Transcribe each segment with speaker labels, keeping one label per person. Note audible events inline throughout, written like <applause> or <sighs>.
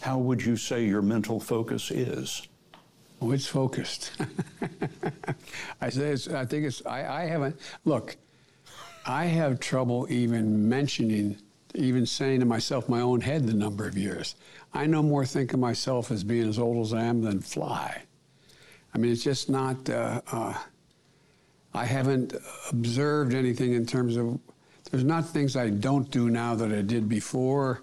Speaker 1: How would you say your mental focus is?
Speaker 2: Oh, it's focused. <laughs> I say it's, I think it's, I, I haven't, look, I have trouble even mentioning, even saying to myself my own head the number of years. I no more think of myself as being as old as I am than fly. I mean, it's just not, uh, uh, I haven't observed anything in terms of, there's not things I don't do now that I did before,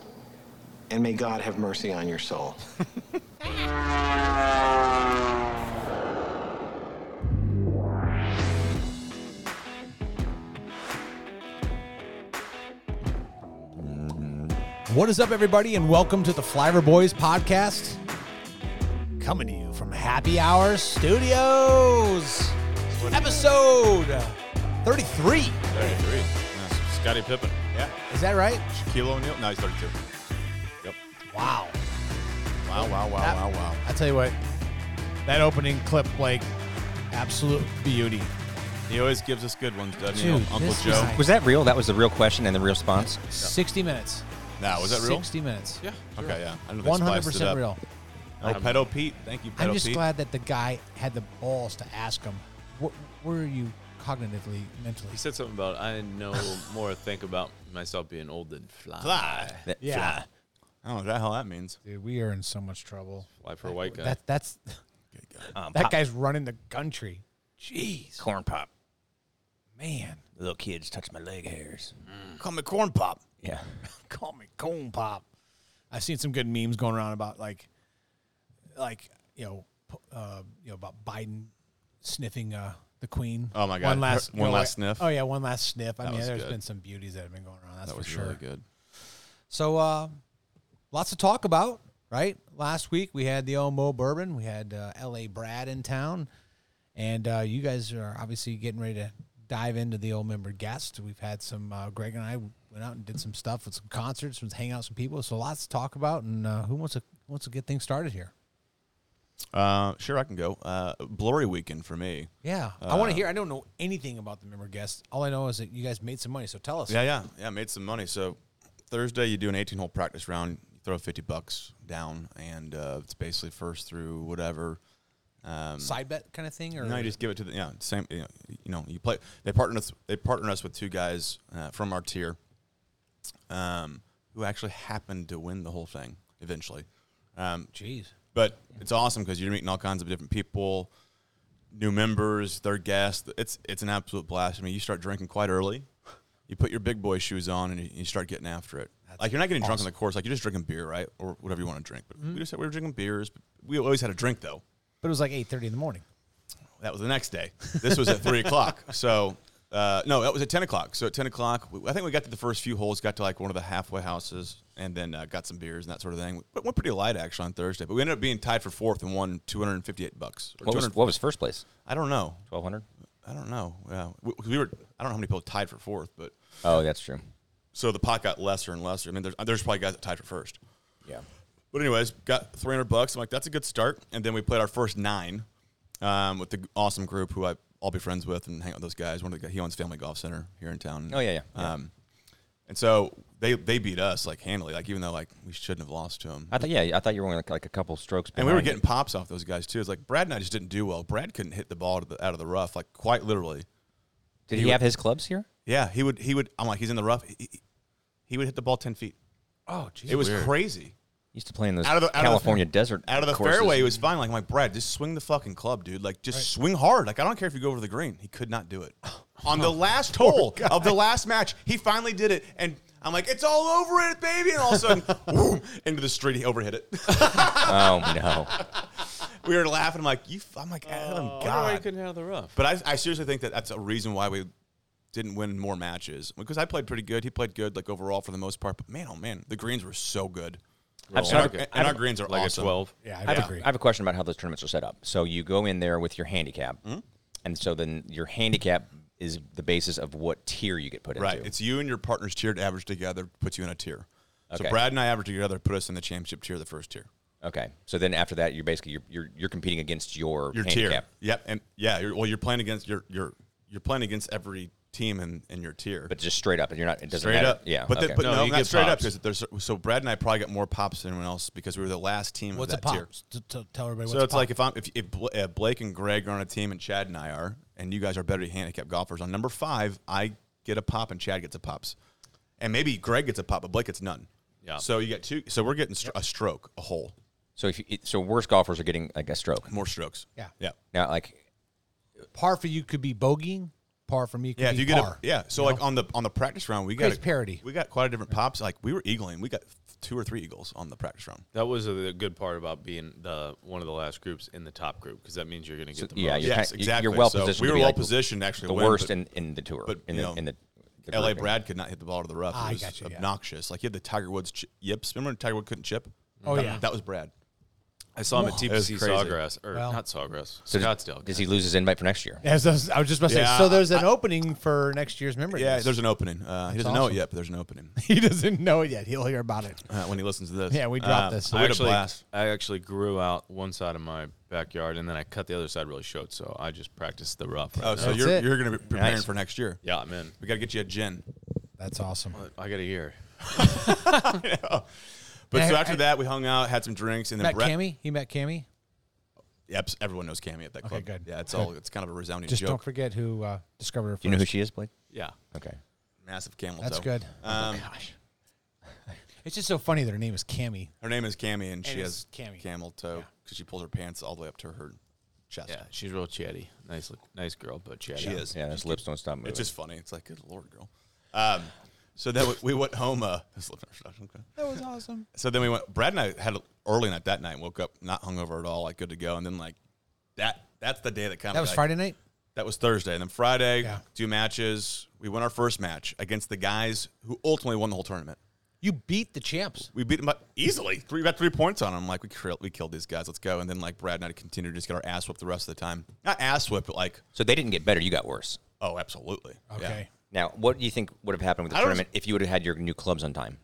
Speaker 3: and may God have mercy on your soul. <laughs>
Speaker 4: What is up, everybody, and welcome to the Flyver Boys podcast. Coming to you from Happy Hour Studios, episode 33.
Speaker 5: 33. Yeah, Scotty Pippen. Yeah.
Speaker 4: Is that right?
Speaker 5: Shaquille O'Neal. No, he's 32. Yep.
Speaker 4: Wow.
Speaker 5: Wow, wow, wow,
Speaker 4: That-
Speaker 5: wow, wow.
Speaker 4: I tell you what, that opening clip, Blake, absolute beauty.
Speaker 5: He always gives us good ones, doesn't
Speaker 4: Dude,
Speaker 5: he? Uncle
Speaker 4: this
Speaker 5: <laughs> Joe.
Speaker 4: guy-
Speaker 6: Was that real? That was the real question and the real response.
Speaker 4: 60 minutes.
Speaker 5: Now, was that real?
Speaker 4: 60 minutes.
Speaker 5: Yeah. Okay, yeah. I don't think they spliced it
Speaker 4: 100%
Speaker 5: up.
Speaker 4: real.
Speaker 5: Oh, Pedo Pete. Thank you, Pedo
Speaker 4: I'm just
Speaker 5: Pete.
Speaker 4: glad that the guy had the balls to ask him, what were you cognitively, mentally?
Speaker 7: He said something about I know more think about myself being old than fly.
Speaker 5: Fly.
Speaker 6: That-
Speaker 4: Yeah.
Speaker 5: I don't know what the hell that means.
Speaker 4: Dude, we are in so much trouble.
Speaker 7: Fly for a white guy.
Speaker 4: That, that's
Speaker 6: Um,
Speaker 4: that
Speaker 6: pop-
Speaker 4: guy's running the country. Jeez,
Speaker 6: corn pop.
Speaker 4: man. <laughs>
Speaker 6: Little kids touch my leg hairs.
Speaker 4: Call me corn pop.
Speaker 6: Yeah.
Speaker 4: Call me corn pop. I've seen some good memes going around about like, like you know, p- uh, you know about Biden sniffing uh, the Queen.
Speaker 5: Oh, my God.
Speaker 4: One last,
Speaker 5: Her- one
Speaker 4: no,
Speaker 5: last
Speaker 4: I-
Speaker 5: sniff.
Speaker 4: Oh yeah, one last sniff. I
Speaker 5: That
Speaker 4: mean,
Speaker 5: was
Speaker 4: there's
Speaker 5: good.
Speaker 4: been some beauties that have been going around. That's
Speaker 5: That was
Speaker 4: for sure.
Speaker 5: really good.
Speaker 4: So, uh, lots to talk about, right? Last week we had the Omo Bourbon, we had uh, L.A. Brad in town, and uh, you guys are obviously getting ready to dive into the old member guest. We've had some uh, Greg and I went out and did some stuff with some concerts, was hang out with some people. So lots to talk about, and uh, who wants to wants to get things started here?
Speaker 5: Uh, sure, I can go. Uh, Glory Weekend for me.
Speaker 4: Yeah, I
Speaker 5: Uh,
Speaker 4: want to hear. I don't know anything about the member guest. All I know is that you guys made some money. So tell us.
Speaker 5: Yeah, yeah, yeah. Made some money. So Thursday, you do an 18 hole practice round. You throw 50 bucks down, and uh, it's basically first through whatever. Um,
Speaker 4: Side bet kind of thing, or
Speaker 5: No, you just give it to the yeah same. You know, you, know, you play. They partner us. They partner us with two guys uh, from our tier, um, who actually happened to win the whole thing eventually. Um,
Speaker 4: Jeez.
Speaker 5: but it's awesome because you're meeting all kinds of different people, new members, their guests. It's it's an absolute blast. I mean, you start drinking quite early. You put your big boy shoes on and you, you start getting after it. like you're not getting drunk on the course. Like you're just drinking beer, right, or whatever you want to drink. But we just we were drinking beers. But we always had a drink though.
Speaker 4: But it was like eight thirty in the morning.
Speaker 5: That was the next day. This was at three
Speaker 6: <laughs>
Speaker 5: o'clock. So uh, no, that was at ten o'clock. So at ten o'clock, we, I think we got to the first few holes, got to like one of the halfway houses, and then uh, got some beers and that sort of thing. But went pretty light actually on Thursday, but we ended up being tied for fourth and won two hundred and fifty-eight bucks. or
Speaker 6: What was
Speaker 5: 200
Speaker 6: what was first place?
Speaker 5: I don't know.
Speaker 6: Twelve hundred.
Speaker 5: I don't know. Yeah, we, 'cause we were. I don't know how many people tied for fourth, but
Speaker 6: Oh, that's true.
Speaker 5: so the pot got lesser and lesser. I mean, there's, there's probably guys that tied for first.
Speaker 6: Yeah.
Speaker 5: But anyways, got 300 bucks. I'm like, that's a good start. And then we played our first nine um, with the awesome group who I I'll be friends with and hang out with those guys. One of the guys, he owns Family Golf Center here in town.
Speaker 6: Oh, yeah, yeah, yeah.
Speaker 5: Um, and so they they beat us like handily, like even though like we shouldn't have lost to them.
Speaker 6: I thought yeah, I thought you were only like, like a couple strokes.
Speaker 5: and we were
Speaker 6: behind.
Speaker 5: getting pops off those guys too. It's like Brad and I just didn't do well. Brad couldn't hit the ball to the, out of the rough, like quite literally.
Speaker 6: Did he, have his clubs here?
Speaker 5: Yeah, he would he would. I'm like, he's in the rough. He, he- he would hit the ball ten feet.
Speaker 4: Oh, jeez.
Speaker 5: It was crazy.
Speaker 6: He used to play in those
Speaker 5: Out of the- out of the-
Speaker 6: California desert.
Speaker 5: out of the
Speaker 6: courses.
Speaker 5: fairway, he was fine. Like my Brad, just swing the fucking club, dude. Like just swing hard. Like I don't care if you go over the green. He could not
Speaker 7: <laughs>
Speaker 5: do it. On
Speaker 7: Oh,
Speaker 5: the last hole of the last match, he finally did it, and I'm like, it's all over it, baby. And all of a sudden,
Speaker 7: <laughs>
Speaker 5: boom, into the street, he overhit it. <laughs>
Speaker 6: Oh no.
Speaker 5: we were laughing. I'm like, you. f- I'm like, Adam,
Speaker 7: Oh, I wonder why he
Speaker 5: God.
Speaker 7: couldn't handle the rough.
Speaker 5: But I, I seriously think that that's a reason why we didn't win more matches because I played pretty good. He played good, like overall for the most part. But man, oh man, the greens were so good.
Speaker 7: roll.
Speaker 6: sorry.
Speaker 7: Like a-
Speaker 6: I-
Speaker 5: And our greens are
Speaker 7: like
Speaker 5: awesome.
Speaker 7: a 12.
Speaker 4: Yeah,
Speaker 6: I
Speaker 4: I
Speaker 6: have, a-
Speaker 4: agree.
Speaker 6: I have a question about how those tournaments are set up. So you go in there with your handicap, and so then your handicap is the basis of what tier you get put
Speaker 5: Right.
Speaker 6: into.
Speaker 5: It's you and your partners tiered average together puts you in a tier.
Speaker 6: Okay.
Speaker 5: So Brad and I average together put us in the championship tier, the first tier.
Speaker 6: okay. So then after that, you're basically you're you're, you're competing against your,
Speaker 5: Your tier.
Speaker 6: handicap.
Speaker 5: Yep. And yeah, you're, well, you're playing against your your you're playing against every team in, in your tier.
Speaker 6: but just straight up, and you're not. It doesn't
Speaker 5: straight
Speaker 6: matter.
Speaker 5: up.
Speaker 6: Yeah.
Speaker 5: But,
Speaker 6: okay.
Speaker 5: the, but
Speaker 7: No,
Speaker 5: no,
Speaker 7: you
Speaker 5: not
Speaker 7: get
Speaker 5: straight up
Speaker 7: pops.
Speaker 5: because there's so Brad and I probably got more pops than anyone else because we were the last team.
Speaker 4: what's a
Speaker 5: of that
Speaker 4: pop?
Speaker 5: Tier.
Speaker 4: T- t- tell everybody what's
Speaker 5: So
Speaker 4: a
Speaker 5: it's
Speaker 4: pop.
Speaker 5: like if I'm if, if Bla- uh, Blake and Greg are on a team and Chad and I are, and you guys are better handicap golfers. On number five, I get a pop and Chad gets a pops, and maybe Greg gets a pop, but Blake gets none.
Speaker 7: Yeah.
Speaker 5: So you get two. So we're getting stro- a stroke, a hole,
Speaker 6: so if you, it- so, worst golfers are getting like a stroke.
Speaker 5: more strokes.
Speaker 4: Yeah.
Speaker 5: Yeah.
Speaker 6: Now, like
Speaker 4: par for you could be bogeying, par for me could
Speaker 5: Yeah,
Speaker 4: be
Speaker 5: if you get
Speaker 4: par.
Speaker 5: a yeah, so like on the on the practice round, we got
Speaker 4: Creates
Speaker 5: a,
Speaker 4: parity.
Speaker 5: We got quite a different pops. Like we were eagling, we got two or three eagles on the practice round.
Speaker 7: That was a, the good part about being the one of the last groups in the top group because that means you're going to get the
Speaker 6: yeah,
Speaker 7: most.
Speaker 6: you're,
Speaker 5: Yes,
Speaker 6: kind-
Speaker 5: exactly.
Speaker 6: you're well
Speaker 5: So
Speaker 6: positioned.
Speaker 5: we
Speaker 6: to
Speaker 5: were
Speaker 6: be,
Speaker 5: well
Speaker 6: like, the-
Speaker 5: positioned, actually,
Speaker 6: the
Speaker 5: when,
Speaker 6: worst
Speaker 5: but-
Speaker 6: in, in the tour.
Speaker 5: but,
Speaker 6: in
Speaker 5: you
Speaker 6: the,
Speaker 5: know,
Speaker 6: in the, the
Speaker 5: L.A.
Speaker 6: grouping.
Speaker 5: Brad could not hit the ball to the rough.
Speaker 4: Ah, I
Speaker 5: It was
Speaker 4: got you, yeah.
Speaker 5: obnoxious. Like he had the Tiger Woods ch- yips. Remember when Tiger Woods couldn't chip?
Speaker 4: Oh,
Speaker 5: That-
Speaker 4: yeah.
Speaker 5: that was Brad.
Speaker 7: I saw him at
Speaker 5: It was
Speaker 7: TPC
Speaker 5: crazy.
Speaker 7: Sawgrass or
Speaker 4: Well-
Speaker 7: not Sawgrass,
Speaker 6: So does,
Speaker 7: Scottsdale.
Speaker 6: does he lose his invite for next year?
Speaker 4: As I was, I was just about to say,
Speaker 5: Yeah,
Speaker 4: so there's an
Speaker 5: I-
Speaker 4: opening for next year's memory.
Speaker 5: Yeah,
Speaker 4: Days.
Speaker 5: there's an opening. Uh, he doesn't know
Speaker 4: awesome.
Speaker 5: it yet, but there's an opening
Speaker 4: <laughs> he doesn't know it yet. He'll hear about it.
Speaker 5: uh, when he listens to
Speaker 4: <laughs>
Speaker 5: this.
Speaker 4: Yeah, we dropped this.
Speaker 5: but
Speaker 7: I
Speaker 5: we had a
Speaker 7: actually,
Speaker 5: blast.
Speaker 7: I actually grew out one side of my backyard and then I cut the other side really short, so I just practiced the rough. Right
Speaker 5: Oh,
Speaker 7: now.
Speaker 5: so
Speaker 4: That's
Speaker 5: you're
Speaker 4: it.
Speaker 5: you're going to be preparing
Speaker 6: Nice.
Speaker 5: for next year.
Speaker 7: yeah, I'm in.
Speaker 5: We got to get you a
Speaker 7: <laughs>
Speaker 5: gin.
Speaker 4: That's awesome.
Speaker 7: I got a year.
Speaker 5: But
Speaker 4: Yeah,
Speaker 5: so
Speaker 4: I-
Speaker 5: after that, we hung out, had some drinks, and then
Speaker 4: Met
Speaker 5: Brad.
Speaker 4: Cammy. He met Cammy.
Speaker 5: Yep, everyone knows Cammy at that club.
Speaker 4: good.
Speaker 5: Yeah, it's all it's kind of a resounding
Speaker 4: Just
Speaker 5: joke.
Speaker 4: don't forget who uh, discovered her first.
Speaker 6: Do you know who she is, Blake?
Speaker 7: Yeah,
Speaker 6: Okay.
Speaker 5: Massive camel.
Speaker 4: That's
Speaker 5: toe.
Speaker 4: good.
Speaker 5: Um,
Speaker 4: Gosh. <laughs> It's just so funny that her name is Cammy.
Speaker 5: her name is Cammy, and, she
Speaker 4: it's
Speaker 5: has
Speaker 4: Cammy.
Speaker 5: camel toe because she pulls her pants all the way up to her chest.
Speaker 7: yeah. She's real chatty, nice, look- nice girl, but chatty.
Speaker 5: She is.
Speaker 6: Yeah, those lips don't stop moving.
Speaker 5: It's just funny. It's like, good lord, girl. Um, so then we, we went home. Uh, <laughs> this lip- okay.
Speaker 4: That was
Speaker 5: <laughs>
Speaker 4: awesome.
Speaker 5: so then we went. Brad and I had a early night that night. Woke up not hungover at all, like good to go. And then like that. That's the day that kind
Speaker 4: That
Speaker 5: of
Speaker 4: was
Speaker 5: like-
Speaker 4: Friday night.
Speaker 5: That was Thursday. And then Friday,
Speaker 4: Yeah.
Speaker 5: two matches. We won our first match against the guys who ultimately won the whole tournament.
Speaker 4: You beat the champs.
Speaker 5: We beat them by easily. Three, we got three points on them. Like we killed, we killed these guys. Let's go. And then like Brad and I continued to just get our ass whipped the rest of the time. Not ass whipped, but like
Speaker 6: so they didn't get better. You got worse.
Speaker 5: oh, absolutely. Yeah.
Speaker 4: Okay.
Speaker 6: Now, what do you think would have happened with the
Speaker 5: I don't-
Speaker 6: tournament if you would have had your new clubs on time?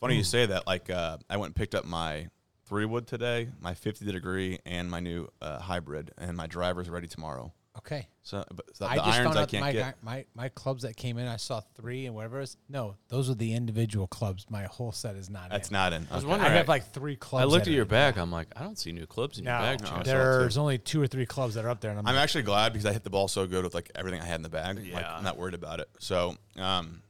Speaker 5: Funny
Speaker 4: Hmm.
Speaker 5: you say that. Like uh, I went and picked up my three wood today, my 50 degree, and my new uh, hybrid, and my driver's ready tomorrow.
Speaker 4: Okay.
Speaker 5: So but the,
Speaker 4: I
Speaker 5: the
Speaker 4: just
Speaker 5: irons
Speaker 4: found
Speaker 5: I
Speaker 4: out
Speaker 5: can't
Speaker 4: my,
Speaker 5: get.
Speaker 4: guy- my my clubs that came in, I saw three and whatever. It's, no, those are the individual clubs. My whole set is not.
Speaker 5: That's
Speaker 4: in.
Speaker 5: not in. Okay.
Speaker 4: I have like three clubs.
Speaker 7: I looked
Speaker 4: that
Speaker 7: at
Speaker 4: are
Speaker 7: your
Speaker 4: in.
Speaker 7: bag. I'm like, I don't see new clubs in your
Speaker 4: No,
Speaker 7: bag. Chad.
Speaker 4: there's only two or three clubs that are up there, and I'm,
Speaker 5: I'm actually glad because I hit the ball so good with like everything I had in the bag. Like
Speaker 7: Yeah.
Speaker 5: I'm not worried about it. So, um,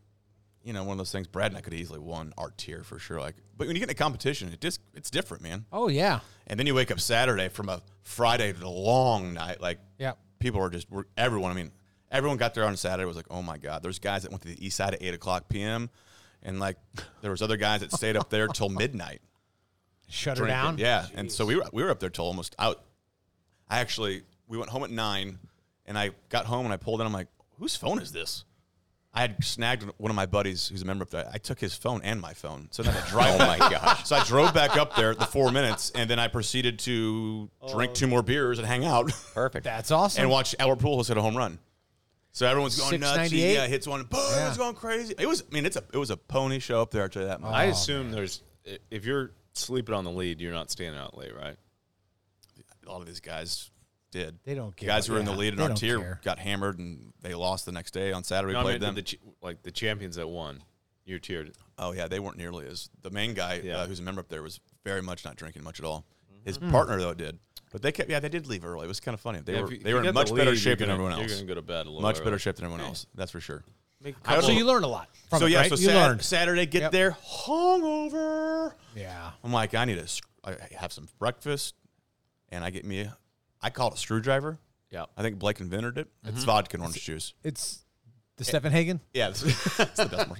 Speaker 5: you know, one of those things. Brad and I could have easily won our tier for sure. Like, but when you get in a competition, it just it's different, man.
Speaker 4: oh yeah,
Speaker 5: And then you wake up Saturday from a Friday to a long night. Like,
Speaker 4: Yeah.
Speaker 5: people are just were, everyone. I mean, everyone got there on Saturday. Was like, oh my god, there's guys that went to the east side at eight o'clock p.m. And like, there was other guys that stayed up there till midnight
Speaker 4: shut her
Speaker 5: drinking.
Speaker 4: down.
Speaker 5: Yeah, and so we were we were up there till almost out. I actually we went home at nine, and I got home and I pulled in. I'm like, whose phone is this? I had snagged one of my buddies who's a member up there. I took his phone and my phone. So then <laughs> I had to drive. oh my gosh! So I drove back up there the four minutes, and then I proceeded to drink two more beers and hang <laughs> out
Speaker 6: Perfect.
Speaker 4: that's awesome.
Speaker 5: and watch Albert Pujols hit a home run. So everyone's going nuts. He,
Speaker 4: 698?
Speaker 5: yeah, Oh, hits one. Boom!
Speaker 4: Yeah.
Speaker 5: Everyone's going crazy. It was. I mean, it's a it was a pony show up there. After that,
Speaker 7: I assume there's i- if you're sleeping on the lead, you're not staying out late, right?
Speaker 5: a lot of these guys did.
Speaker 4: They don't care.
Speaker 5: Guys who were in the
Speaker 4: Yeah,
Speaker 5: lead in
Speaker 4: they
Speaker 5: our
Speaker 4: don't
Speaker 5: tier
Speaker 4: care.
Speaker 5: got hammered and they lost the next day on Saturday.
Speaker 7: No, I
Speaker 5: played
Speaker 7: mean,
Speaker 5: them.
Speaker 7: the ch- like the champions that won, you're tiered.
Speaker 5: oh yeah, they weren't nearly as the main guy
Speaker 7: Yeah. Mm-hmm.
Speaker 5: uh, who's a member up there was very much not drinking much at all. His
Speaker 4: Hmm.
Speaker 5: partner though did, but they kept yeah they did leave early. It was kind of funny. They
Speaker 7: Yeah,
Speaker 5: were
Speaker 7: if you-
Speaker 5: they
Speaker 7: if
Speaker 5: were
Speaker 7: you
Speaker 5: in
Speaker 7: got
Speaker 5: much
Speaker 7: the
Speaker 5: better
Speaker 7: lead,
Speaker 5: shape
Speaker 7: you're
Speaker 5: than
Speaker 7: gonna-
Speaker 5: everyone else.
Speaker 7: You're gonna go to bed a little
Speaker 5: much
Speaker 7: early.
Speaker 5: better shape than everyone else. That's for sure.
Speaker 7: I
Speaker 4: so
Speaker 7: also-
Speaker 4: you learned a lot. From
Speaker 5: So
Speaker 4: it,
Speaker 5: yeah,
Speaker 4: right?
Speaker 5: so
Speaker 4: you
Speaker 5: Sat-
Speaker 4: learned.
Speaker 5: Saturday get
Speaker 4: Yep.
Speaker 5: there hungover.
Speaker 4: Yeah,
Speaker 5: I'm like, I need to sc- I have some breakfast, and I get me. A, I call it a screwdriver.
Speaker 7: Yeah. Mm-hmm.
Speaker 5: I think Blake invented it. It's vodka and orange juice.
Speaker 4: it's the Stephen Hagen.
Speaker 5: Yeah, <laughs> that's, that's the best one.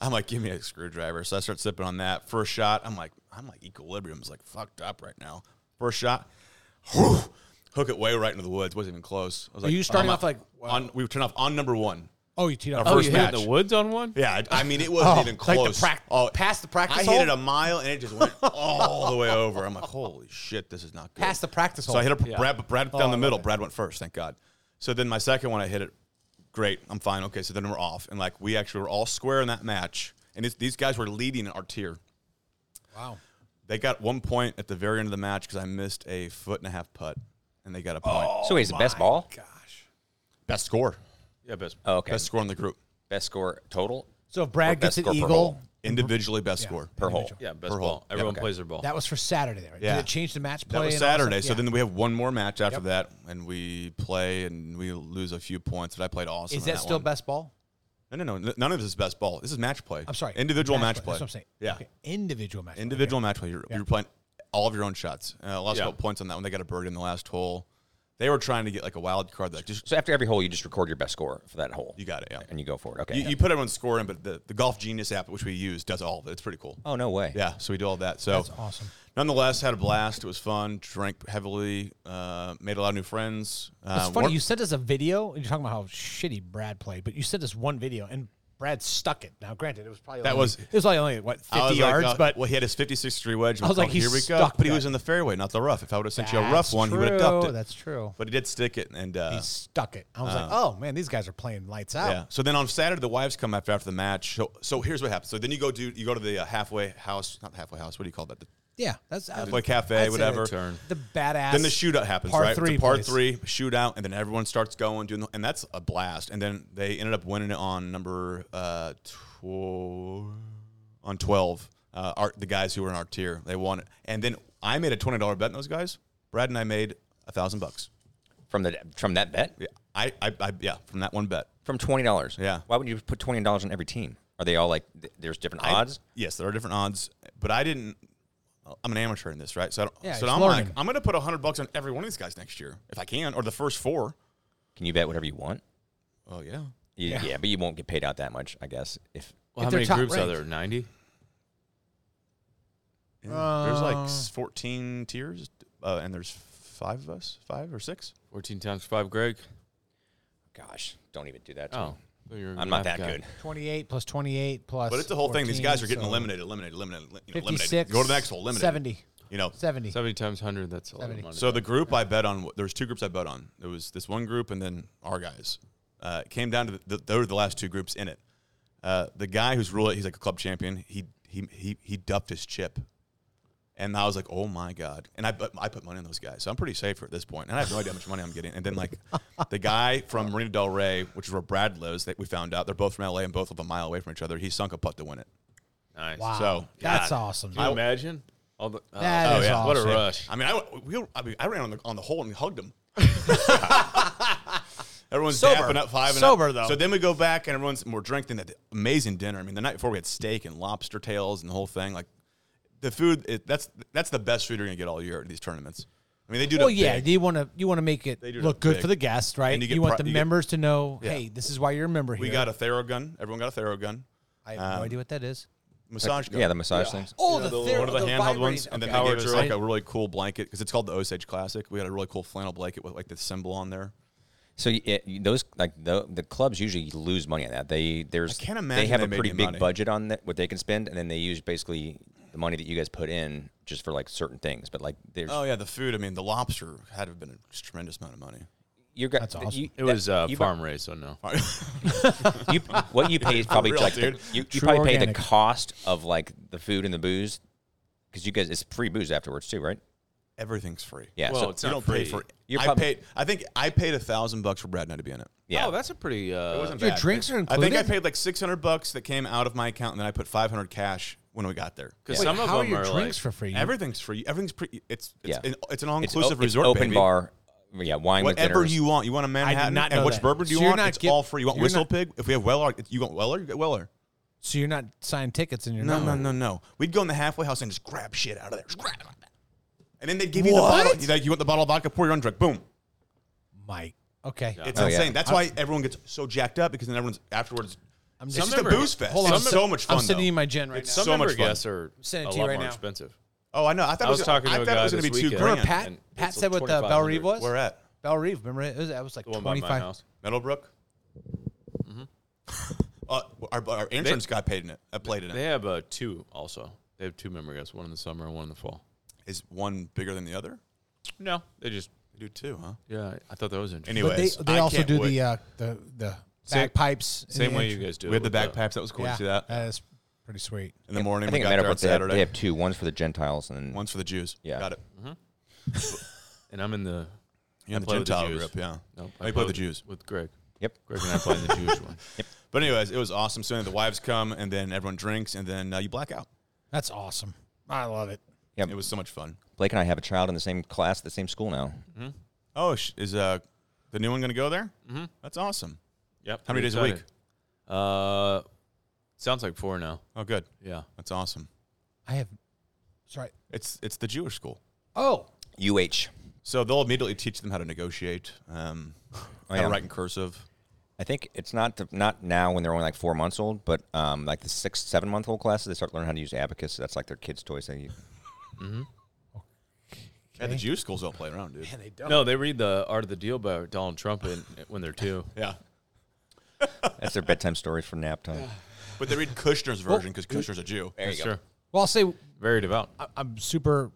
Speaker 5: I'm like, give me a screwdriver. So I start sipping on that. First shot, I'm like, I'm like equilibrium's like fucked up right now. First shot, whew, hook it way right into the woods. wasn't even close. I was
Speaker 4: Are you starting
Speaker 5: on my-
Speaker 4: off like, wow.
Speaker 5: on? We turned off on number one.
Speaker 4: Oh, you teed up.
Speaker 5: Oh,
Speaker 7: Oh,
Speaker 5: first
Speaker 7: you
Speaker 5: match.
Speaker 7: hit in the woods on one?
Speaker 5: Yeah, I, I mean it wasn't even
Speaker 4: Oh, like
Speaker 5: close. Oh,
Speaker 4: the prac- past the practice
Speaker 5: I
Speaker 4: hole?
Speaker 5: hit it a mile and it just went all the way over. I'm like, holy shit, this is not good.
Speaker 4: Past the practice
Speaker 5: So
Speaker 4: hole.
Speaker 5: I hit a Brad, Brad
Speaker 4: Oh, I
Speaker 5: down the
Speaker 4: love
Speaker 5: middle.
Speaker 4: it.
Speaker 5: Brad went first, thank God. So then my second one, I hit it. Great, I'm fine. Okay, so then we're off, and like we actually were all square in that match, and it's, these guys were leading our tier.
Speaker 4: Wow.
Speaker 5: They got one point at the very end of the match because I missed a foot and a half putt, and they got a point.
Speaker 7: Oh.
Speaker 6: so he's the best ball.
Speaker 5: Best score,
Speaker 7: Yeah, best.
Speaker 6: Oh, okay.
Speaker 5: best
Speaker 6: Best,
Speaker 5: score in the group,
Speaker 6: score total.
Speaker 4: So if Brad
Speaker 6: Or
Speaker 4: gets
Speaker 6: best
Speaker 4: an
Speaker 6: score per
Speaker 4: eagle,
Speaker 6: hole.
Speaker 5: individually best score
Speaker 6: per hole.
Speaker 7: Yeah, best
Speaker 5: Per hole.
Speaker 7: ball.
Speaker 5: Yeah,
Speaker 7: Everyone
Speaker 5: okay.
Speaker 7: plays their ball.
Speaker 4: that was for Saturday. There,
Speaker 5: Yeah.
Speaker 4: Did it change the match play?
Speaker 5: That was
Speaker 4: and all that
Speaker 5: Saturday. So
Speaker 4: stuff? Yeah.
Speaker 5: then we have one more match after that, and we play and we lose a few points. But I played awesome.
Speaker 4: is
Speaker 5: in
Speaker 4: that still
Speaker 5: one.
Speaker 4: best ball?
Speaker 5: No, no, no. n- None of this is best ball. This is match play.
Speaker 4: I'm sorry.
Speaker 5: Individual match, play.
Speaker 4: That's what I'm saying.
Speaker 5: Yeah.
Speaker 4: Okay. Individual match. play.
Speaker 5: Individual match play. You're, you're playing all of your own shots. Uh, lost
Speaker 7: Yeah.
Speaker 5: a couple points on that one. They got a bird in the last hole. They were trying to get like a wild card. Like just
Speaker 6: So after every hole, you just record your best score for that hole.
Speaker 5: you got it. Yeah.
Speaker 6: And you go for it. Okay.
Speaker 5: You, you put everyone's score in, but the, the Golf Genius app, which we use, does all of it. It's pretty cool.
Speaker 6: oh no way.
Speaker 5: Yeah, so we do all that. So
Speaker 4: That's awesome.
Speaker 5: Nonetheless, had a blast. It was fun. Drank heavily. Uh, made a lot of new friends. Uh,
Speaker 4: It's funny.
Speaker 5: wor-
Speaker 4: You sent us a video. You're talking about how shitty Brad played, but you sent us one video and Brad stuck it. Now, granted, it was probably
Speaker 5: That
Speaker 4: only-
Speaker 5: was-
Speaker 4: it was probably only what
Speaker 5: I
Speaker 4: 50
Speaker 5: was
Speaker 4: yards,
Speaker 5: like, uh,
Speaker 4: but
Speaker 5: well, he had his 56 degree wedge. and
Speaker 4: I was like,
Speaker 5: oh,
Speaker 4: he
Speaker 5: here we go.
Speaker 4: stuck
Speaker 5: But he
Speaker 4: that.
Speaker 5: was in the fairway, not the rough. If I would have sent you a
Speaker 4: That's
Speaker 5: rough one, he would have ducked
Speaker 4: true,
Speaker 5: it.
Speaker 4: That's true.
Speaker 5: But he did stick it, and uh,
Speaker 4: he stuck it. I was like, oh man, these guys are playing lights out.
Speaker 5: yeah. So then on Saturday, the wives come after after the match. So, so here's what happens. So then you go do you go to the uh, halfway house, not halfway house. What do you call that? The
Speaker 4: Yeah, that's I
Speaker 5: halfway cafe,
Speaker 4: I'd say
Speaker 5: whatever.
Speaker 4: the-
Speaker 7: Turn.
Speaker 4: The badass.
Speaker 5: Then the shootout happens,
Speaker 4: par
Speaker 5: right?
Speaker 4: Three
Speaker 5: it's a par
Speaker 4: place.
Speaker 5: three shootout, and then everyone starts going doing, the, and that's a blast. And then they ended up winning it on number uh, tw- on twelve. Uh, our, the guys who were in our tier, they won it, and then I made a twenty dollar bet on those guys. Brad and I made a thousand bucks.
Speaker 6: From the from that bet?
Speaker 5: Yeah, I, I, I, yeah, from that one bet.
Speaker 6: From twenty dollars.
Speaker 5: Yeah.
Speaker 6: Why would you put twenty dollars on every team? Are they all like th- there's different odds?
Speaker 5: Yes, there are different odds, but I didn't. I'm an amateur in this, right? So, I don't,
Speaker 4: Yeah,
Speaker 5: so
Speaker 4: he's
Speaker 5: I'm
Speaker 4: learning.
Speaker 5: like, I'm going to put hundred bucks on every one of these guys next year if I can, or the first four.
Speaker 6: Can you bet whatever you want?
Speaker 5: Oh yeah,
Speaker 6: You- yeah. but you won't get paid out that much, I guess. If
Speaker 7: Well,
Speaker 4: If
Speaker 7: how
Speaker 4: they're
Speaker 7: many
Speaker 4: top
Speaker 7: groups are
Speaker 4: ranked.
Speaker 7: there? 90?
Speaker 5: there's
Speaker 4: Uh,
Speaker 5: like 14 tiers, uh, and there's five of us, five or six.
Speaker 7: 14 times 5, Greg.
Speaker 6: gosh, don't even do that. To
Speaker 7: Oh.
Speaker 6: me. I'm not that good.
Speaker 4: 28 plus 28 plus.
Speaker 5: But it's the whole thing. These
Speaker 4: 14,
Speaker 5: guys are getting
Speaker 4: so
Speaker 5: eliminated, eliminated, eliminated, you know,
Speaker 4: 56.
Speaker 5: eliminated. Go to the next hole, eliminated.
Speaker 4: 70.
Speaker 5: You know,
Speaker 4: 70.
Speaker 7: 70 times 100, that's a lot of
Speaker 4: 70.
Speaker 7: money.
Speaker 5: So the group I bet on, there's two groups I bet on. It was this one group and then our guys. Uh, it came down to the, they were the last two groups in it. Uh, the guy who's really he's like a club champion. He he he he duffed his chip, and I was like, oh my god. And I put I put money on those guys, so I'm pretty safe at this point. And I have no idea how much money I'm getting. And then like the guy from Marina Del Rey, which is where Brad lives, that we found out they're both from LA and both live a mile away from each other. He sunk a putt to win it.
Speaker 7: nice.
Speaker 4: Wow.
Speaker 5: So,
Speaker 4: that's
Speaker 5: God.
Speaker 4: awesome.
Speaker 7: Can you imagine? All the, uh,
Speaker 4: That is
Speaker 7: What a
Speaker 4: awesome.
Speaker 7: rush.
Speaker 5: I mean, I we, I, mean, I ran on the on the hole and
Speaker 4: <laughs>
Speaker 5: hugged him. everyone's
Speaker 4: Sober.
Speaker 5: dapping up five and
Speaker 4: Sober,
Speaker 5: up.
Speaker 4: though.
Speaker 5: So then we go back and everyone's more drinking that amazing dinner. I mean, the night before we had steak and lobster tails and the whole thing. Like the food, it, that's that's the best food you're gonna get all year at these tournaments. I mean, they do. it
Speaker 4: Well,
Speaker 5: up
Speaker 4: yeah,
Speaker 5: big.
Speaker 4: you want to you want to make it
Speaker 5: They do it
Speaker 4: look
Speaker 5: up
Speaker 4: good
Speaker 5: big.
Speaker 4: for the guests, right?
Speaker 5: And
Speaker 4: You,
Speaker 5: you get
Speaker 4: want
Speaker 5: pri-
Speaker 4: the
Speaker 5: you get-
Speaker 4: members to know,
Speaker 5: Yeah.
Speaker 4: hey, this is why you're a member here.
Speaker 5: we got a Theragun. Everyone got a Theragun.
Speaker 4: I have no idea what that is.
Speaker 5: Massage gun.
Speaker 6: Yeah, the massage things.
Speaker 4: Oh,
Speaker 5: You know,
Speaker 4: the,
Speaker 5: the- one of the, handheld ones, and then
Speaker 4: okay. Oh,
Speaker 5: they
Speaker 7: Power
Speaker 5: gave us
Speaker 7: drill.
Speaker 5: like a really cool blanket because it's called the Osage Classic. We had a really cool flannel blanket with like the symbol on there.
Speaker 6: So y- it, y- those like the the clubs usually lose money on that. They there's
Speaker 5: I can't imagine
Speaker 6: they have
Speaker 5: they
Speaker 6: a
Speaker 5: made
Speaker 6: pretty
Speaker 5: any
Speaker 6: big
Speaker 5: money.
Speaker 6: budget on that what they can spend, and then they use basically the money that you guys put in just for like certain things. But like there's
Speaker 5: Oh yeah, the food. I mean, the lobster had to have been a tremendous amount of <laughs> money.
Speaker 6: you're got
Speaker 4: That's awesome.
Speaker 6: you-
Speaker 7: It was
Speaker 6: that-
Speaker 7: uh,
Speaker 6: you-
Speaker 7: farm raised, so no.
Speaker 6: <laughs> you, what you pay is probably
Speaker 5: Real,
Speaker 6: like the-
Speaker 5: dude.
Speaker 6: you, you
Speaker 4: True
Speaker 6: probably pay the
Speaker 4: organic.
Speaker 6: cost of like the food and the booze because you guys it's free booze afterwards too, right?
Speaker 5: Everything's free.
Speaker 6: Yeah.
Speaker 7: Well,
Speaker 6: so
Speaker 7: it's
Speaker 5: you
Speaker 7: not
Speaker 5: don't pay
Speaker 7: free.
Speaker 5: for.
Speaker 6: You're
Speaker 5: I
Speaker 6: probably-
Speaker 5: paid. I think I paid a thousand bucks for Brad and I to be in it.
Speaker 6: yeah,
Speaker 7: Oh, that's a pretty. Uh,
Speaker 4: Your drinks are
Speaker 5: I think I
Speaker 4: included?
Speaker 5: paid like six hundred bucks that came out of my account, and then I put five hundred cash when we got there.
Speaker 7: Because
Speaker 4: Wait,
Speaker 7: some of
Speaker 4: how
Speaker 7: them
Speaker 4: are your
Speaker 7: are
Speaker 4: drinks
Speaker 7: like,
Speaker 4: for free?
Speaker 5: Everything's free. Everything's pretty. It's it's,
Speaker 6: yeah.
Speaker 5: an, Mm-hmm. it's an
Speaker 6: It's o-
Speaker 5: all-inclusive
Speaker 6: it's
Speaker 5: resort,
Speaker 6: open
Speaker 5: baby.
Speaker 6: bar. Yeah, wine with
Speaker 5: Whatever
Speaker 6: dinners.
Speaker 5: you want. You want a Manhattan?
Speaker 4: not know
Speaker 5: and which
Speaker 4: that.
Speaker 5: bourbon do you
Speaker 4: So you're
Speaker 5: want?
Speaker 4: not
Speaker 5: It's
Speaker 4: giv-
Speaker 5: all free. You want
Speaker 4: you're
Speaker 5: Whistle
Speaker 4: not-
Speaker 5: Pig? If we have Weller, you want Weller? You get Weller.
Speaker 4: So you're not signing tickets and you're
Speaker 5: No,
Speaker 4: not.
Speaker 5: no, no, no. We'd go in the halfway house and just grab shit out of there. Just grab it. And then they'd give you the bottle.
Speaker 4: What?
Speaker 5: You, like, you want the bottle of vodka, pour your own drink. Boom.
Speaker 4: Mike. Okay.
Speaker 5: It's
Speaker 6: Oh, yeah.
Speaker 5: insane. That's why everyone gets so jacked up because then everyone's afterwards. I'm
Speaker 4: just-
Speaker 5: it's just a
Speaker 7: Remember-
Speaker 5: booze fest.
Speaker 7: hold on.
Speaker 5: it's so much fun.
Speaker 4: I'm sending
Speaker 5: though.
Speaker 4: you my gin right
Speaker 5: It's
Speaker 4: now.
Speaker 7: some
Speaker 5: so
Speaker 7: member
Speaker 5: much fun.
Speaker 7: guests are
Speaker 4: Send it
Speaker 7: a
Speaker 4: to you
Speaker 7: lot
Speaker 4: right
Speaker 7: more
Speaker 4: now.
Speaker 7: expensive.
Speaker 5: oh, I know. I thought
Speaker 7: I was
Speaker 5: it was,
Speaker 7: talking
Speaker 5: I
Speaker 7: to a
Speaker 5: thought it
Speaker 7: guy
Speaker 5: was gonna be
Speaker 7: this
Speaker 5: two
Speaker 7: weekend.
Speaker 5: grand.
Speaker 4: Remember Pat?
Speaker 7: And it's
Speaker 4: Pat said what the
Speaker 7: 2500.
Speaker 4: Bell Reeve was?
Speaker 5: We're at
Speaker 4: Bell Reeve. Remember it? It was, that was like
Speaker 7: The one by
Speaker 4: 25.
Speaker 7: my house.
Speaker 5: Meadowbrook. Uh, our, our insurance guy paid in it. I played in
Speaker 7: They
Speaker 5: it.
Speaker 7: have uh, two also. They have two memory guys, one in the summer and one in the fall.
Speaker 5: Is one bigger than the other?
Speaker 7: No, they just.
Speaker 5: We do two, huh?
Speaker 7: Yeah, I thought that was interesting.
Speaker 5: Anyways,
Speaker 4: but they, they
Speaker 5: I
Speaker 4: also
Speaker 5: can't
Speaker 4: do
Speaker 5: wait.
Speaker 4: the uh, the the
Speaker 7: Same-
Speaker 4: bagpipes. in
Speaker 7: same
Speaker 4: the
Speaker 7: way
Speaker 4: intro.
Speaker 7: you guys do.
Speaker 5: we
Speaker 7: it
Speaker 5: had the
Speaker 7: with
Speaker 5: bagpipes. That was cool
Speaker 4: Yeah,
Speaker 5: to see that
Speaker 4: that is pretty sweet.
Speaker 5: in the morning.
Speaker 6: I think
Speaker 5: we got
Speaker 6: I met
Speaker 5: there
Speaker 6: up
Speaker 5: on
Speaker 6: with they have,
Speaker 5: Saturday.
Speaker 6: they have two. One's for the Gentiles and
Speaker 5: One's for the Jews.
Speaker 6: Yeah.
Speaker 5: got it.
Speaker 7: And I'm in the.
Speaker 5: You're in the
Speaker 7: played with the
Speaker 5: Gentile
Speaker 7: Jews.
Speaker 5: group, yeah.
Speaker 7: No,
Speaker 5: I played with the
Speaker 7: with-
Speaker 5: Jews.
Speaker 7: with Greg.
Speaker 6: Yep.
Speaker 7: Greg and I played the Jewish one.
Speaker 5: But anyways, it was awesome. So then the wives come, and then everyone drinks, and then uh, you black out.
Speaker 4: That's awesome. I love it.
Speaker 5: It was so much fun.
Speaker 6: Blake and I have a child in the same class, at the same school now.
Speaker 5: Oh, sh- is uh, the new one going to go there? Mm-hmm. That's awesome.
Speaker 7: Yep.
Speaker 5: How many
Speaker 7: pretty
Speaker 5: days a week?
Speaker 7: excited. Uh, sounds like four now.
Speaker 5: Oh, good.
Speaker 7: Yeah.
Speaker 5: That's awesome.
Speaker 4: I have. Sorry.
Speaker 5: It's it's the Jewish school,
Speaker 4: Oh,
Speaker 6: UH.
Speaker 5: so they'll immediately teach them how to negotiate, um,
Speaker 4: Oh,
Speaker 5: how
Speaker 6: yeah.
Speaker 5: to write in cursive.
Speaker 6: I think it's not the, not now when they're only like four months old, but um, like the six, seven month old classes, they start learning how to use abacus. That's like their kids' toys. They use.
Speaker 5: Yeah, the Jewish schools don't play around, dude.
Speaker 4: they don't.
Speaker 7: No, they read the Art of the Deal by Donald Trump in, <laughs> when they're two.
Speaker 5: Yeah,
Speaker 6: That's their bedtime story for
Speaker 5: <sighs>
Speaker 6: nap time.
Speaker 5: but they read
Speaker 4: <laughs>
Speaker 5: Kushner's version because Kushner's a Jew.
Speaker 6: There you
Speaker 7: That's
Speaker 6: go.
Speaker 7: true.
Speaker 4: Well, I'll say
Speaker 7: Very devout.
Speaker 4: I- I'm super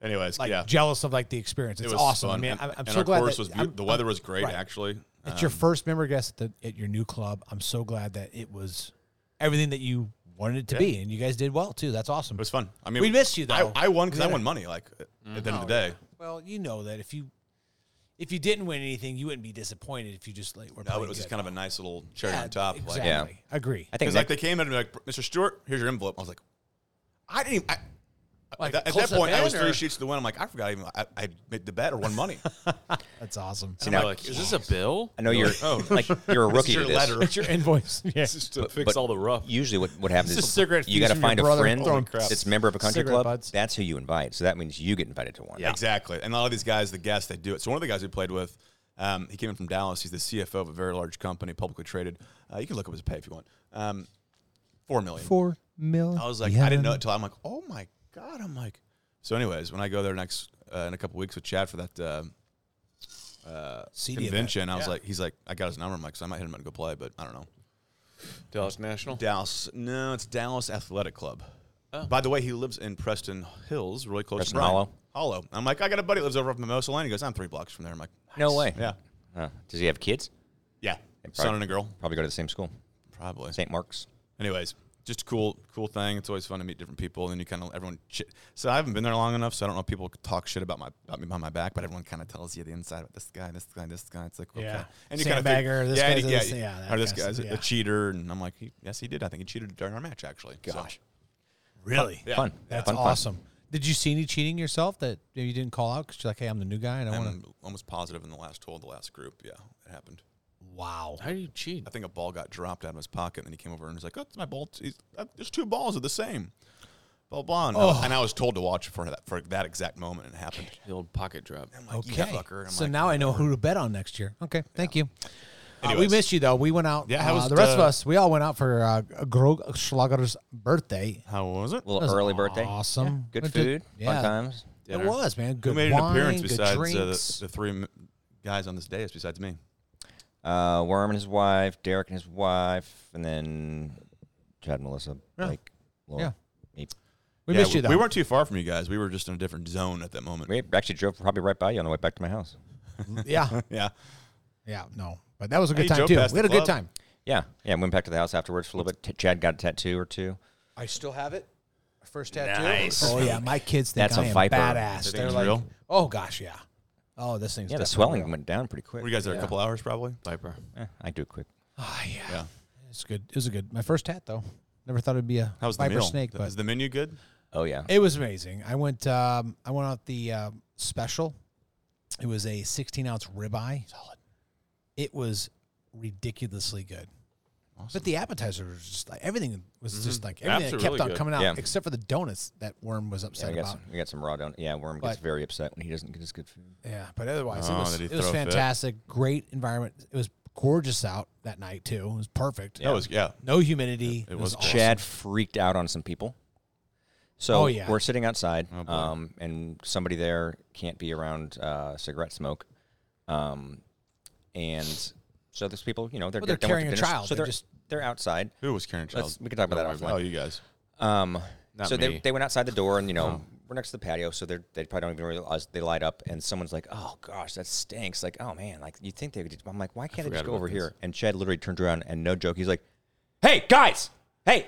Speaker 5: Anyways,
Speaker 4: like
Speaker 5: yeah,
Speaker 4: jealous of like the experience.
Speaker 5: it
Speaker 4: It's
Speaker 5: was
Speaker 4: awesome.
Speaker 5: fun.
Speaker 4: I mean,
Speaker 5: and,
Speaker 4: I'm, I'm
Speaker 5: and
Speaker 4: so
Speaker 5: our
Speaker 4: glad
Speaker 5: course
Speaker 4: that
Speaker 5: was beau-
Speaker 4: I'm-
Speaker 5: the um, weather
Speaker 4: I'm-
Speaker 5: was great,
Speaker 4: right.
Speaker 5: actually.
Speaker 4: It's your first member guest at the at your new club. I'm so glad that it was everything that you wanted it to be, and you guys did well too. That's awesome.
Speaker 5: It was fun. I mean,
Speaker 4: We missed you, though.
Speaker 5: I, I won because I
Speaker 4: Yeah. Mm-hmm.
Speaker 5: won money. Like at the end of the day,
Speaker 4: Well, you know that if you if you didn't win anything, you wouldn't be disappointed if Oh, you just like were.
Speaker 5: no,
Speaker 4: playing
Speaker 5: but it was just
Speaker 4: good.
Speaker 5: kind of a nice little cherry
Speaker 4: Yeah,
Speaker 5: on top.
Speaker 4: Exactly.
Speaker 5: Like,
Speaker 6: Yeah.
Speaker 4: Agree.
Speaker 6: I think
Speaker 5: because like
Speaker 6: next,
Speaker 5: they came in and be like, Mr. Stewart, here's your envelope. I was like, I didn't. Even, I,
Speaker 4: Like,
Speaker 5: at that- at
Speaker 4: close
Speaker 5: that
Speaker 4: up
Speaker 5: point, I
Speaker 4: in
Speaker 5: was three
Speaker 4: or-
Speaker 5: sheets to the win. I'm like, I forgot even I, I made the bet or
Speaker 4: <laughs>
Speaker 5: won money. <laughs>
Speaker 4: That's awesome.
Speaker 6: See,
Speaker 7: They're
Speaker 6: now-
Speaker 7: like, is this a bill?
Speaker 6: I know you're like
Speaker 5: <laughs>
Speaker 6: you're a
Speaker 5: This
Speaker 6: rookie.
Speaker 5: is Oh. your
Speaker 6: to this.
Speaker 5: letter.
Speaker 4: It's <laughs> your
Speaker 5: <laughs>
Speaker 4: invoice. yeah.
Speaker 7: Just to fix all the rough.
Speaker 6: Usually, what, what happens
Speaker 4: It's a
Speaker 6: is
Speaker 4: cigarette
Speaker 6: you got to
Speaker 4: fumes from your
Speaker 6: find a
Speaker 4: brother
Speaker 6: friend
Speaker 4: throwing crap.
Speaker 6: that's a member of a country
Speaker 4: Cigarette
Speaker 6: club.
Speaker 4: butts.
Speaker 6: That's who you invite. So that means you get invited to one.
Speaker 7: Yeah.
Speaker 5: Exactly. And a lot of these guys, the guests, they do it. So one of the guys we played with, um, he came in from Dallas. He's the CFO of a very large company, publicly traded. Uh, you can look up his pay if you want. Um, Four million.
Speaker 4: Four million.
Speaker 5: I was like, I didn't know it till I'm like, oh my god, I'm like. So, anyways, when I go there next uh, in a couple weeks with Chad for that uh,
Speaker 4: CD event.
Speaker 5: convention, I was like, he's like, I got his number. I'm like, so I might hit him up and go play, but I don't know.
Speaker 7: Dallas National.
Speaker 5: Dallas, no, it's Dallas Athletic Club. By the way, he lives in Preston Hills, really close
Speaker 6: Preston
Speaker 5: to Bryan.
Speaker 6: Hollow?
Speaker 5: Hollow. I'm like, I got a buddy that lives over off Mimosa Lane. He goes, I'm three blocks from there. I'm like,
Speaker 6: No
Speaker 5: nice.
Speaker 6: way.
Speaker 5: Yeah,
Speaker 6: Huh. Does he have kids?
Speaker 5: yeah,
Speaker 6: And
Speaker 5: son
Speaker 6: probably-
Speaker 5: and a girl,
Speaker 6: Probably go to the same school,
Speaker 5: probably.
Speaker 6: St. Mark's.
Speaker 5: Anyways, just a cool, cool thing. It's always fun to meet different people, and then you kind of everyone. Shit. So I haven't been there long enough, so I don't know if people talk shit about my about me behind my back, but everyone kind of tells you the inside about this guy, this guy, this guy. It's like okay.
Speaker 4: Yeah.
Speaker 5: and you kinda fig-
Speaker 4: Sandbagger, this
Speaker 5: and
Speaker 4: guy's
Speaker 5: you-
Speaker 4: this- yeah, that
Speaker 5: or this
Speaker 4: guy's-
Speaker 5: guy's a-
Speaker 4: yeah.
Speaker 5: a cheater, and I'm like, he, yes, he did. I think he cheated during our match, actually. Gosh,
Speaker 4: really.
Speaker 6: Fun.
Speaker 4: That's
Speaker 6: Fun, fun.
Speaker 4: awesome. Did you see any cheating yourself that maybe you didn't call out because you're like, hey, I'm the new guy and I want to?
Speaker 5: I'm almost positive in the last hole, the last group. Yeah, it happened.
Speaker 4: Wow.
Speaker 7: How do you cheat?
Speaker 5: I think a ball got dropped out of his pocket, and then he came over and was like, "Oh, it's my ball. He's, uh, there's two balls are the same." Blah blah. And,
Speaker 4: Oh.
Speaker 5: I, and I was told to watch for that for that exact moment, and it happened.
Speaker 7: The old pocket drop.
Speaker 5: I'm like, "You
Speaker 4: Okay.
Speaker 5: fucker." I'm
Speaker 4: so
Speaker 5: like,
Speaker 4: now I know who to bet on next year. Okay. Thank you. Uh, we
Speaker 5: Anyways.
Speaker 4: missed you though. We went out.
Speaker 5: Yeah, how
Speaker 4: uh,
Speaker 5: was
Speaker 4: the rest of
Speaker 5: the-
Speaker 4: us? We all went out for uh, Grog Schlager's birthday.
Speaker 5: How was it?
Speaker 6: A little early birthday.
Speaker 4: Awesome.
Speaker 6: Good
Speaker 4: Went to-
Speaker 6: food.
Speaker 4: yeah.
Speaker 6: Fun times.
Speaker 4: It was man. Good
Speaker 5: Who made
Speaker 4: wine,
Speaker 5: an appearance
Speaker 4: good
Speaker 5: besides uh, the,
Speaker 4: drinks.
Speaker 5: the three m- guys on this dais besides me?
Speaker 6: Uh, Worm and his wife, Derek and his wife, and then Chad, and Melissa, Blake, Laura.
Speaker 4: Yeah.
Speaker 6: Me.
Speaker 4: we
Speaker 5: Yeah,
Speaker 4: missed you though.
Speaker 5: We weren't too far from you guys. We were just in a different zone at that moment.
Speaker 6: We actually drove probably right by you on the way back to my house.
Speaker 4: yeah,
Speaker 5: Yeah.
Speaker 4: yeah. No, but that was a
Speaker 5: Hey,
Speaker 4: good
Speaker 5: Joe
Speaker 4: time too. We had
Speaker 5: passed
Speaker 4: a
Speaker 5: the
Speaker 4: good
Speaker 5: club.
Speaker 4: time.
Speaker 6: Yeah, yeah. Went back to the house afterwards for a little bit. T- Chad got a tattoo or two.
Speaker 4: I still have it. First tattoo. Oh yeah, my kids think
Speaker 6: That's
Speaker 4: I
Speaker 6: a
Speaker 4: am
Speaker 6: viper.
Speaker 4: badass.
Speaker 5: They think
Speaker 4: They're
Speaker 5: it's
Speaker 4: like,
Speaker 5: real?
Speaker 4: oh gosh, yeah. Oh, this thing's
Speaker 6: Yeah, the
Speaker 4: definitely
Speaker 6: swelling
Speaker 4: real.
Speaker 6: went down pretty quick.
Speaker 5: Were you guys there a couple hours probably?
Speaker 7: Viper.
Speaker 6: Eh, I do it quick.
Speaker 4: Oh yeah.
Speaker 5: Yeah.
Speaker 4: it's good. It was a good. My first tat though. Never thought it'd be a
Speaker 5: How was the
Speaker 4: viper
Speaker 5: meal?
Speaker 4: snake, but
Speaker 5: Is the menu good?
Speaker 6: Oh yeah.
Speaker 4: It was amazing. I went. Um, I went out the um special. It was a 16 ounce ribeye. Solid. It was ridiculously good. But the appetizer was just like everything was
Speaker 5: Mm-hmm.
Speaker 4: just like everything that
Speaker 7: Apps are
Speaker 4: kept
Speaker 7: really
Speaker 4: on
Speaker 7: good.
Speaker 4: coming out,
Speaker 6: Yeah.
Speaker 4: except for the donuts that Worm was
Speaker 6: Yeah,
Speaker 4: upset
Speaker 6: we got
Speaker 4: about.
Speaker 6: some. We got some raw down. Yeah, Worm gets
Speaker 4: But-
Speaker 6: very upset when he doesn't get his good food.
Speaker 4: Yeah, but otherwise
Speaker 5: Oh,
Speaker 4: it was,
Speaker 5: did he
Speaker 4: it was
Speaker 5: throw a fit?
Speaker 4: fantastic. Great environment. It was gorgeous out that night too. It was perfect.
Speaker 5: That was yeah.
Speaker 4: no humidity. It, was,
Speaker 5: was
Speaker 4: awesome.
Speaker 6: Chad freaked out on some people. So
Speaker 4: Oh, yeah. Oh,
Speaker 6: we're sitting outside, um, and somebody there can't be around uh, cigarette smoke, um, and So there's people, you know, they're,
Speaker 4: Well, they're
Speaker 6: done with
Speaker 4: carrying a
Speaker 6: dinners,
Speaker 4: child.
Speaker 6: So
Speaker 4: They're
Speaker 6: they're,
Speaker 4: just-
Speaker 6: they're outside.
Speaker 5: Who was Karen
Speaker 6: Let's-
Speaker 5: Child?
Speaker 6: we can talk about that
Speaker 5: Oh,
Speaker 6: offline.
Speaker 5: you guys.
Speaker 6: Um,
Speaker 7: Not
Speaker 6: so
Speaker 7: me. Oh.
Speaker 6: they they went outside the door, and you know, we're next to the patio, so they they probably don't even realize they light up. And someone's like, "Oh gosh, that stinks!" Like, "Oh man!" Like you think they would? I'm like, "Why can't they just
Speaker 7: forgot
Speaker 6: go
Speaker 7: about
Speaker 6: over
Speaker 7: this.
Speaker 6: here?" And Chad literally turned around and no joke, he's like, "Hey guys, hey,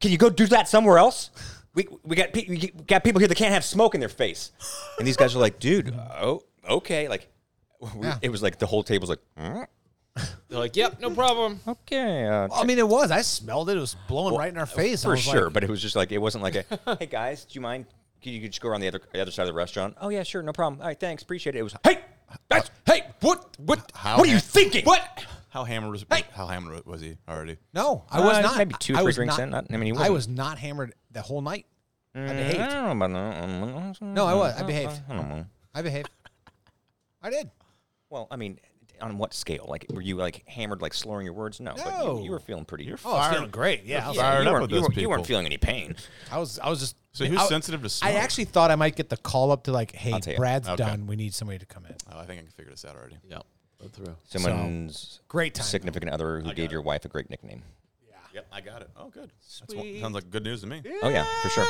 Speaker 6: can you go do that somewhere else?" We, we got pe- we got people here that can't have smoke in their face, and these guys are like, "Dude, oh okay." Like, we- it was like the whole table's like, "Huh?
Speaker 7: They're like, yep, no problem.
Speaker 6: "Okay,
Speaker 7: Oh,
Speaker 6: uh,
Speaker 4: I mean, it was. I smelled it. It was blowing right in our face. I
Speaker 6: for
Speaker 4: was like,
Speaker 6: sure. but it was just like it wasn't like <laughs> a hey guys, do you mind? Could you just go around the other the other side of the restaurant? Oh yeah, sure, no problem. All right, thanks, appreciate it. It was hey, that's hey, what what
Speaker 5: How
Speaker 6: what are you
Speaker 5: ha-
Speaker 6: thinking? What?
Speaker 5: How hammered was how hammered was he already?
Speaker 4: no, I was
Speaker 6: Uh,
Speaker 4: not.
Speaker 6: maybe two,
Speaker 4: I
Speaker 6: three
Speaker 4: was
Speaker 6: drinks
Speaker 4: not-
Speaker 6: in. Not- I mean, he
Speaker 4: I
Speaker 6: wasn't-
Speaker 4: was not hammered the whole night. I
Speaker 6: I
Speaker 4: behaved.
Speaker 6: don't know about-
Speaker 4: No, I was. I behaved.
Speaker 6: I don't know.
Speaker 4: I behaved. I did.
Speaker 6: Well, I mean, on what scale? Like, were you like hammered, like slurring your words? No, but
Speaker 4: No.
Speaker 6: you, you were feeling pretty. You're
Speaker 4: Oh, I was feeling great. Yeah, I was,
Speaker 5: fired
Speaker 6: you
Speaker 5: up
Speaker 6: weren't,
Speaker 5: with
Speaker 6: you
Speaker 5: those
Speaker 6: weren't- you weren't
Speaker 5: people.
Speaker 6: feeling any pain.
Speaker 4: I was. I was just.
Speaker 5: So who's
Speaker 4: I-
Speaker 5: sensitive to
Speaker 4: I
Speaker 5: smoke?
Speaker 4: actually thought I might get the call up to like, hey,
Speaker 6: tell you.
Speaker 4: Brad's
Speaker 5: Okay.
Speaker 4: done. We need somebody to come in.
Speaker 5: Oh, I think I can figure this out already.
Speaker 7: Yep. Go through.
Speaker 6: Someone's
Speaker 4: Great time.
Speaker 6: significant other who gave your wife a great nickname.
Speaker 5: Yep, I got it. Oh, good. That's one, sounds like good news to me.
Speaker 6: Oh yeah, for sure.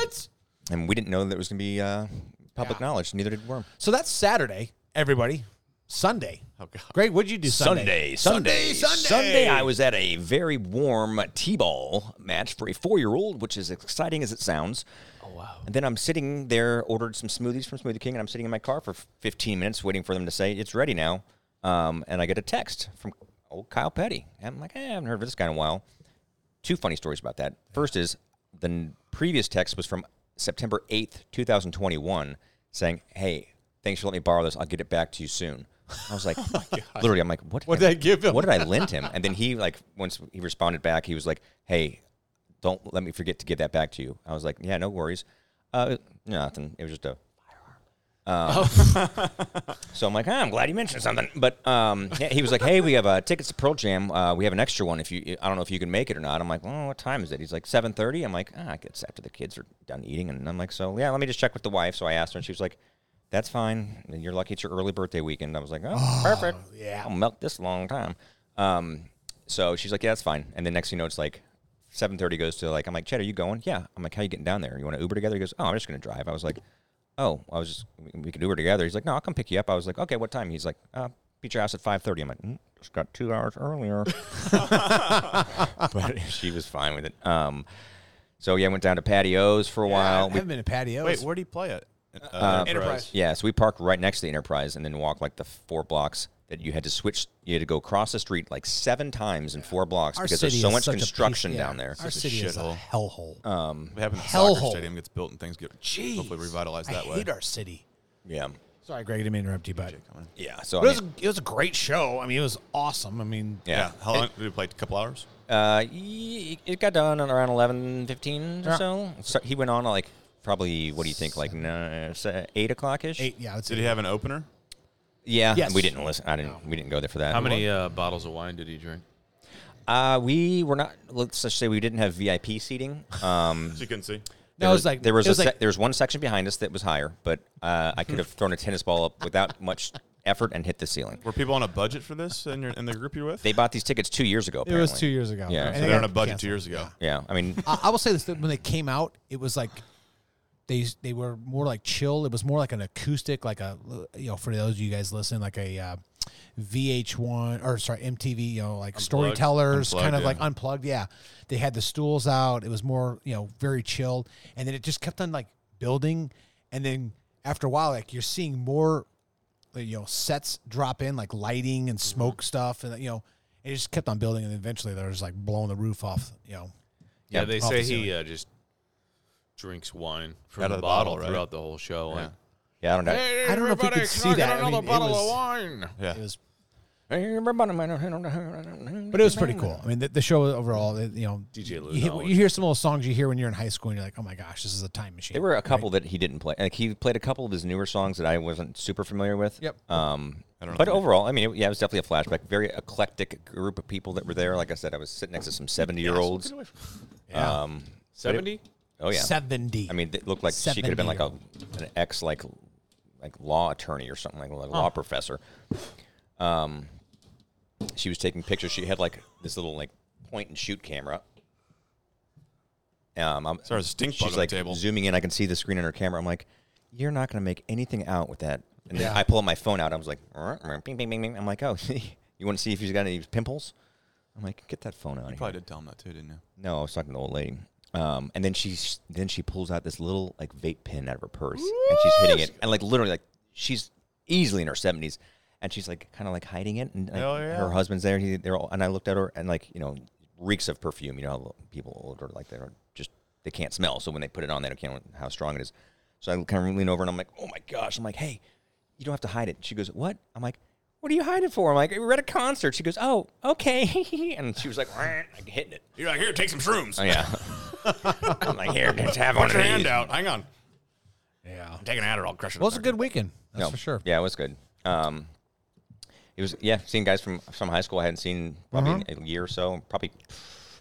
Speaker 6: And we didn't know that it was going to be uh, public
Speaker 4: Yeah.
Speaker 6: knowledge. Neither did Worm.
Speaker 4: So that's Saturday, everybody. Sunday.
Speaker 5: Oh God.
Speaker 4: Great. What'd you do
Speaker 6: Sunday,
Speaker 4: Sunday?
Speaker 6: Sunday, Sunday. I was at a very warm T-ball match for a four-year-old, which is exciting as it sounds. Oh wow! And then I'm sitting there, ordered some smoothies from Smoothie King, and I'm sitting in my car for 15 minutes waiting for them to say it's ready now. Um, and I get a text from old Kyle Petty. And I'm like, eh, I haven't heard of this guy in a while. Two funny stories about that. First is the n- previous text was from September 8th, 2021, saying, "Hey, thanks for letting me borrow this. I'll get it back to you soon." I was like,
Speaker 4: <laughs> Oh
Speaker 6: literally, I'm like, "What? What
Speaker 4: did I give him? <laughs>
Speaker 6: What did I lend him?" And then he like once he responded back, he was like, "Hey, don't let me forget to give that back to you." I was like, "Yeah, no worries." Uh, nothing. It was just a so I'm like, "Ah, I'm glad you mentioned something. But um, <laughs> yeah, he was like, hey, we have uh, tickets to Pearl Jam. Uh, we have an extra one. If you, I don't know if you can make it or not. I'm like, well, what time is it? He's like, 7:30. I'm like, ah, it's after the kids are done eating. And I'm like, so yeah, let me just check with the wife. So I asked her, and she was like, that's fine. And you're lucky it's your early birthday weekend. I was like, oh, perfect. Yeah, I'll milk this long time. Um, so she's like, yeah, that's fine. And then next thing you know, it's like. 7:30 goes to like I'm like Chad, are you going? Yeah. I'm like, how you getting down there? You want to Uber together? He goes, oh, I'm just gonna drive. I was like, oh, I was just, we- we could Uber together. He's like, no, I'll come pick you up. I was like, okay, what time? He's like, uh, beat your house at 5.30. I'm like, mm, just got two hours earlier. <laughs> but she was fine with it. Um, so yeah, I went down to patios for a while.
Speaker 4: I
Speaker 6: We,
Speaker 4: haven't been to patios.
Speaker 5: Wait, where do you play it? Uh,
Speaker 4: Enterprise.
Speaker 6: yeah, so we parked right next to the Enterprise and then walked like the four blocks that you had to switch. You had to go across the street like seven times in four blocks because there's
Speaker 4: city
Speaker 6: so
Speaker 4: is
Speaker 6: much
Speaker 4: such a piece-
Speaker 6: construction
Speaker 4: yeah,
Speaker 6: down there.
Speaker 4: Our city is a
Speaker 5: shithole.
Speaker 4: hellhole.
Speaker 6: Uh,
Speaker 5: What happens if the
Speaker 4: Hellhole.
Speaker 5: soccer stadium gets built and things get
Speaker 4: Jeez.
Speaker 5: hopefully revitalized that
Speaker 4: I
Speaker 5: way?
Speaker 4: hate our city.
Speaker 6: yeah.
Speaker 4: Sorry, Greg, I didn't mean to interrupt you, but
Speaker 6: Yeah. So I
Speaker 4: But it
Speaker 6: mean-
Speaker 4: was, a, it was a great show. I mean, it was awesome. I mean, <laughs>
Speaker 5: Yeah.
Speaker 6: Yeah.
Speaker 5: How long did we play? A couple hours.
Speaker 6: Uh, y- it got done at around eleven fifteen or so. so. He went on like probably what do you think like nine, se- eight o'clock ish.
Speaker 4: eight, yeah, it's
Speaker 5: Did he have an opener?
Speaker 6: Yeah,
Speaker 4: Yes.
Speaker 6: we didn't listen. I didn't. We didn't go there for that.
Speaker 7: How many uh, bottles of wine did he drink?
Speaker 6: Uh, we were not. Let's just say we didn't have
Speaker 4: <laughs>
Speaker 6: VIP seating. Um,
Speaker 5: So you couldn't see.
Speaker 4: no, it was like
Speaker 6: there was,
Speaker 4: it
Speaker 6: a
Speaker 4: like,
Speaker 6: se- there was one section behind us that was higher, but uh, I could have thrown a tennis ball up without much effort and hit the ceiling.
Speaker 5: Were people on a budget for this in, your, in the group you're with?
Speaker 6: They bought these tickets two years ago.
Speaker 4: it was
Speaker 6: apparently.
Speaker 4: two years ago.
Speaker 6: Yeah.
Speaker 4: And it
Speaker 6: So
Speaker 5: They were on
Speaker 4: got
Speaker 5: a budget two
Speaker 4: canceled.
Speaker 5: years ago.
Speaker 6: Yeah,
Speaker 4: <laughs>
Speaker 6: I mean,
Speaker 4: I, I will say this: that when they came out, it was like they they were more like chill. It was more like an acoustic, like a you know, for those of you guys listening, like a uh, VH1 or sorry MTV, you know, like storytellers,
Speaker 5: Unplugged,
Speaker 4: kind of
Speaker 5: yeah.
Speaker 4: like unplugged. Yeah, they had the stools out. It was more you know very chilled, and then it just kept on like building, and then after a while, like you're seeing more like, you know sets drop in like lighting
Speaker 5: Mm-hmm.
Speaker 4: and smoke stuff and you know it just kept on building and then eventually they was like blowing the roof off you know
Speaker 7: Yeah, they
Speaker 4: off
Speaker 7: say
Speaker 4: the
Speaker 7: he uh, just drinks wine from
Speaker 5: Out
Speaker 7: the
Speaker 5: of the
Speaker 7: bottle,
Speaker 5: bottle, right?
Speaker 7: throughout the whole show. Like,
Speaker 6: yeah, I don't know.
Speaker 4: I don't know if we could see that. I mean, it was-
Speaker 7: wine?
Speaker 5: Yeah.
Speaker 4: it was
Speaker 6: But
Speaker 4: but it was pretty cool i mean the, the show overall it- you know
Speaker 7: DJ Lou
Speaker 4: you, hear-
Speaker 7: Knowledge.
Speaker 4: you hear some old songs you hear when you're in high school and you're like oh my gosh this is a time machine
Speaker 6: There were a couple that he didn't play. Like he played a couple of his newer songs that I wasn't super familiar with.
Speaker 4: Yep.
Speaker 6: Um,
Speaker 5: I don't know.
Speaker 6: but overall, I mean, it, yeah, it was definitely a flashback. Very eclectic group of people that were there. Like I said, I was sitting next to some seventy-year-olds.
Speaker 4: yeah.
Speaker 6: Um,
Speaker 7: Seventy.
Speaker 6: oh yeah.
Speaker 4: 70
Speaker 6: I mean, it looked like she could have been like a an ex like like law attorney or something like a law professor. Um, she was taking pictures. She had like this little like point and shoot camera. Um, I'm,
Speaker 5: Sorry, there's a stink bug on
Speaker 6: she's
Speaker 5: the
Speaker 6: like
Speaker 5: table.
Speaker 6: zooming in. I can see the screen on her camera. I'm like, you're not gonna make anything out with that. And then I pull up my phone out. I was like, "Rrr, bing, bing, bing, bing. I'm like, oh, <laughs> you want to see if he's got any pimples? I'm like, get that phone out. of
Speaker 5: You
Speaker 6: here.
Speaker 5: probably did tell him that too, didn't you?
Speaker 6: No, I was talking to the old lady. Um, and then she's then she pulls out this little like vape pen out of her purse and she's hitting it and like literally like she's easily in her seventies and she's like kind of like hiding it and like,
Speaker 7: Hell yeah.
Speaker 6: her husband's there he, they're all, and I looked at her and like you know reeks of perfume you know how people older like they're just they can't smell so when they put it on they don't care how strong it is so I kind of lean over and I'm like oh my gosh I'm like hey you don't have to hide it she goes what I'm like what are you hiding for I'm like we're at a concert she goes oh okay <laughs> and she was like like hitting it.
Speaker 5: You're like, here, take some shrooms. <laughs>
Speaker 6: Oh yeah. I'm like, here, just have one
Speaker 5: Put
Speaker 6: of
Speaker 5: your
Speaker 6: these.
Speaker 5: hand out. Hang on.
Speaker 4: Yeah.
Speaker 5: I'm taking an Adderall, crushing.
Speaker 4: Well, it's a good weekend. That's
Speaker 6: No.
Speaker 4: for sure.
Speaker 6: Yeah, it was good. Um, it was yeah, seeing guys from from high school I hadn't seen probably in a year or so, probably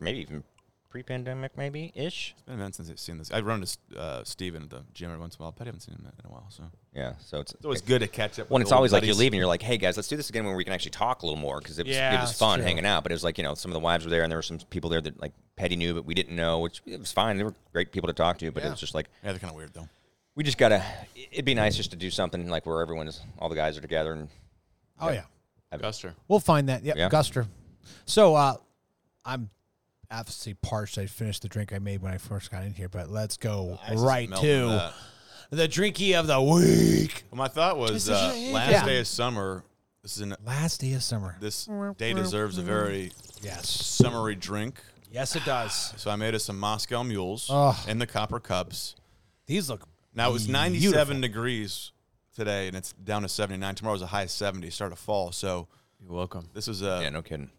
Speaker 6: maybe even pre-pandemic, maybe ish.
Speaker 5: It's been a minute since I've seen this. I run to uh, Steven at the gym every once in a while, but I haven't seen him in a while. So it's
Speaker 6: Yeah, so it's,
Speaker 5: always good to catch up.
Speaker 6: When
Speaker 5: with
Speaker 6: it's
Speaker 5: old
Speaker 6: always like you
Speaker 5: buddies.
Speaker 6: leave and you're like, hey guys, let's do this again when we can actually talk a little more because it was
Speaker 4: Yeah,
Speaker 6: it was
Speaker 4: that's
Speaker 6: fun
Speaker 4: true.
Speaker 6: hanging out. But it was like you know some of the wives were there and there were some people there that like Petty knew but we didn't know, which it was fine. They were great people to talk to, but it was just like
Speaker 5: Yeah, they're kind of weird though.
Speaker 6: we just gotta. It'd be nice just to do something like where everyone's all the guys are together and
Speaker 4: Oh yeah.
Speaker 7: Guster.
Speaker 4: We'll find that. Yep,
Speaker 6: Yeah.
Speaker 4: Guster. So uh, I'm obviously parched. I finished the drink I made when I first got in here, but let's go
Speaker 5: I
Speaker 4: right
Speaker 5: smelled
Speaker 4: to
Speaker 5: that.
Speaker 4: the drinky of the week.
Speaker 5: Well, my thought was uh, last
Speaker 4: Yeah.
Speaker 5: day of summer. This is an,
Speaker 4: Last day of summer.
Speaker 5: this day deserves a very
Speaker 4: Yes.
Speaker 5: summery drink.
Speaker 4: Yes, it does.
Speaker 5: So I made us some Moscow mules in the copper cups.
Speaker 4: These look.
Speaker 5: Now it was 97 degrees today, and it's down to 79. Tomorrow's a high of 70, start of fall. So
Speaker 7: You're welcome.
Speaker 5: this is a
Speaker 6: yeah, no kidding.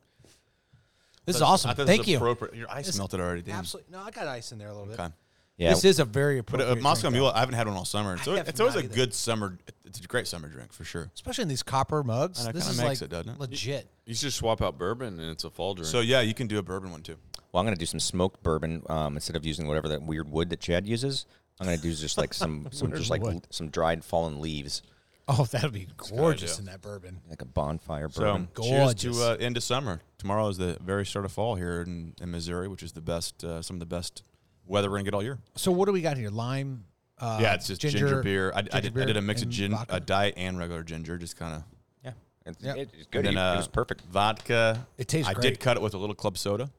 Speaker 4: This is awesome.
Speaker 5: I thought this
Speaker 4: Thank
Speaker 5: was
Speaker 4: you.
Speaker 5: appropriate. Your ice
Speaker 4: This-
Speaker 5: melted already, damn.
Speaker 4: Absolutely. No, I got ice in there a little bit.
Speaker 5: Okay.
Speaker 6: Yeah,
Speaker 4: This is a very
Speaker 5: But
Speaker 4: appropriate.
Speaker 5: uh, Moscow
Speaker 4: drink,
Speaker 5: Mule,
Speaker 4: though.
Speaker 5: I haven't had one all summer. It's
Speaker 4: I
Speaker 5: always,
Speaker 4: have
Speaker 5: it's always
Speaker 4: not
Speaker 5: a
Speaker 4: either.
Speaker 5: good summer. It's a great summer drink for sure.
Speaker 4: especially in these copper mugs.
Speaker 5: And it
Speaker 4: This
Speaker 5: kinda
Speaker 4: is
Speaker 5: makes
Speaker 4: like
Speaker 5: it, doesn't it?
Speaker 4: legit.
Speaker 5: <laughs>
Speaker 7: You should swap out bourbon and it's a fall drink.
Speaker 5: So yeah, you can do a bourbon one too.
Speaker 6: Well, I'm going to do some smoked bourbon um, instead of using whatever that weird wood that Chad uses. I'm going to do just like
Speaker 5: <laughs>
Speaker 6: some, some just like l- some dried fallen leaves,
Speaker 4: Oh, that'd be gorgeous
Speaker 5: idea.
Speaker 4: in that bourbon.
Speaker 6: like a bonfire
Speaker 5: So
Speaker 6: bourbon.
Speaker 5: cheers
Speaker 4: Gorgeous.
Speaker 5: to uh, end of summer. Tomorrow is the very start of fall here in, in Missouri, which is the best, uh, some of the best weather we're gonna get all year.
Speaker 4: So what do we got here? Lime. Uh,
Speaker 5: yeah, it's just ginger, beer. I, I,
Speaker 4: ginger
Speaker 5: did, I did a mix of
Speaker 4: and
Speaker 5: gin, uh,
Speaker 4: vodka.
Speaker 5: a diet and regular ginger, just kind of.
Speaker 6: Yeah, it's,
Speaker 4: Yep.
Speaker 6: it- it's good.
Speaker 5: And
Speaker 6: You-
Speaker 5: then,
Speaker 6: it
Speaker 5: uh,
Speaker 6: was perfect.
Speaker 5: Vodka.
Speaker 4: It tastes
Speaker 5: I
Speaker 4: great.
Speaker 5: did cut it with a little club soda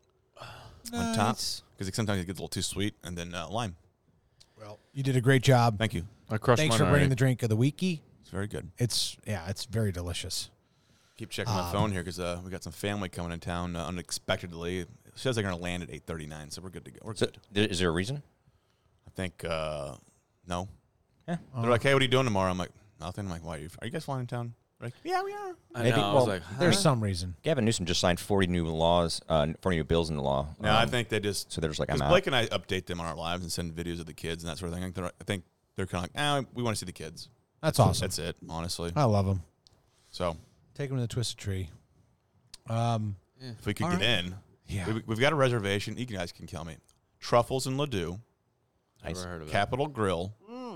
Speaker 5: on top
Speaker 4: Nice.
Speaker 5: because sometimes it gets a little too sweet, and then uh, lime.
Speaker 4: You did a great job.
Speaker 5: Thank you.
Speaker 7: I crushed
Speaker 4: Thanks
Speaker 7: mine
Speaker 4: for
Speaker 7: already.
Speaker 4: bringing the drink of the weeky.
Speaker 5: It's very good.
Speaker 4: It's yeah, it's very delicious.
Speaker 5: Keep checking my phone here because uh, we got some family coming in town uh, unexpectedly. It says they're gonna land at eight thirty nine, so we're good to go. We're
Speaker 6: So,
Speaker 5: good.
Speaker 6: there, is there a reason?
Speaker 5: I think uh, no.
Speaker 6: Yeah.
Speaker 5: They're like, hey, what are you doing tomorrow? I'm like, nothing. I'm like, why are you? Are you guys flying in town? They're like, yeah, we are.
Speaker 7: I
Speaker 6: Maybe-
Speaker 7: know. I was
Speaker 6: well,
Speaker 7: like,
Speaker 4: There's some reason.
Speaker 6: Gavin Newsom just signed 40 new laws, uh, 40 new bills into law.
Speaker 5: No, I
Speaker 6: Um,
Speaker 5: think they just
Speaker 6: so they're just like,
Speaker 5: 'cause
Speaker 6: I'm out.
Speaker 5: Blake and I update them on our lives and send videos of the kids and that sort of thing. I think they're, I think they're kind of like, ah, we want to see the kids.
Speaker 4: That's awesome.
Speaker 5: That's it, honestly.
Speaker 4: I love them.
Speaker 5: So
Speaker 4: Take them to the twisted tree. Um,
Speaker 5: if we could get in,
Speaker 4: Yeah.
Speaker 5: we, we've got a reservation. You guys can kill me. Truffles and Ladue,
Speaker 7: never heard of Mm. that.
Speaker 5: Capital Grill,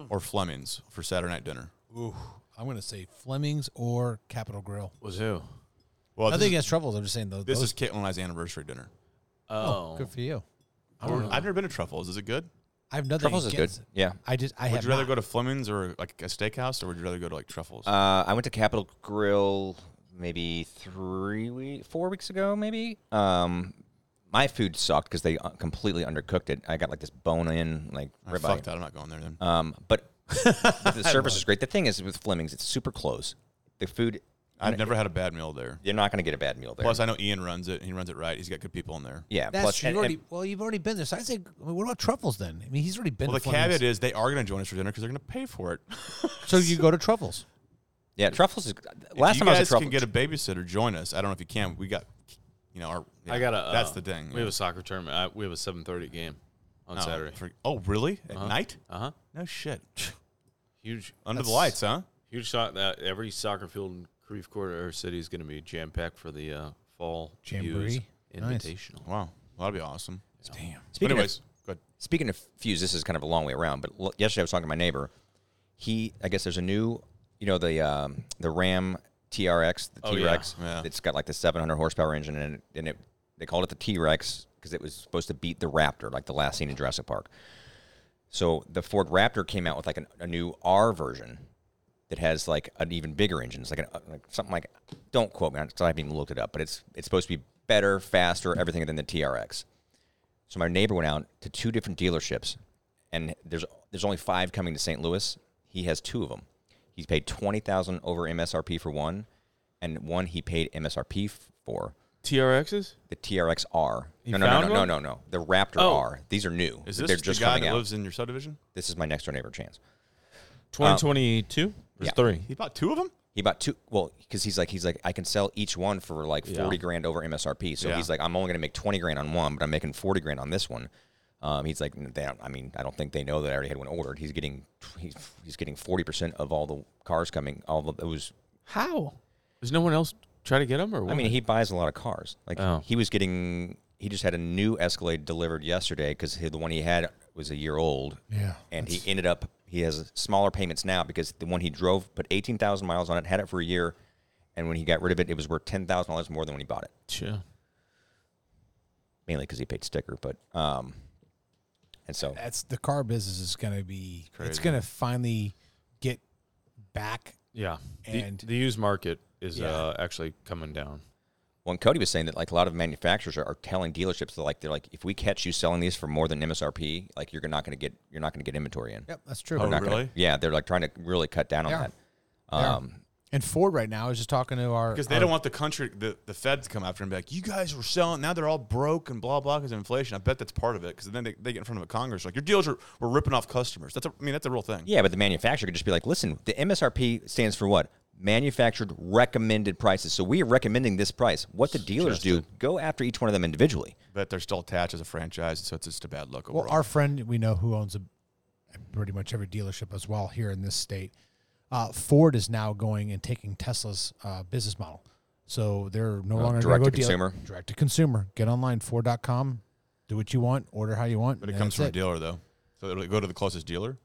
Speaker 5: or Fleming's for Saturday night dinner.
Speaker 4: ooh, I'm gonna say Fleming's or Capitol Grill.
Speaker 7: Was who?
Speaker 5: Well,
Speaker 4: Nothing
Speaker 5: this, is,
Speaker 4: against Truffles. I'm just saying those.
Speaker 5: this
Speaker 4: those
Speaker 5: is Caitlin and I's anniversary dinner.
Speaker 7: Oh.
Speaker 4: good for you.
Speaker 5: Or- I've never been to Truffles. Is it good?
Speaker 4: I have nothing.
Speaker 6: Truffles is good.
Speaker 4: against it.
Speaker 6: Yeah.
Speaker 4: I just I
Speaker 5: Would
Speaker 4: have
Speaker 5: you rather
Speaker 4: not.
Speaker 5: go to Fleming's or like a steakhouse, or would you rather go to like Truffles?
Speaker 6: Uh, I went to Capitol Grill maybe three, week, four weeks ago, maybe. Um, my food sucked because they uh, completely undercooked it. I got like this bone-in, like
Speaker 5: I
Speaker 6: ribeye.
Speaker 5: fucked that. I'm not going there then.
Speaker 6: Um,
Speaker 5: <laughs>
Speaker 6: but the service is great. The thing is with Fleming's, it's super close. The food,
Speaker 5: I've never had a bad meal there.
Speaker 6: you're not going to get a bad meal there.
Speaker 5: Plus, I know Ian runs it, and he runs it right. He's got good people in there.
Speaker 6: yeah,
Speaker 4: That's
Speaker 6: plus
Speaker 4: true.
Speaker 6: and-
Speaker 4: You already,
Speaker 6: and-
Speaker 4: well, you've already been there. So I say, I mean, what about Truffles then? I mean, he's already been.
Speaker 5: Well, the
Speaker 4: to Fleming's.
Speaker 5: caveat is they are going to join us for dinner because they're going to pay for it.
Speaker 4: so you go to Truffles.
Speaker 6: yeah, truffles. Is, last
Speaker 5: you
Speaker 6: time I
Speaker 5: guys
Speaker 6: was at
Speaker 5: can
Speaker 6: truffles,
Speaker 5: get a babysitter, join us. I don't know if you can. We got, you know, our. yeah,
Speaker 7: I got a.
Speaker 5: That's
Speaker 7: uh,
Speaker 5: the thing.
Speaker 7: We have a soccer tournament. I, we have a 7:30 game on
Speaker 5: Oh,
Speaker 7: Saturday.
Speaker 5: for- oh, really? At night?
Speaker 7: Uh huh.
Speaker 5: No shit.
Speaker 7: <laughs> Huge
Speaker 5: Under the lights, huh?
Speaker 7: Huge shot that every soccer field in Creve Coeur or City is going to be jam packed for the uh, fall Hughes
Speaker 4: Jamboree. Nice.
Speaker 7: Invitational.
Speaker 5: Wow, well, that'd be awesome. But
Speaker 6: speaking
Speaker 5: anyways,
Speaker 6: of
Speaker 5: good.
Speaker 6: speaking of fuse, this is kind of a long way around. But l- yesterday I was talking to my neighbor. He, I guess, there's a new, you know, the um, the Ram TRX, the
Speaker 5: Oh, yeah,
Speaker 6: T-Rex.
Speaker 5: yeah.
Speaker 6: It's got like the 700 horsepower engine, and it, and it they called it the T-Rex because it was supposed to beat the Raptor, like the last scene in Jurassic Park. So the Ford Raptor came out with like an, a new R version that has like an even bigger engine. It's like, an, uh, like something like don't quote me on it 'cause I haven't even looked it up, but it's it's supposed to be better, faster, everything than the TRX. So my neighbor went out to two different dealerships, and there's there's only five coming to St. Louis. He has two of them. He's paid twenty thousand over MSRP for one, and one he paid MSRP f- for
Speaker 7: TRXs?
Speaker 6: the TRX R.
Speaker 7: You
Speaker 6: no, no, no,
Speaker 7: found
Speaker 6: no,
Speaker 7: one?
Speaker 6: no, no, no. The Raptor
Speaker 7: Oh.
Speaker 6: R. These are new.
Speaker 5: Is this
Speaker 6: They're
Speaker 5: the
Speaker 6: just
Speaker 5: guy
Speaker 6: coming
Speaker 5: that
Speaker 6: out.
Speaker 5: lives in your subdivision?
Speaker 6: This is my next door neighbor, Chance.
Speaker 7: 2022 or
Speaker 6: yeah.
Speaker 7: three?
Speaker 5: He bought two of them.
Speaker 6: He bought two. Well, because he's like, he's like, I can sell each one for like forty grand over MSRP. So
Speaker 5: Yeah.
Speaker 6: he's like, I'm only going to make twenty grand on one, but I'm making forty grand on this one. Um, he's like, they don't, I mean, I don't think they know that I already had one ordered. He's getting, he's, he's getting forty percent of all the cars coming. All of those.
Speaker 7: How? Does no one else try to get them? Or what?
Speaker 6: I mean, he buys a lot of cars. Like
Speaker 7: Oh.
Speaker 6: he was getting, he just had a new Escalade delivered yesterday because the one he had was a year old.
Speaker 4: Yeah,
Speaker 6: and he ended up he has smaller payments now because the one he drove put 18,000 miles on it, had it for a year, and when he got rid of it, it was worth $10,000 more than when he bought it.
Speaker 7: Sure.
Speaker 6: Mainly because he paid sticker, but um, and so
Speaker 4: That's the car business is going to be. It's going to finally get back.
Speaker 7: Yeah.
Speaker 4: And-
Speaker 7: the, the used market is
Speaker 4: Yeah.
Speaker 7: uh, actually coming down.
Speaker 6: when Cody was saying that, like a lot of manufacturers are, are telling dealerships that like they're like, if we catch you selling these for more than MSRP, like you're not going to get you're not going to get inventory in.
Speaker 4: Yep, that's true.
Speaker 6: We're not gonna-
Speaker 5: really?
Speaker 6: yeah, they're like trying to really cut down on
Speaker 4: Yeah.
Speaker 6: that.
Speaker 4: Yeah.
Speaker 6: Um,
Speaker 4: And Ford right now is just talking to our
Speaker 5: Because they
Speaker 4: our-
Speaker 6: Oh.
Speaker 5: don't want the country, the, the Fed to come after him. Be like, you guys were selling. Now they're all broke and blah blah because of inflation. I bet that's part of it. Because then they, they get in front of a Congress like your deals are we're ripping off customers. That's a, I mean that's a real thing.
Speaker 6: Yeah, but the manufacturer could just be like, listen, the MSRP stands for what? Manufactured recommended prices. So we are recommending this price. What the dealers do, go after each one of them individually.
Speaker 5: But they're still attached as a franchise, so it's just a bad look overall.
Speaker 4: Well, our friend we know who owns a, pretty much every dealership as well here in this state. Uh, Ford is now going and taking Tesla's uh, business model. So they're no longer gonna
Speaker 6: Uh, direct
Speaker 4: go
Speaker 6: to
Speaker 4: deal-
Speaker 6: consumer.
Speaker 4: Direct to consumer. Get online, Ford.com. Do what you want. Order how you want.
Speaker 5: but it
Speaker 4: and
Speaker 5: comes
Speaker 4: that's
Speaker 5: from a
Speaker 4: it.
Speaker 5: dealer though, so it'll go to the closest dealer.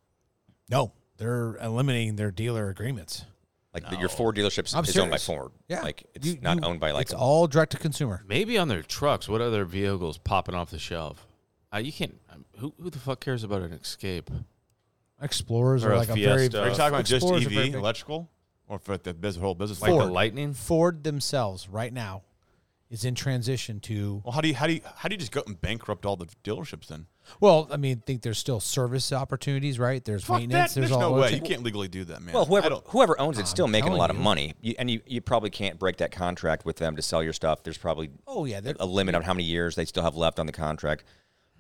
Speaker 4: No, they're eliminating their dealer agreements.
Speaker 6: Like your Ford dealerships
Speaker 4: I'm
Speaker 6: is owned by
Speaker 4: serious.
Speaker 6: Ford.
Speaker 4: Yeah.
Speaker 6: Like it's
Speaker 4: You-
Speaker 6: not
Speaker 4: you-
Speaker 6: owned by like
Speaker 4: It's all direct to consumer.
Speaker 7: Maybe on their trucks. What other vehicles popping off the shelf? Uh, you can't. um, Who, who the fuck cares about an Escape?
Speaker 4: Explorers
Speaker 7: Or
Speaker 4: are
Speaker 7: a
Speaker 4: like a very
Speaker 7: Fiesta.
Speaker 5: Are you talking about just E
Speaker 4: Explorers are very
Speaker 5: EV
Speaker 4: big.
Speaker 5: electrical, or for the bus- whole business?
Speaker 7: Like
Speaker 5: model?
Speaker 7: the Lightning?
Speaker 4: Ford themselves right now is in transition to
Speaker 5: Well, how do you how do you how do you just go and bankrupt all the dealerships then?
Speaker 4: well, I mean, think there's still service opportunities, right? There's
Speaker 5: Fuck that.
Speaker 4: maintenance,
Speaker 5: There's,
Speaker 4: there's, all
Speaker 5: no
Speaker 4: those
Speaker 5: way you
Speaker 4: things.
Speaker 5: can't legally do that, man.
Speaker 6: well,
Speaker 5: I
Speaker 6: whoever
Speaker 5: don't-
Speaker 6: whoever owns it's still
Speaker 4: I'm
Speaker 6: making a
Speaker 4: telling
Speaker 6: lot of
Speaker 4: you.
Speaker 6: money, you, and you, you probably can't break that contract with them to sell your stuff. There's probably
Speaker 4: Oh yeah, they're
Speaker 6: a limit on how many years they still have left on the contract.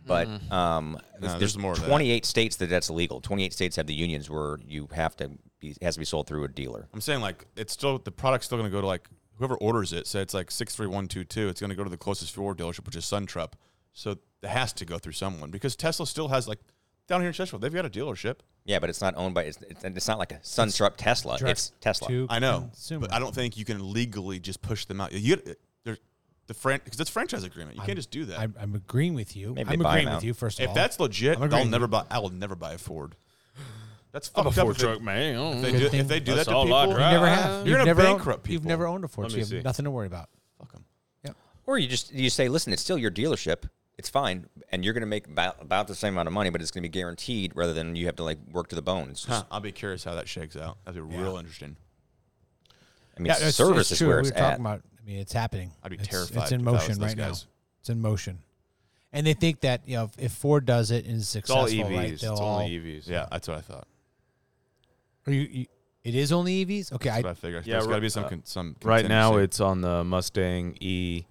Speaker 6: But
Speaker 4: Mm.
Speaker 6: um,
Speaker 5: there's more of that.
Speaker 6: 28 states that that's illegal. 28 states have the unions where you have to be it has to be sold through a dealer.
Speaker 5: I'm saying like it's still the product's still going to go to like whoever orders it. So it's like six three one two two. It's going to go to the closest Ford dealership, which is SunTruck. So it has to go through someone because Tesla still has like down here in Chesterfield, they've got a dealership.
Speaker 6: Yeah, but it's not owned by it's it's, it's not like a SunTruck Tesla. It's Tesla.
Speaker 4: to
Speaker 5: I know,
Speaker 4: consumer.
Speaker 5: but I don't think you can legally just push them out. You get there's the fran because it's franchise agreement. You can't just do that.
Speaker 4: I'm, I'm agreeing with you.
Speaker 6: Maybe
Speaker 4: I'm
Speaker 6: buy
Speaker 4: agreeing
Speaker 6: them
Speaker 4: with
Speaker 6: out.
Speaker 4: you first of
Speaker 5: if
Speaker 4: all.
Speaker 5: that's legit,
Speaker 4: I'm
Speaker 5: I'll
Speaker 4: agreeing with
Speaker 5: never buy. I will never buy a Ford. That's
Speaker 7: I'm
Speaker 5: fucked
Speaker 7: a
Speaker 5: up.
Speaker 7: Ford
Speaker 5: if they-
Speaker 7: truck man. I
Speaker 5: If
Speaker 7: don't
Speaker 5: they
Speaker 7: know.
Speaker 5: do, if they do
Speaker 7: That's
Speaker 5: that to
Speaker 7: all I
Speaker 5: people,
Speaker 7: drive.
Speaker 4: you never
Speaker 7: uh,
Speaker 4: have.
Speaker 5: you're
Speaker 4: You've
Speaker 5: gonna
Speaker 4: never owned-
Speaker 5: bankrupt
Speaker 4: You've
Speaker 5: people.
Speaker 4: never owned a Ford,
Speaker 7: Let
Speaker 4: so
Speaker 7: me
Speaker 4: you have
Speaker 7: see.
Speaker 4: nothing to worry about.
Speaker 5: Fuck 'em.
Speaker 6: Or you just you say, listen, it's still your dealership. It's fine, and you're going to make about, about the same amount of money, but it's going to be guaranteed rather than you have to like work to the bone. It's just,
Speaker 5: Huh, I'll be curious how that shakes out. That'd be real interesting.
Speaker 6: I mean, service is
Speaker 4: true.
Speaker 6: where
Speaker 4: we
Speaker 6: it's
Speaker 4: were
Speaker 6: at.
Speaker 4: talking about. I mean, it's happening.
Speaker 5: I'd be
Speaker 4: It's-
Speaker 5: terrified
Speaker 4: It's in
Speaker 5: if I was
Speaker 4: motion
Speaker 5: those
Speaker 4: right now.
Speaker 5: guys.
Speaker 4: It's in motion, and they think that you know if- if Ford does it and is
Speaker 7: It's all
Speaker 4: successful,
Speaker 7: EVs.
Speaker 5: E
Speaker 4: right?
Speaker 7: it's
Speaker 4: they'll all-
Speaker 7: only E EVs.
Speaker 5: Yeah, that's what I thought.
Speaker 4: Are you, you- It is only EVs. Okay,
Speaker 5: That's what
Speaker 4: I,
Speaker 5: I figured.
Speaker 7: Yeah,
Speaker 5: There's got
Speaker 7: ri-
Speaker 5: to be some
Speaker 7: uh,
Speaker 5: con- some.
Speaker 7: Right now,
Speaker 5: contingency.
Speaker 7: it's on the Mustang E,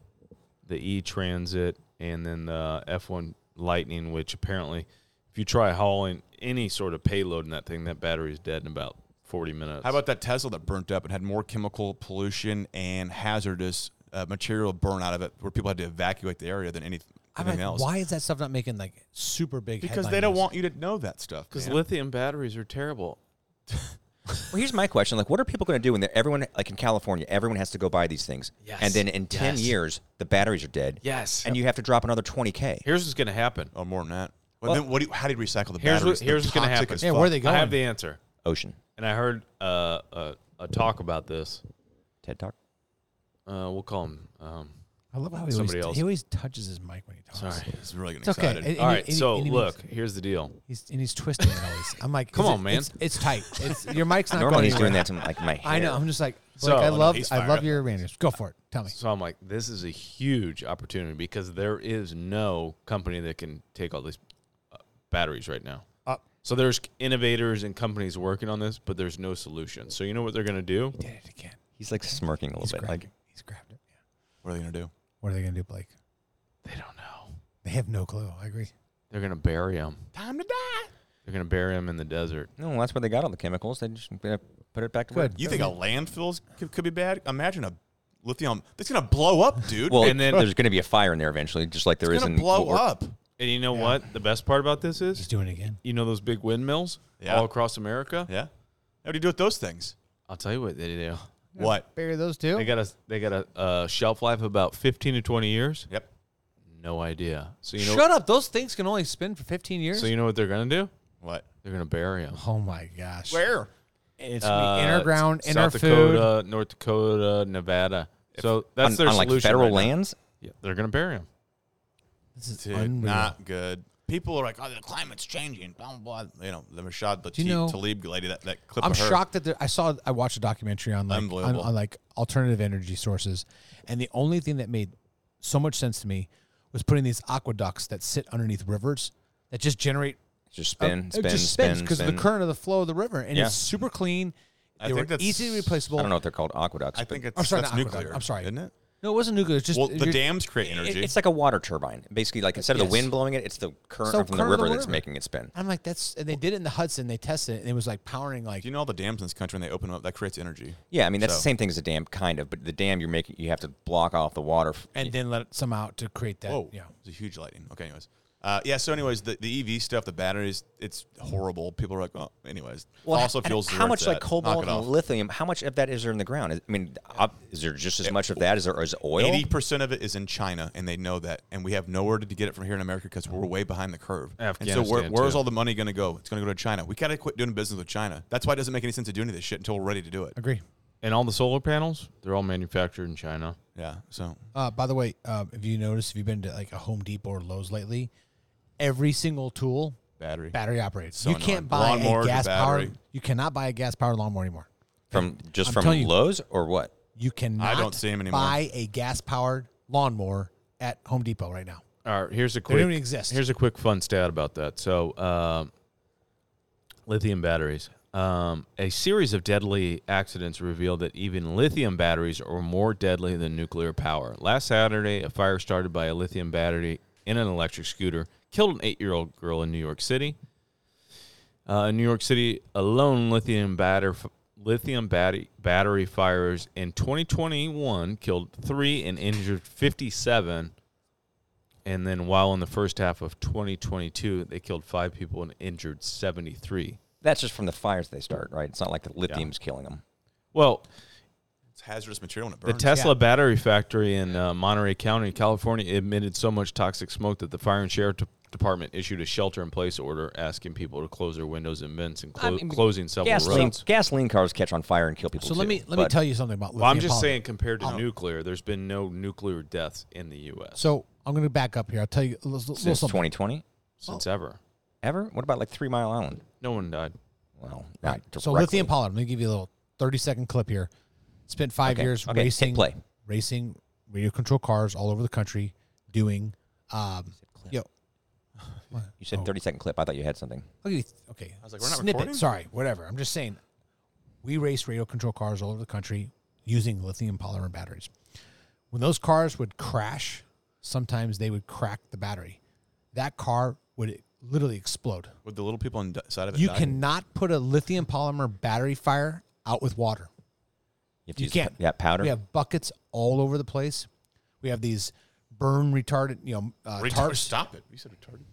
Speaker 7: the E Transit, and then the F1 Lightning, which apparently, if you try hauling any sort of payload in that thing, that battery's dead in about 40 minutes.
Speaker 5: How about that Tesla that burnt up and had more chemical pollution and hazardous uh, material burn out of it, where people had to evacuate the area than any,
Speaker 4: I'm
Speaker 5: anything
Speaker 4: like,
Speaker 5: else?
Speaker 4: why is that stuff not making like super big?
Speaker 5: Because they
Speaker 4: headline
Speaker 5: don't
Speaker 4: news?
Speaker 5: want you to know that stuff.
Speaker 7: Because
Speaker 5: man.
Speaker 7: lithium batteries are terrible.
Speaker 6: Well, here's my question: Like, what are people going to do when they're- everyone, like in California, everyone has to go buy these things,
Speaker 7: Yes.
Speaker 6: and then in ten
Speaker 7: Yes.
Speaker 6: years the batteries are dead,
Speaker 7: Yes.
Speaker 6: and you have to drop another twenty k.
Speaker 7: Here's what's going to happen.
Speaker 5: or Oh, more than that. Well,
Speaker 6: Well-
Speaker 5: then what do you, how do you recycle the
Speaker 7: Here's
Speaker 5: batteries?
Speaker 7: what, here's what's
Speaker 5: They're
Speaker 7: going to
Speaker 5: toxic
Speaker 7: happen.
Speaker 5: as
Speaker 4: Yeah, where
Speaker 5: fuck.
Speaker 4: they going?
Speaker 7: I have the answer,
Speaker 6: Ocean.
Speaker 7: and I heard uh, a, a talk about this
Speaker 6: TED Talk.
Speaker 7: Uh, we'll call him. Um,
Speaker 4: I love how he always,
Speaker 7: Somebody else.
Speaker 4: he always touches his mic when he talks.
Speaker 7: sorry.
Speaker 5: It's really getting
Speaker 4: It's okay.
Speaker 5: excited.
Speaker 4: And-
Speaker 7: All
Speaker 4: and
Speaker 7: right.
Speaker 4: he- and
Speaker 7: So
Speaker 4: he- and he
Speaker 7: look,
Speaker 4: makes-
Speaker 7: he's the deal.
Speaker 4: he's and he's twisting it always. I'm
Speaker 7: <laughs>
Speaker 4: like,
Speaker 7: Come
Speaker 4: is
Speaker 7: on,
Speaker 4: it-
Speaker 7: man.
Speaker 4: it's, it's tight. It's your
Speaker 7: <laughs>
Speaker 4: mic's not
Speaker 6: Normally
Speaker 4: going
Speaker 6: he's doing
Speaker 4: anywhere.
Speaker 6: that to my- like my hair.
Speaker 4: <laughs> I know. I'm just like,
Speaker 7: So-
Speaker 4: Blake, I
Speaker 7: Oh, no,
Speaker 4: love,
Speaker 5: he's
Speaker 4: I
Speaker 5: fired
Speaker 4: love
Speaker 5: up.
Speaker 4: your Rangers. Go for it. Tell me.
Speaker 7: So I'm like, this is a huge opportunity because there is no company that can take all these uh, batteries right now.
Speaker 4: Up.
Speaker 7: So there's innovators and companies working on this, but there's no solution. So you know what they're going to do?
Speaker 4: Did it again.
Speaker 6: He's like smirking a little
Speaker 4: He's
Speaker 6: bit.
Speaker 4: grabbed
Speaker 6: Like
Speaker 4: it. He's grabbed it. Yeah.
Speaker 5: What are they gonna do?
Speaker 4: What are they gonna do, Blake?
Speaker 7: They don't know.
Speaker 4: They have no clue. I agree.
Speaker 7: They're going to bury them.
Speaker 5: Time to die.
Speaker 7: They're going to bury them in the desert.
Speaker 6: no, that's where they got all the chemicals. They just uh, put it back to work.
Speaker 4: Good.
Speaker 5: You think a landfill could, could be bad? Imagine a lithium. It's gonna blow up, dude.
Speaker 6: Well,
Speaker 7: And
Speaker 6: and
Speaker 7: then-
Speaker 6: then
Speaker 5: <laughs>
Speaker 6: there's going to be a fire in there eventually, just like there
Speaker 5: it's
Speaker 6: is
Speaker 5: gonna
Speaker 6: in
Speaker 5: blow
Speaker 6: what we're-
Speaker 5: up.
Speaker 7: And you know what? The best part about this
Speaker 4: He's
Speaker 7: is,
Speaker 4: doing it again.
Speaker 7: you know, those big windmills
Speaker 5: Yeah.
Speaker 7: all across America.
Speaker 5: Yeah. What do you do with those things?
Speaker 7: I'll tell you what they do.
Speaker 5: What?
Speaker 4: Bury those two.
Speaker 7: They got a they got a uh, shelf life of about fifteen to twenty years.
Speaker 5: Yep.
Speaker 7: No idea. So you know.
Speaker 4: Shut up. Those things can only spin for 15 years.
Speaker 7: So you know what they're going to do?
Speaker 5: What?
Speaker 7: They're going to bury them.
Speaker 4: oh my gosh.
Speaker 5: Where?
Speaker 4: It's
Speaker 7: Uh,
Speaker 4: gonna be inner ground,
Speaker 7: S-
Speaker 4: inner
Speaker 7: South
Speaker 4: food.
Speaker 7: Dakota, North Dakota, Nevada. so that's
Speaker 6: on,
Speaker 7: their
Speaker 6: on like
Speaker 7: solution.
Speaker 6: federal
Speaker 7: right now.
Speaker 6: lands.
Speaker 7: Yeah, they're gonna bury them.
Speaker 4: This is
Speaker 5: Dude,
Speaker 4: unreal.
Speaker 5: not good. People are like, oh, the climate's changing. Blah blah. blah. You know, the Rashad Latif,
Speaker 4: you know-
Speaker 5: Talib lady. That that clip.
Speaker 4: I'm
Speaker 5: of her.
Speaker 4: shocked that there, I saw I watched a documentary on like on,
Speaker 5: Unbelievable.
Speaker 4: on like alternative energy sources, and the only thing that made so much sense to me was putting these aqueducts that sit underneath rivers that just generate
Speaker 6: Um, Just
Speaker 4: uh,
Speaker 6: spin, spin,
Speaker 4: it just
Speaker 6: spin,
Speaker 4: spins because of the
Speaker 6: spin.
Speaker 4: current of the flow of the river, and
Speaker 6: Yeah.
Speaker 4: it's super clean. They
Speaker 5: think
Speaker 4: were
Speaker 5: that's-
Speaker 4: easily
Speaker 6: I
Speaker 4: replaceable.
Speaker 6: don't know what they're called, aqueducts.
Speaker 5: I
Speaker 6: but-
Speaker 5: think it's
Speaker 4: I'm sorry,
Speaker 5: that's
Speaker 4: not aqueduct.
Speaker 5: nuclear.
Speaker 4: I'm sorry.
Speaker 5: isn't it?
Speaker 4: No, it wasn't nuclear. It's just
Speaker 5: Well, the
Speaker 4: you're-
Speaker 5: dams create
Speaker 6: It-
Speaker 5: energy.
Speaker 6: It's like a water turbine. Basically, like instead of
Speaker 4: Yes.
Speaker 6: the wind blowing it, it's the current
Speaker 4: So current
Speaker 6: from the
Speaker 4: of the
Speaker 6: river that's
Speaker 4: river.
Speaker 6: making it spin.
Speaker 4: I'm like that's and they did it in the Hudson. They tested it and it was like powering like
Speaker 5: Do you know all the dams in this country when they open them up? That creates energy.
Speaker 6: Yeah, I mean that's
Speaker 5: So-
Speaker 6: the same thing as a dam, kind of. But the dam, you're making, you have to block off the water. f-
Speaker 4: and then let some out to create that.
Speaker 5: Whoa.
Speaker 4: Yeah.
Speaker 5: Oh, It's a huge lightning. Okay, anyways. Uh, yeah, so anyways, the, the EV stuff, the batteries, it's horrible. People are like, oh, anyways,
Speaker 6: Well,
Speaker 5: fossil
Speaker 6: h-
Speaker 5: fuels.
Speaker 6: How
Speaker 5: deserve
Speaker 6: much like
Speaker 5: that. Knock
Speaker 6: cobalt
Speaker 5: it
Speaker 6: and
Speaker 5: off.
Speaker 6: lithium? How much of that is there in the ground? Is- I mean, ob- is there just as much of that as there is oil?
Speaker 5: Eighty percent of it is in China, and they know that, and we have nowhere to get it from here in America because we're way behind the curve. and so, where,
Speaker 7: Afghanistan,
Speaker 5: where's
Speaker 7: too.
Speaker 5: all the money going to go? It's going to go to China. We got to quit doing business with China. That's why it doesn't make any sense to do any of this shit until we're ready to do it.
Speaker 4: Agree.
Speaker 7: And all the solar panels, they're all manufactured in China.
Speaker 5: Yeah. So
Speaker 4: Uh, by the way, um, if you notice, if you've been to like a Home Depot or Lowe's lately, every single tool
Speaker 5: battery.
Speaker 4: battery operated.
Speaker 5: So
Speaker 4: you
Speaker 5: annoying.
Speaker 4: can't buy
Speaker 5: Lawnmower
Speaker 4: a
Speaker 5: to
Speaker 4: gas powered.
Speaker 5: battery.
Speaker 4: You cannot buy a gas powered lawnmower anymore.
Speaker 6: from just
Speaker 4: I'm
Speaker 6: from
Speaker 4: telling you-
Speaker 6: Lowe's or what?
Speaker 4: You cannot.
Speaker 5: don't see 'em anymore.
Speaker 4: Buy a gas powered lawnmower at Home Depot right now.
Speaker 7: All right, here's a
Speaker 4: They
Speaker 7: quick.
Speaker 4: don't even exist.
Speaker 7: Here's a quick fun stat about that. So, um lithium batteries. Um, a series of deadly accidents revealed that even lithium batteries are more deadly than nuclear power. Last Saturday, a fire started by a lithium battery in an electric scooter killed an eight-year-old girl in New York City. Uh, in New York City alone, lithium batter lithium battery battery fires in 2021 killed three and injured 57. And then while in the first half of 2022, they killed five people and injured 73.
Speaker 6: That's just from the fires they start, right? It's not like the lithium's killing them.
Speaker 7: Well,
Speaker 5: It's hazardous material when it
Speaker 7: the
Speaker 5: burns.
Speaker 7: Tesla battery factory in uh, Monterey County, California, emitted so much toxic smoke that the fire and sheriff de- department issued a shelter-in-place order asking people to close their windows and vents and clo-
Speaker 6: I mean,
Speaker 7: closing several
Speaker 6: gasoline,
Speaker 7: roads.
Speaker 6: Gasoline cars catch on fire and kill people.
Speaker 4: So let
Speaker 6: too,
Speaker 4: me let me
Speaker 6: but-
Speaker 4: tell you something about.
Speaker 7: Well, I'm
Speaker 4: lithium
Speaker 7: just
Speaker 4: polymer.
Speaker 7: saying, compared to nuclear, there's been no nuclear deaths in the U.S.
Speaker 4: So I'm going to back up here. I'll tell you a little, little
Speaker 6: since
Speaker 4: something.
Speaker 6: 2020
Speaker 7: since ever.
Speaker 6: ever. What about like Three Mile Island?
Speaker 7: No one died.
Speaker 6: Well, not directly.
Speaker 4: So lithium polymer. Let me give you a little 30 second clip here. Spent five
Speaker 6: Okay,
Speaker 4: years
Speaker 6: okay, hit
Speaker 4: racing,
Speaker 6: play.
Speaker 4: racing radio control cars all over the country, doing. Um, yo, <sighs>
Speaker 6: You
Speaker 4: Oh.
Speaker 6: said 30 second clip. I thought you had something.
Speaker 4: I'll give you. Okay, I
Speaker 5: was like, we're not
Speaker 4: snippet.
Speaker 5: recording?
Speaker 4: Sorry, whatever. I'm just saying, we race radio control cars all over the country using lithium polymer batteries. When those cars would crash, sometimes they would crack the battery. That car would literally explode.
Speaker 5: Would the little people inside of it?
Speaker 4: You
Speaker 5: die?
Speaker 4: cannot put a lithium polymer battery fire out with water.
Speaker 6: You, have to
Speaker 4: You
Speaker 6: use the-
Speaker 4: can't.
Speaker 6: Yeah, powder.
Speaker 4: We have buckets all over the place. We have these burn retardant, you know, uh,
Speaker 5: Retard-
Speaker 4: tarps.
Speaker 5: stop it. You said retarded.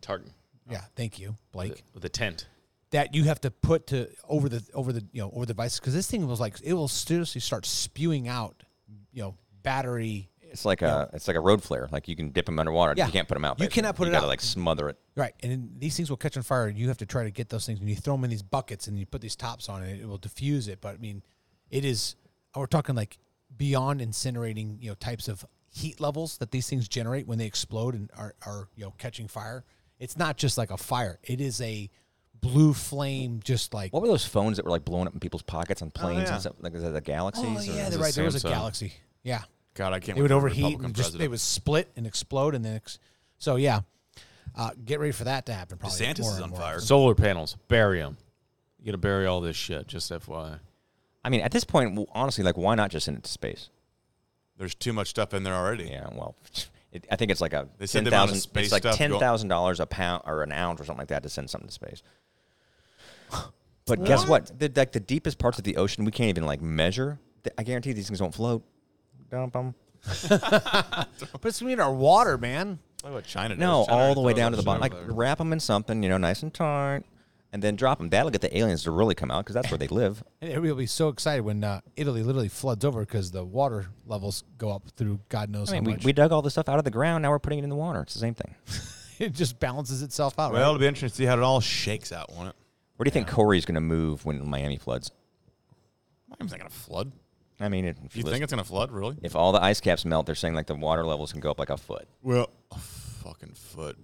Speaker 7: Tartan
Speaker 4: Yeah, thank you, Blake.
Speaker 7: with a tent.
Speaker 4: That you have to put to over the over the you know over the device because this thing was like it will seriously start spewing out, you know, battery.
Speaker 6: It's like a it's like a road flare. Like you can dip them underwater.
Speaker 4: Yeah.
Speaker 6: You can't put them out.
Speaker 4: You
Speaker 6: basically.
Speaker 4: cannot put
Speaker 6: you
Speaker 4: it
Speaker 6: gotta
Speaker 4: out.
Speaker 6: like smother it.
Speaker 4: Right, and then these things will catch on fire. You have to try to get those things, and you throw them in these buckets, and you put these tops on it. It will diffuse it, but I mean, it is. we're talking like beyond incinerating, you know, types of heat levels that these things generate when they explode and are, are you know catching fire. It's not just like a fire; it is a blue flame, just like
Speaker 6: What were those phones that were like blowing up in people's pockets on planes
Speaker 5: yeah.
Speaker 6: and stuff? Like the, the galaxies?
Speaker 4: oh
Speaker 6: or-
Speaker 4: yeah,
Speaker 7: is
Speaker 4: they're
Speaker 7: it
Speaker 4: right. There was a
Speaker 7: Samsung?
Speaker 4: galaxy. Yeah,
Speaker 5: God, I can't.
Speaker 4: they would
Speaker 5: wait for the
Speaker 4: overheat
Speaker 5: Republican
Speaker 4: and just they
Speaker 5: president.
Speaker 4: would split and explode and then ex- so yeah. Uh, get ready for that to happen. Probably
Speaker 5: DeSantis
Speaker 4: more
Speaker 5: is
Speaker 4: and
Speaker 5: on
Speaker 4: more.
Speaker 5: fire.
Speaker 7: Solar panels, bury them. You gotta bury all this shit. Just FYI.
Speaker 6: I mean, at this point, w- honestly, like, why not just send it to space?
Speaker 5: There's too much stuff in there already.
Speaker 6: Yeah, well, <laughs> it, I think it's like a
Speaker 5: They said
Speaker 6: ten
Speaker 5: the amount of
Speaker 6: thousand.
Speaker 5: space
Speaker 6: It's like
Speaker 5: stuff
Speaker 6: ten
Speaker 5: go-
Speaker 6: thousand dollars a pound or an ounce or something like that to send something to space. But guess what? The, like the deepest parts of the ocean, we can't even like measure. Th- I guarantee these things won't float. Dump 'em.
Speaker 4: But it's gonna be in our water, man.
Speaker 5: Look what China does.
Speaker 6: No,
Speaker 5: China
Speaker 6: all the way
Speaker 5: throws
Speaker 6: down
Speaker 5: that
Speaker 6: to the
Speaker 5: shit
Speaker 6: bottom. Like
Speaker 5: over there.
Speaker 6: wrap them in something, you know, nice and tight, and then drop them. That'll get the aliens to really come out because that's where they live.
Speaker 4: And everybody will be so excited when uh, Italy literally floods over because the water levels go up through God knows
Speaker 6: I mean,
Speaker 4: how
Speaker 6: we,
Speaker 4: much.
Speaker 6: we dug all this stuff out of the ground. Now we're putting it in the water. It's the same thing.
Speaker 4: <laughs> it just balances itself out.
Speaker 5: Well,
Speaker 4: right?
Speaker 5: it'll be interesting to see how it all shakes out, won't it?
Speaker 6: Where do you think Corey's going to move when Miami floods?
Speaker 5: Miami's not gonna flood.
Speaker 6: I mean, if,
Speaker 5: You think it's gonna flood, really?
Speaker 6: if all the ice caps melt, they're saying like the water levels can go up like a foot.
Speaker 5: Well, a fucking foot.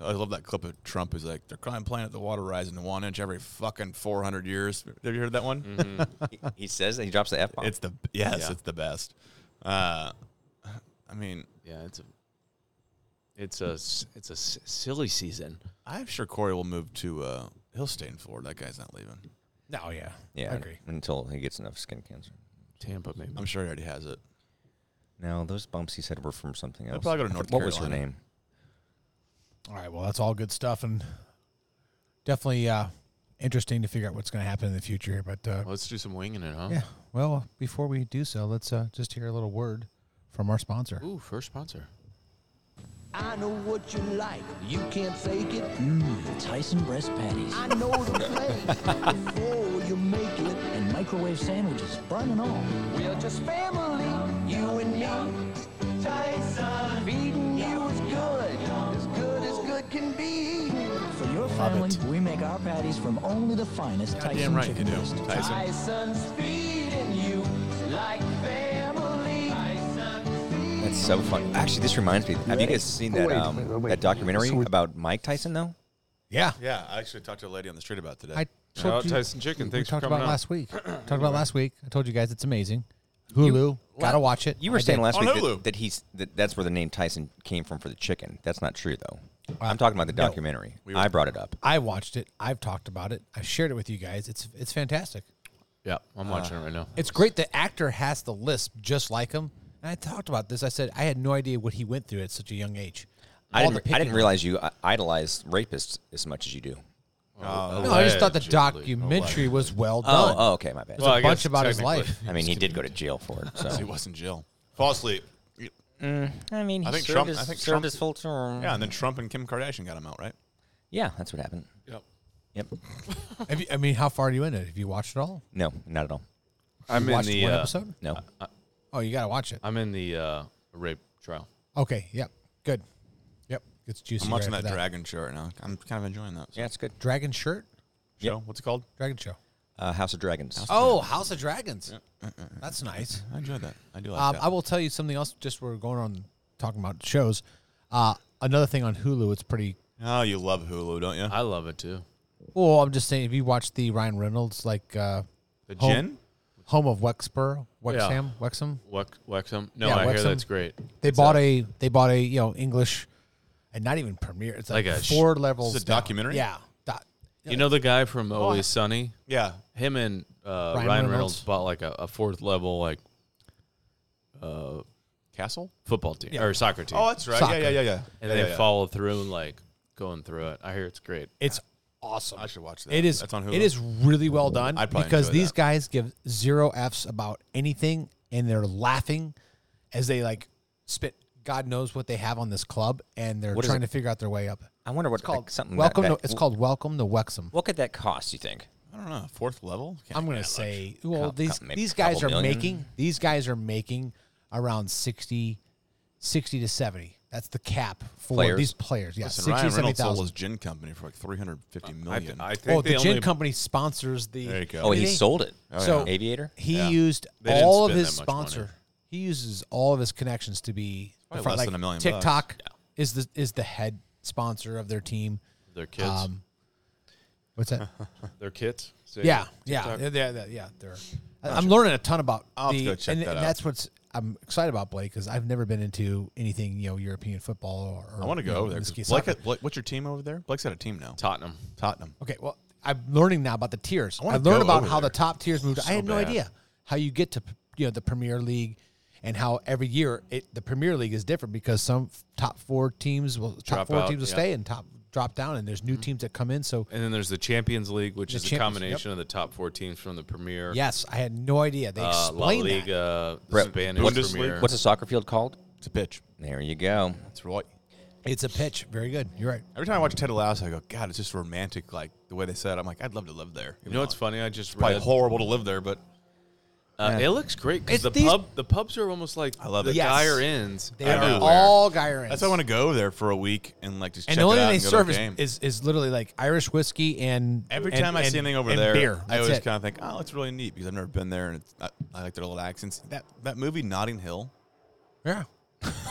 Speaker 5: I love that clip of Trump. He's like, they're crying planet, the water rising to one inch every fucking 400 years. Have you heard that one?
Speaker 6: he says that he drops the f
Speaker 5: <laughs>
Speaker 6: bomb.
Speaker 5: It's the, yes,
Speaker 7: Mm-hmm. Yeah.
Speaker 5: it's the best. Uh, I mean,
Speaker 7: Yeah, it's a, it's a, s- it's a s- silly season.
Speaker 5: I'm sure Corey will move to, uh, he'll stay in Florida. That guy's not leaving.
Speaker 4: no, yeah,
Speaker 6: yeah,
Speaker 4: I agree.
Speaker 6: until he gets enough skin cancer.
Speaker 7: Tampa, maybe.
Speaker 5: I'm sure he already has it.
Speaker 6: No, those bumps he said were from something else.
Speaker 5: probably go to
Speaker 6: I for-
Speaker 5: North
Speaker 6: What was her
Speaker 5: Carolina.
Speaker 6: name?
Speaker 4: All right, well, that's all good stuff, and definitely uh, interesting to figure out what's going to happen in the future here. But uh,
Speaker 7: Let's do some winging it, huh?
Speaker 4: yeah, well, before we do so, let's uh, just hear a little word from our sponsor.
Speaker 7: Ooh, first sponsor.
Speaker 8: I know what you like. You can't fake it.
Speaker 9: Mm, Tyson breast patties
Speaker 8: I know the
Speaker 9: <laughs>
Speaker 8: play before you make it.
Speaker 9: and microwave sandwiches, bun and all.
Speaker 8: We're just family, you and me. Tyson, feeding you is good, as good as good can be.
Speaker 9: For your family, we make our patties from only the finest Tyson
Speaker 5: Damn right you
Speaker 9: chicken
Speaker 5: do,
Speaker 9: breast.
Speaker 5: Tyson.
Speaker 8: Tyson's feeding you like family. Tyson feeding
Speaker 6: That's so fun. Actually, this reminds me. Have you guys seen that um, that documentary about Mike Tyson though?
Speaker 4: Yeah,
Speaker 5: Yeah, I actually talked to a lady on the street about today.
Speaker 4: I
Speaker 7: Shout out
Speaker 4: told you-
Speaker 7: Tyson Chicken.
Speaker 4: we
Speaker 7: Thanks for
Speaker 4: talked
Speaker 7: coming
Speaker 4: about
Speaker 7: on.
Speaker 4: last
Speaker 7: <clears throat>
Speaker 4: week. talked about last week. I told you guys it's amazing. Hulu, gotta watch it.
Speaker 6: You were
Speaker 4: I
Speaker 6: saying
Speaker 4: did.
Speaker 6: last
Speaker 5: On
Speaker 6: week
Speaker 5: Hulu.
Speaker 6: that, that he's that that's where the name Tyson came from for the chicken. That's not true though. I'm talking about the
Speaker 4: no.
Speaker 6: documentary. I brought it up.
Speaker 4: I watched it. I've talked about it. I shared it with you guys. It's it's fantastic.
Speaker 7: Yeah, I'm watching it right now.
Speaker 4: It's great. The actor has the lisp just like him. And I talked about this. I said I had no idea what he went through at such a young age.
Speaker 6: I
Speaker 4: All
Speaker 6: didn't,
Speaker 4: the
Speaker 6: I didn't
Speaker 4: picking-
Speaker 6: realize you uh, idolize rapists as much as you do.
Speaker 4: No, I just thought the documentary was well
Speaker 6: Oh,
Speaker 4: done.
Speaker 6: oh, okay, my bad.
Speaker 4: There's a
Speaker 7: Well, I
Speaker 4: bunch
Speaker 7: guess
Speaker 4: about his
Speaker 7: technically. <laughs>
Speaker 4: life.
Speaker 6: I mean, he did go to jail for it.
Speaker 5: he
Speaker 6: So
Speaker 5: was in jail. Fall asleep.
Speaker 6: I mean, he
Speaker 5: I think
Speaker 6: served
Speaker 5: Trump-
Speaker 6: his,
Speaker 5: I think
Speaker 6: served
Speaker 5: Trump-
Speaker 6: his full term.
Speaker 5: Yeah, and then Trump and Kim Kardashian got him out, right?
Speaker 6: yeah, that's what happened.
Speaker 7: Yep.
Speaker 6: Yep.
Speaker 4: Have you, I mean, how far are you in it? Have you watched it all?
Speaker 6: No, not at all.
Speaker 7: I'm in
Speaker 4: watched
Speaker 7: the.
Speaker 4: one
Speaker 7: uh,
Speaker 4: episode.
Speaker 6: No.
Speaker 4: Oh, you gotta watch it.
Speaker 7: I'm in the uh, rape trial.
Speaker 4: Okay. Yep. Good. Yep. It's juicy.
Speaker 5: I'm watching
Speaker 4: right
Speaker 5: that,
Speaker 4: after
Speaker 5: dragon show right now. I'm kind of enjoying that.
Speaker 6: yeah, it's good.
Speaker 4: Dragon shirt.
Speaker 5: Show. What's it called?
Speaker 4: Dragon show.
Speaker 6: Uh, House of Dragons.
Speaker 4: Oh, House of Dragons. That's nice.
Speaker 5: I enjoyed that. I do like
Speaker 4: Um,
Speaker 5: that.
Speaker 4: I will tell you something else. Just we're going on talking about shows. Uh, another thing on Hulu. It's pretty
Speaker 5: Oh, you love Hulu, don't you?
Speaker 7: I love it too.
Speaker 4: Well, I'm just saying, if you watch the Ryan Reynolds, like uh,
Speaker 7: The
Speaker 4: Home-
Speaker 7: gin?
Speaker 4: Home of Wexper, Wexham, Wexham,
Speaker 7: Wex- Wexham? No,
Speaker 4: Yeah,
Speaker 7: I
Speaker 4: Wexham.
Speaker 7: hear that's great.
Speaker 4: they
Speaker 7: It's
Speaker 4: bought a, they bought a you know English, and not even premiere. It's like,
Speaker 7: Like a sh-
Speaker 4: four levels.
Speaker 5: It's a
Speaker 4: down.
Speaker 5: documentary?
Speaker 4: Yeah. Doc-
Speaker 7: You know the guy from Always Sunny?
Speaker 5: Yeah.
Speaker 7: Him and uh,
Speaker 4: Ryan
Speaker 7: Ryan, Reynolds.
Speaker 4: Reynolds.
Speaker 7: bought like a, a fourth level like uh,
Speaker 5: Castle?
Speaker 7: football team or soccer team,
Speaker 5: Oh, that's right.
Speaker 4: Soccer.
Speaker 5: Yeah, yeah, yeah, yeah. yeah,
Speaker 7: and they
Speaker 5: yeah, yeah.
Speaker 7: follow through and like going through it. I hear it's great.
Speaker 4: it's awesome.
Speaker 5: I should watch that.
Speaker 4: It is.
Speaker 5: That's on Hulu.
Speaker 4: It is really well done
Speaker 5: I'd probably
Speaker 4: because
Speaker 5: enjoy
Speaker 4: these
Speaker 5: that.
Speaker 4: guys give zero f's about anything, and they're laughing as they like spit. God knows what they have on this club, and they're
Speaker 6: What is
Speaker 4: trying
Speaker 6: it?
Speaker 4: to figure out their way up.
Speaker 6: I wonder what
Speaker 4: It's called
Speaker 6: like, something. that-
Speaker 4: Welcome.
Speaker 6: that-
Speaker 4: to, it's called Welcome to Wexham.
Speaker 6: What could that cost? You think?
Speaker 5: I don't know. Fourth level? Can't
Speaker 4: I'm
Speaker 5: make
Speaker 4: gonna
Speaker 5: that
Speaker 4: say, well,
Speaker 6: cou-
Speaker 4: these
Speaker 6: cou- maybe
Speaker 4: these guys are
Speaker 6: couple million.
Speaker 4: making these guys are making around 60, 60 to seventy That's the cap for
Speaker 6: Players.
Speaker 4: these players. Yeah,
Speaker 5: Listen,
Speaker 4: 60,
Speaker 5: Ryan Reynolds sold
Speaker 4: 70,000.
Speaker 5: his gin company for like three hundred fifty
Speaker 7: I,
Speaker 5: million.
Speaker 7: I think
Speaker 4: Oh,
Speaker 7: they
Speaker 4: the
Speaker 7: only,
Speaker 4: gin company sponsors the.
Speaker 5: There you go.
Speaker 6: Oh, he
Speaker 4: Really?
Speaker 6: sold it.
Speaker 4: so
Speaker 6: Aviator.
Speaker 4: He
Speaker 5: Yeah.
Speaker 4: used
Speaker 7: They didn't
Speaker 4: all of
Speaker 7: spend
Speaker 4: his
Speaker 7: that much money.
Speaker 4: sponsor. He uses all of his connections to be
Speaker 5: probably
Speaker 4: front-
Speaker 5: less than a million bucks.
Speaker 4: TikTok is the is the head sponsor of their team.
Speaker 7: their kids,
Speaker 4: Um, What's
Speaker 5: <laughs>
Speaker 4: that?
Speaker 7: their kids. Say-
Speaker 4: yeah, yeah, yeah, yeah, yeah, They're, I- I'm learning a ton about.
Speaker 5: I'll have to
Speaker 4: the-
Speaker 5: go check
Speaker 4: and,
Speaker 5: that
Speaker 4: and
Speaker 5: out.
Speaker 4: That's what's I'm excited about Blake because I've never been into anything you know European football or. or
Speaker 5: I want to
Speaker 4: you
Speaker 5: go
Speaker 4: know,
Speaker 5: over there.
Speaker 4: in this
Speaker 5: 'cause
Speaker 4: case, soccer.
Speaker 5: Blake, Blake, what's your team over there? Blake's got a team now.
Speaker 7: Tottenham.
Speaker 5: Tottenham.
Speaker 4: Okay, well, I'm learning now about the tiers. I,
Speaker 5: wanna
Speaker 4: learned
Speaker 5: go
Speaker 4: about
Speaker 5: over
Speaker 4: how
Speaker 5: there.
Speaker 4: the top tiers moved. I had no
Speaker 5: bad.
Speaker 4: idea how you get to you know the Premier League, and how every year it, the Premier League is different because some f- top four teams will top
Speaker 7: Drop
Speaker 4: four
Speaker 7: out,
Speaker 4: teams will
Speaker 7: yeah. Mm-hmm.
Speaker 4: stay and top drop down, and there's new teams that come in. So
Speaker 7: And then there's the Champions League, which
Speaker 4: The
Speaker 7: is a
Speaker 4: Champions-
Speaker 7: combination of the top four teams from the Premier,
Speaker 4: yes, I had no idea they
Speaker 7: uh, La
Speaker 4: explained that.
Speaker 7: Liga, the
Speaker 6: Brett,
Speaker 7: Spanish
Speaker 6: what's-
Speaker 7: Premier.
Speaker 6: What's the soccer field called?
Speaker 5: It's a pitch.
Speaker 6: There you go.
Speaker 5: That's right.
Speaker 4: It's a pitch. Very good. You're right.
Speaker 5: Every time I watch Ted Lasso, I go, God, it's just romantic. Like the way they said, it. I'm like, I'd love to live there.
Speaker 7: you know what's funny? I just
Speaker 5: Probably
Speaker 7: read.
Speaker 5: horrible to live there, but
Speaker 7: uh, It looks great
Speaker 4: It's
Speaker 7: because the
Speaker 4: these-
Speaker 7: pub, the pubs are almost like I
Speaker 5: love
Speaker 7: the
Speaker 5: it.
Speaker 4: Yes.
Speaker 7: Geyer Inns.
Speaker 4: They
Speaker 5: know.
Speaker 4: are all Gyrans.
Speaker 5: that's why I want to go there for a week and like just
Speaker 4: And
Speaker 5: check
Speaker 4: the only
Speaker 5: it
Speaker 4: thing
Speaker 5: out
Speaker 4: they
Speaker 5: and go to a
Speaker 4: serve is,
Speaker 5: game.
Speaker 4: is is literally like Irish whiskey and
Speaker 5: Every
Speaker 4: and-
Speaker 5: time I see
Speaker 4: and-
Speaker 5: anything over
Speaker 4: and
Speaker 5: there,
Speaker 4: beer.
Speaker 5: I
Speaker 4: That's
Speaker 5: always
Speaker 4: it.
Speaker 5: kind of think, oh, it's really neat because I've never been there and it's, I, I like their little accents. That that movie Notting Hill.
Speaker 4: yeah.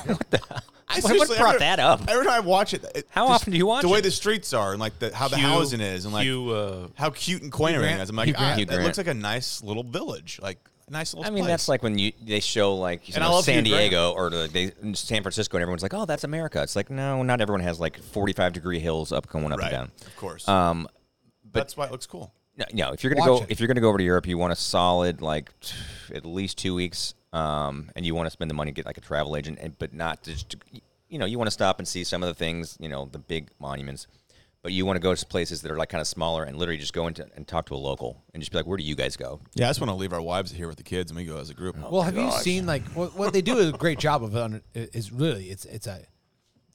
Speaker 5: I
Speaker 6: What- what
Speaker 5: seriously-
Speaker 6: brought
Speaker 5: every-
Speaker 6: that up?
Speaker 5: Every time I watch it, it
Speaker 6: How often do you watch
Speaker 5: the way
Speaker 6: it?
Speaker 5: the streets are and like the, how the
Speaker 7: Hugh-
Speaker 5: housing is and like
Speaker 7: Hugh, uh,
Speaker 5: how cute and quaint
Speaker 4: Hugh
Speaker 5: everything
Speaker 4: Grant-
Speaker 5: is. I'm like,
Speaker 4: Hugh
Speaker 5: ah,
Speaker 4: Grant.
Speaker 6: Hugh
Speaker 5: that
Speaker 6: Grant.
Speaker 5: looks like a nice little village, like a nice little.
Speaker 6: I mean,
Speaker 5: place.
Speaker 6: that's like when you they show like you
Speaker 5: And I
Speaker 6: know,
Speaker 5: love
Speaker 6: San
Speaker 5: Hugh Grant.
Speaker 6: Diego or like they, San Francisco, and everyone's like, "Oh, that's America." It's like, no, not everyone has like forty-five degree hills up going up
Speaker 5: right,
Speaker 6: and down.
Speaker 5: of course.
Speaker 6: Um,
Speaker 5: that's why it looks cool.
Speaker 6: no, no, if you're gonna
Speaker 4: Watch
Speaker 6: go,
Speaker 4: it.
Speaker 6: if you're gonna go over to Europe, you want a solid like at least two weeks, um, and you want to spend the money to get like a travel agent, and but not just to, you know you want to stop and see some of the things, you know, the big monuments, but you want to go to places that are like kind of smaller and literally just go into and talk to a local and just be like, "Where do you guys go?"
Speaker 5: Yeah, I just want to leave our wives here with the kids and we go as a group.
Speaker 4: Oh, Well, have you seen like what, what they do is a great job of it on is really it's it's a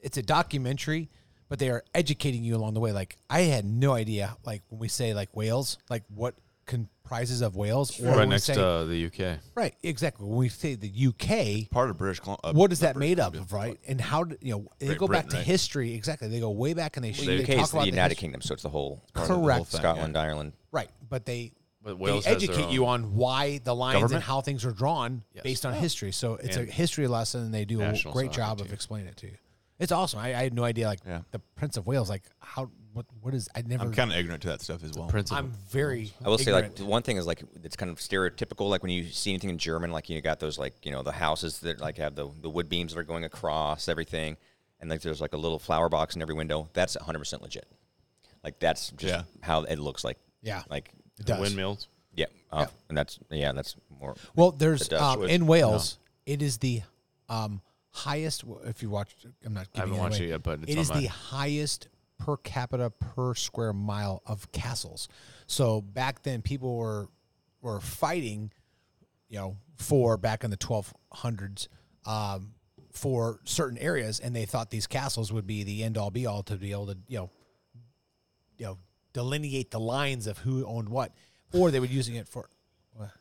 Speaker 4: it's a documentary, but they are educating you along the way. Like I had no idea like when we say like Wales, like what comprises of Wales or
Speaker 7: right
Speaker 4: when we
Speaker 7: next
Speaker 4: say,
Speaker 7: to uh, the UK.
Speaker 4: right exactly when we say the UK.
Speaker 5: Part of British uh, Columbia.
Speaker 4: What is that made up of, right? And how do, you know they
Speaker 5: Great
Speaker 4: go back
Speaker 5: Britain, eh?
Speaker 4: to
Speaker 5: right?
Speaker 4: history? Exactly, they go way back and they,
Speaker 6: The
Speaker 4: they
Speaker 6: UK
Speaker 4: talk
Speaker 6: is
Speaker 4: about
Speaker 6: the
Speaker 4: the
Speaker 6: United
Speaker 4: history.
Speaker 6: Kingdom, so it's the whole
Speaker 5: part of the whole
Speaker 4: Correct.
Speaker 5: thing,
Speaker 6: Scotland, Ireland.
Speaker 4: Right, but they
Speaker 7: But Wales
Speaker 4: they
Speaker 7: has their
Speaker 4: educate
Speaker 7: own.
Speaker 4: you on why the lines and
Speaker 7: Government?
Speaker 4: how things are drawn
Speaker 7: Yes.
Speaker 4: based on history. So it's
Speaker 7: And
Speaker 4: a history lesson, and they do a
Speaker 7: national
Speaker 4: great job
Speaker 7: sovereignty.
Speaker 4: of explaining it to you. It's awesome. I, I had no idea. Like
Speaker 5: Yeah.
Speaker 4: the Prince of Wales, like how what what is I never.
Speaker 5: I'm kind of ignorant to that stuff as well.
Speaker 7: Prince of
Speaker 4: I'm very.
Speaker 6: I will
Speaker 4: ignorant.
Speaker 6: say, like, one thing is like it's kind of stereotypical. Like when you see anything in German, like you got those like you know the houses that like have the the wood beams that are going across everything, and like there's like a little flower box in every window. That's 100 percent legit. Like that's just
Speaker 5: Yeah.
Speaker 6: how it looks like.
Speaker 4: Yeah.
Speaker 6: Like
Speaker 4: It
Speaker 7: the
Speaker 4: does.
Speaker 7: windmills.
Speaker 6: yeah, uh, and that's yeah, that's more.
Speaker 4: Well, there's
Speaker 6: Dutch
Speaker 4: um,
Speaker 6: would-
Speaker 4: in Wales, it is the um, highest. If you watch, I'm not. giving
Speaker 7: haven't
Speaker 4: it
Speaker 7: watched
Speaker 4: away.
Speaker 7: it yet, but it's
Speaker 4: it
Speaker 7: on
Speaker 4: is the
Speaker 7: my-
Speaker 4: highest per capita per square mile of castles. So back then, people were were fighting, you know, for back in the 1200s. Um, for certain areas, and they thought these castles would be the end all be all to be able to, you know, you know, delineate the lines of who owned what, or they were using it for.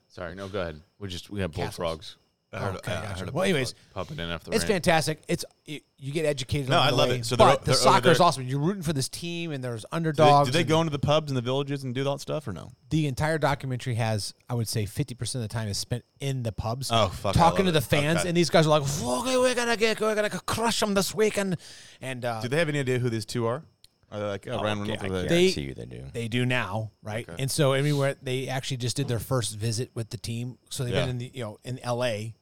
Speaker 7: Sorry, no, go ahead. We just we have
Speaker 4: Castles.
Speaker 7: bullfrogs
Speaker 5: I heard, uh,
Speaker 4: Okay,
Speaker 5: I
Speaker 4: gotcha.
Speaker 5: heard a
Speaker 4: Well, anyways,
Speaker 7: popping in after the
Speaker 4: it's
Speaker 7: rain.
Speaker 4: fantastic. It's you, you get educated.
Speaker 5: No,
Speaker 4: along
Speaker 5: I
Speaker 4: the
Speaker 5: love
Speaker 4: way,
Speaker 5: it. So they're o-
Speaker 4: but the
Speaker 5: they're over
Speaker 4: soccer is
Speaker 5: there-
Speaker 4: awesome. You're rooting for this team, and there's
Speaker 5: Do they,
Speaker 4: underdogs.
Speaker 5: do they
Speaker 4: and
Speaker 5: go into the pubs and the villages and do all that stuff or no?
Speaker 4: The entire documentary has, I would say, 50 percent of the time is spent in the pubs.
Speaker 5: Oh, fuck, I
Speaker 4: talking to
Speaker 5: love
Speaker 4: the
Speaker 5: it.
Speaker 4: fans,
Speaker 5: Okay.
Speaker 4: and these guys are like, "Fuck, we're gonna get, we're gonna crush them this weekend," and uh,
Speaker 5: Do they have any idea who these two are? Are they like, oh, Ryan
Speaker 6: yeah,
Speaker 5: Reynolds?
Speaker 6: I
Speaker 5: or
Speaker 4: They-
Speaker 5: the-
Speaker 6: guarantee you they do.
Speaker 4: they do now, right? And so everywhere they actually just did their first visit with the team. So they've
Speaker 5: Yeah.
Speaker 4: been in the you know in L.A.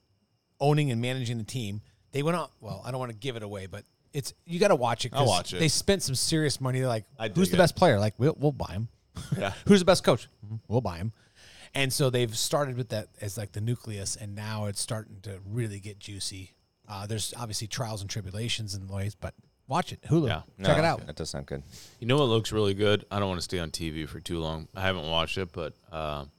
Speaker 4: owning and managing the team. They went on. Well, I don't want to give it away, but it's you got to watch it. 'cause
Speaker 5: I'll watch it.
Speaker 4: They spent some serious money. They're like,
Speaker 5: I
Speaker 4: who's
Speaker 5: dig
Speaker 4: the
Speaker 5: it.
Speaker 4: best player? Like, we'll, we'll buy him.
Speaker 5: Yeah.
Speaker 4: <laughs> who's the best coach? "Mhm, We'll buy him. And so they've started with that as like the nucleus, and now it's starting to really get juicy. Uh, there's obviously trials and tribulations and ways, but watch it. Hulu,
Speaker 7: Yeah.
Speaker 4: check it
Speaker 6: No,
Speaker 4: out.
Speaker 6: That does sound good.
Speaker 7: You know what looks really good? I don't want to stay on TV for too long. I haven't watched it, but um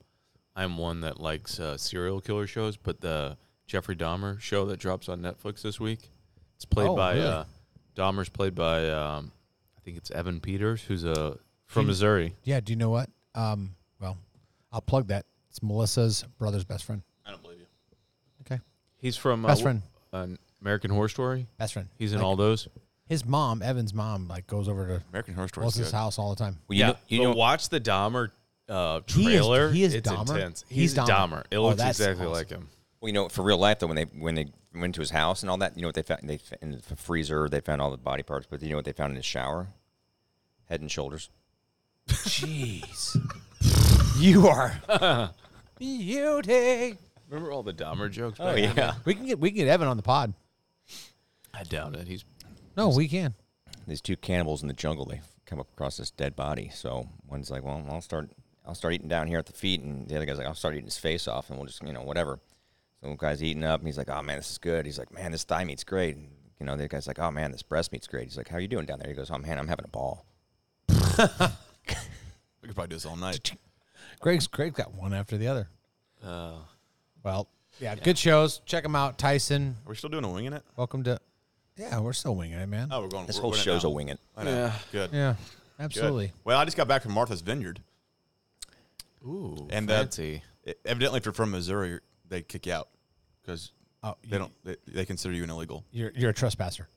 Speaker 7: I'm one that likes uh, serial killer shows. But the Jeffrey Dahmer show that drops on Netflix this week, it's played
Speaker 4: Oh,
Speaker 7: by
Speaker 4: really?
Speaker 7: uh, Dahmer's played by um, I think it's Evan Peters, who's uh, from Missouri.
Speaker 4: Yeah. Do you know what? Um, well, I'll plug that. It's Melissa's brother's best friend.
Speaker 7: I don't believe you.
Speaker 4: Okay.
Speaker 7: He's from uh,
Speaker 4: Best
Speaker 7: wh-
Speaker 4: friend.
Speaker 7: Uh, American Horror Story.
Speaker 4: Best friend.
Speaker 7: He's in
Speaker 4: Like,
Speaker 7: all those.
Speaker 4: His mom, Evan's mom, like goes over to
Speaker 5: American Horror Story.
Speaker 4: Wilson's house all the time.
Speaker 6: Well, you
Speaker 7: yeah,
Speaker 6: know, you
Speaker 7: but
Speaker 6: know,
Speaker 7: watch the Dahmer uh,
Speaker 4: He is-
Speaker 7: trailer.
Speaker 4: he is
Speaker 7: it's
Speaker 4: Dahmer?
Speaker 7: intense.
Speaker 4: He's
Speaker 7: He's,
Speaker 4: Dahmer.
Speaker 7: Dahmer. It
Speaker 4: Oh,
Speaker 7: looks
Speaker 4: that's
Speaker 7: exactly
Speaker 4: awesome.
Speaker 7: like him.
Speaker 6: well, you know, for real life though, when they when they went to his house and all that, you know what they found? They f- in the freezer, they found all the body parts, but you know what they found in his shower? Head and shoulders.
Speaker 4: Jeez. you are <laughs> beauty.
Speaker 7: Remember all the Dahmer jokes?
Speaker 6: Oh yeah,
Speaker 4: We can get we can get Evan on the pod.
Speaker 7: I doubt it. He's
Speaker 4: No, we can.
Speaker 6: these two cannibals in the jungle. They come up across this dead body. So one's like, "Well, I'll start, I'll start eating down here at the feet," and the other guy's like, "I'll start eating his face off, and we'll just, you know, whatever." So one guy's eating up, and he's like, "Oh man, this is good." He's like, "Man, this thigh meat's great." And, you know, the guy's like, "Oh man, this breast meat's great." He's like, "How are you doing down there?" He goes, "Oh man, I'm having a ball."
Speaker 5: We could probably do this all night.
Speaker 4: Greg's Greg's got one after the other. Oh. Well, yeah, good shows. Check them out. Tyson,
Speaker 5: Are we still doing a wing in it?
Speaker 4: welcome to. Yeah, we're still winging it, man.
Speaker 5: Oh, we're going.
Speaker 6: This
Speaker 5: we're
Speaker 6: whole
Speaker 5: winning
Speaker 6: show's
Speaker 5: now.
Speaker 6: a wing it.
Speaker 5: I know. Good.
Speaker 4: Yeah,
Speaker 5: Good.
Speaker 4: absolutely.
Speaker 5: Well, I just got back from Martha's Vineyard.
Speaker 7: ooh
Speaker 5: And that-
Speaker 7: fancy.
Speaker 5: E- Evidently, if you're from Missouri, they kick you out because
Speaker 4: Oh,
Speaker 5: they don't. They, they consider you an illegal.
Speaker 4: You're you're a trespasser.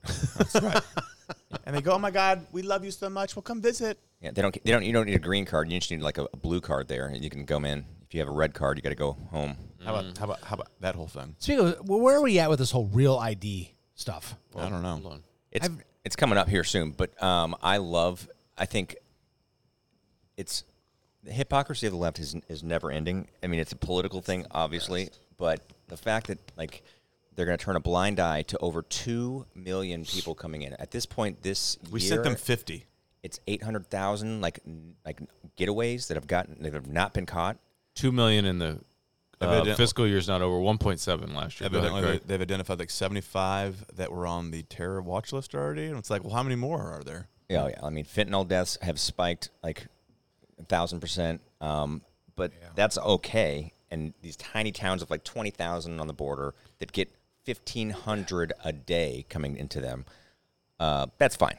Speaker 5: And they go, "Oh my God, we love you so much. We'll come visit."
Speaker 6: Yeah, they don't, they don't, you don't need a green card. You just need like a, a blue card there, and you can come in. If you have a red card, you got to go home.
Speaker 5: How about how about how about that whole thing?
Speaker 4: Speaking of, well, where are we at with this whole real ID stuff?
Speaker 5: I don't know.
Speaker 6: It's it's coming up here soon, but um, I love. I think it's the hypocrisy of the left is is never ending. I mean, it's a political thing, obviously, but the fact that like they're going to turn a blind eye to over two million people coming in at this point this
Speaker 5: We
Speaker 6: year,
Speaker 5: sent them fifty.
Speaker 6: it's eight hundred thousand like n- like getaways that have gotten that have not been caught.
Speaker 7: Two million in the uh,
Speaker 5: Evidently-
Speaker 7: fiscal year's not over. One point seven last year. Go ahead,
Speaker 5: Evidently, they,
Speaker 7: Craig.
Speaker 5: they've identified like seventy-five that were on the terror watch list already, and it's like, well, how many more are there?
Speaker 6: Yeah, oh, yeah. I mean, fentanyl deaths have spiked like a thousand percent, um, but that's okay. And these tiny towns of like twenty thousand on the border that get fifteen hundred a day coming into them, uh, that's fine.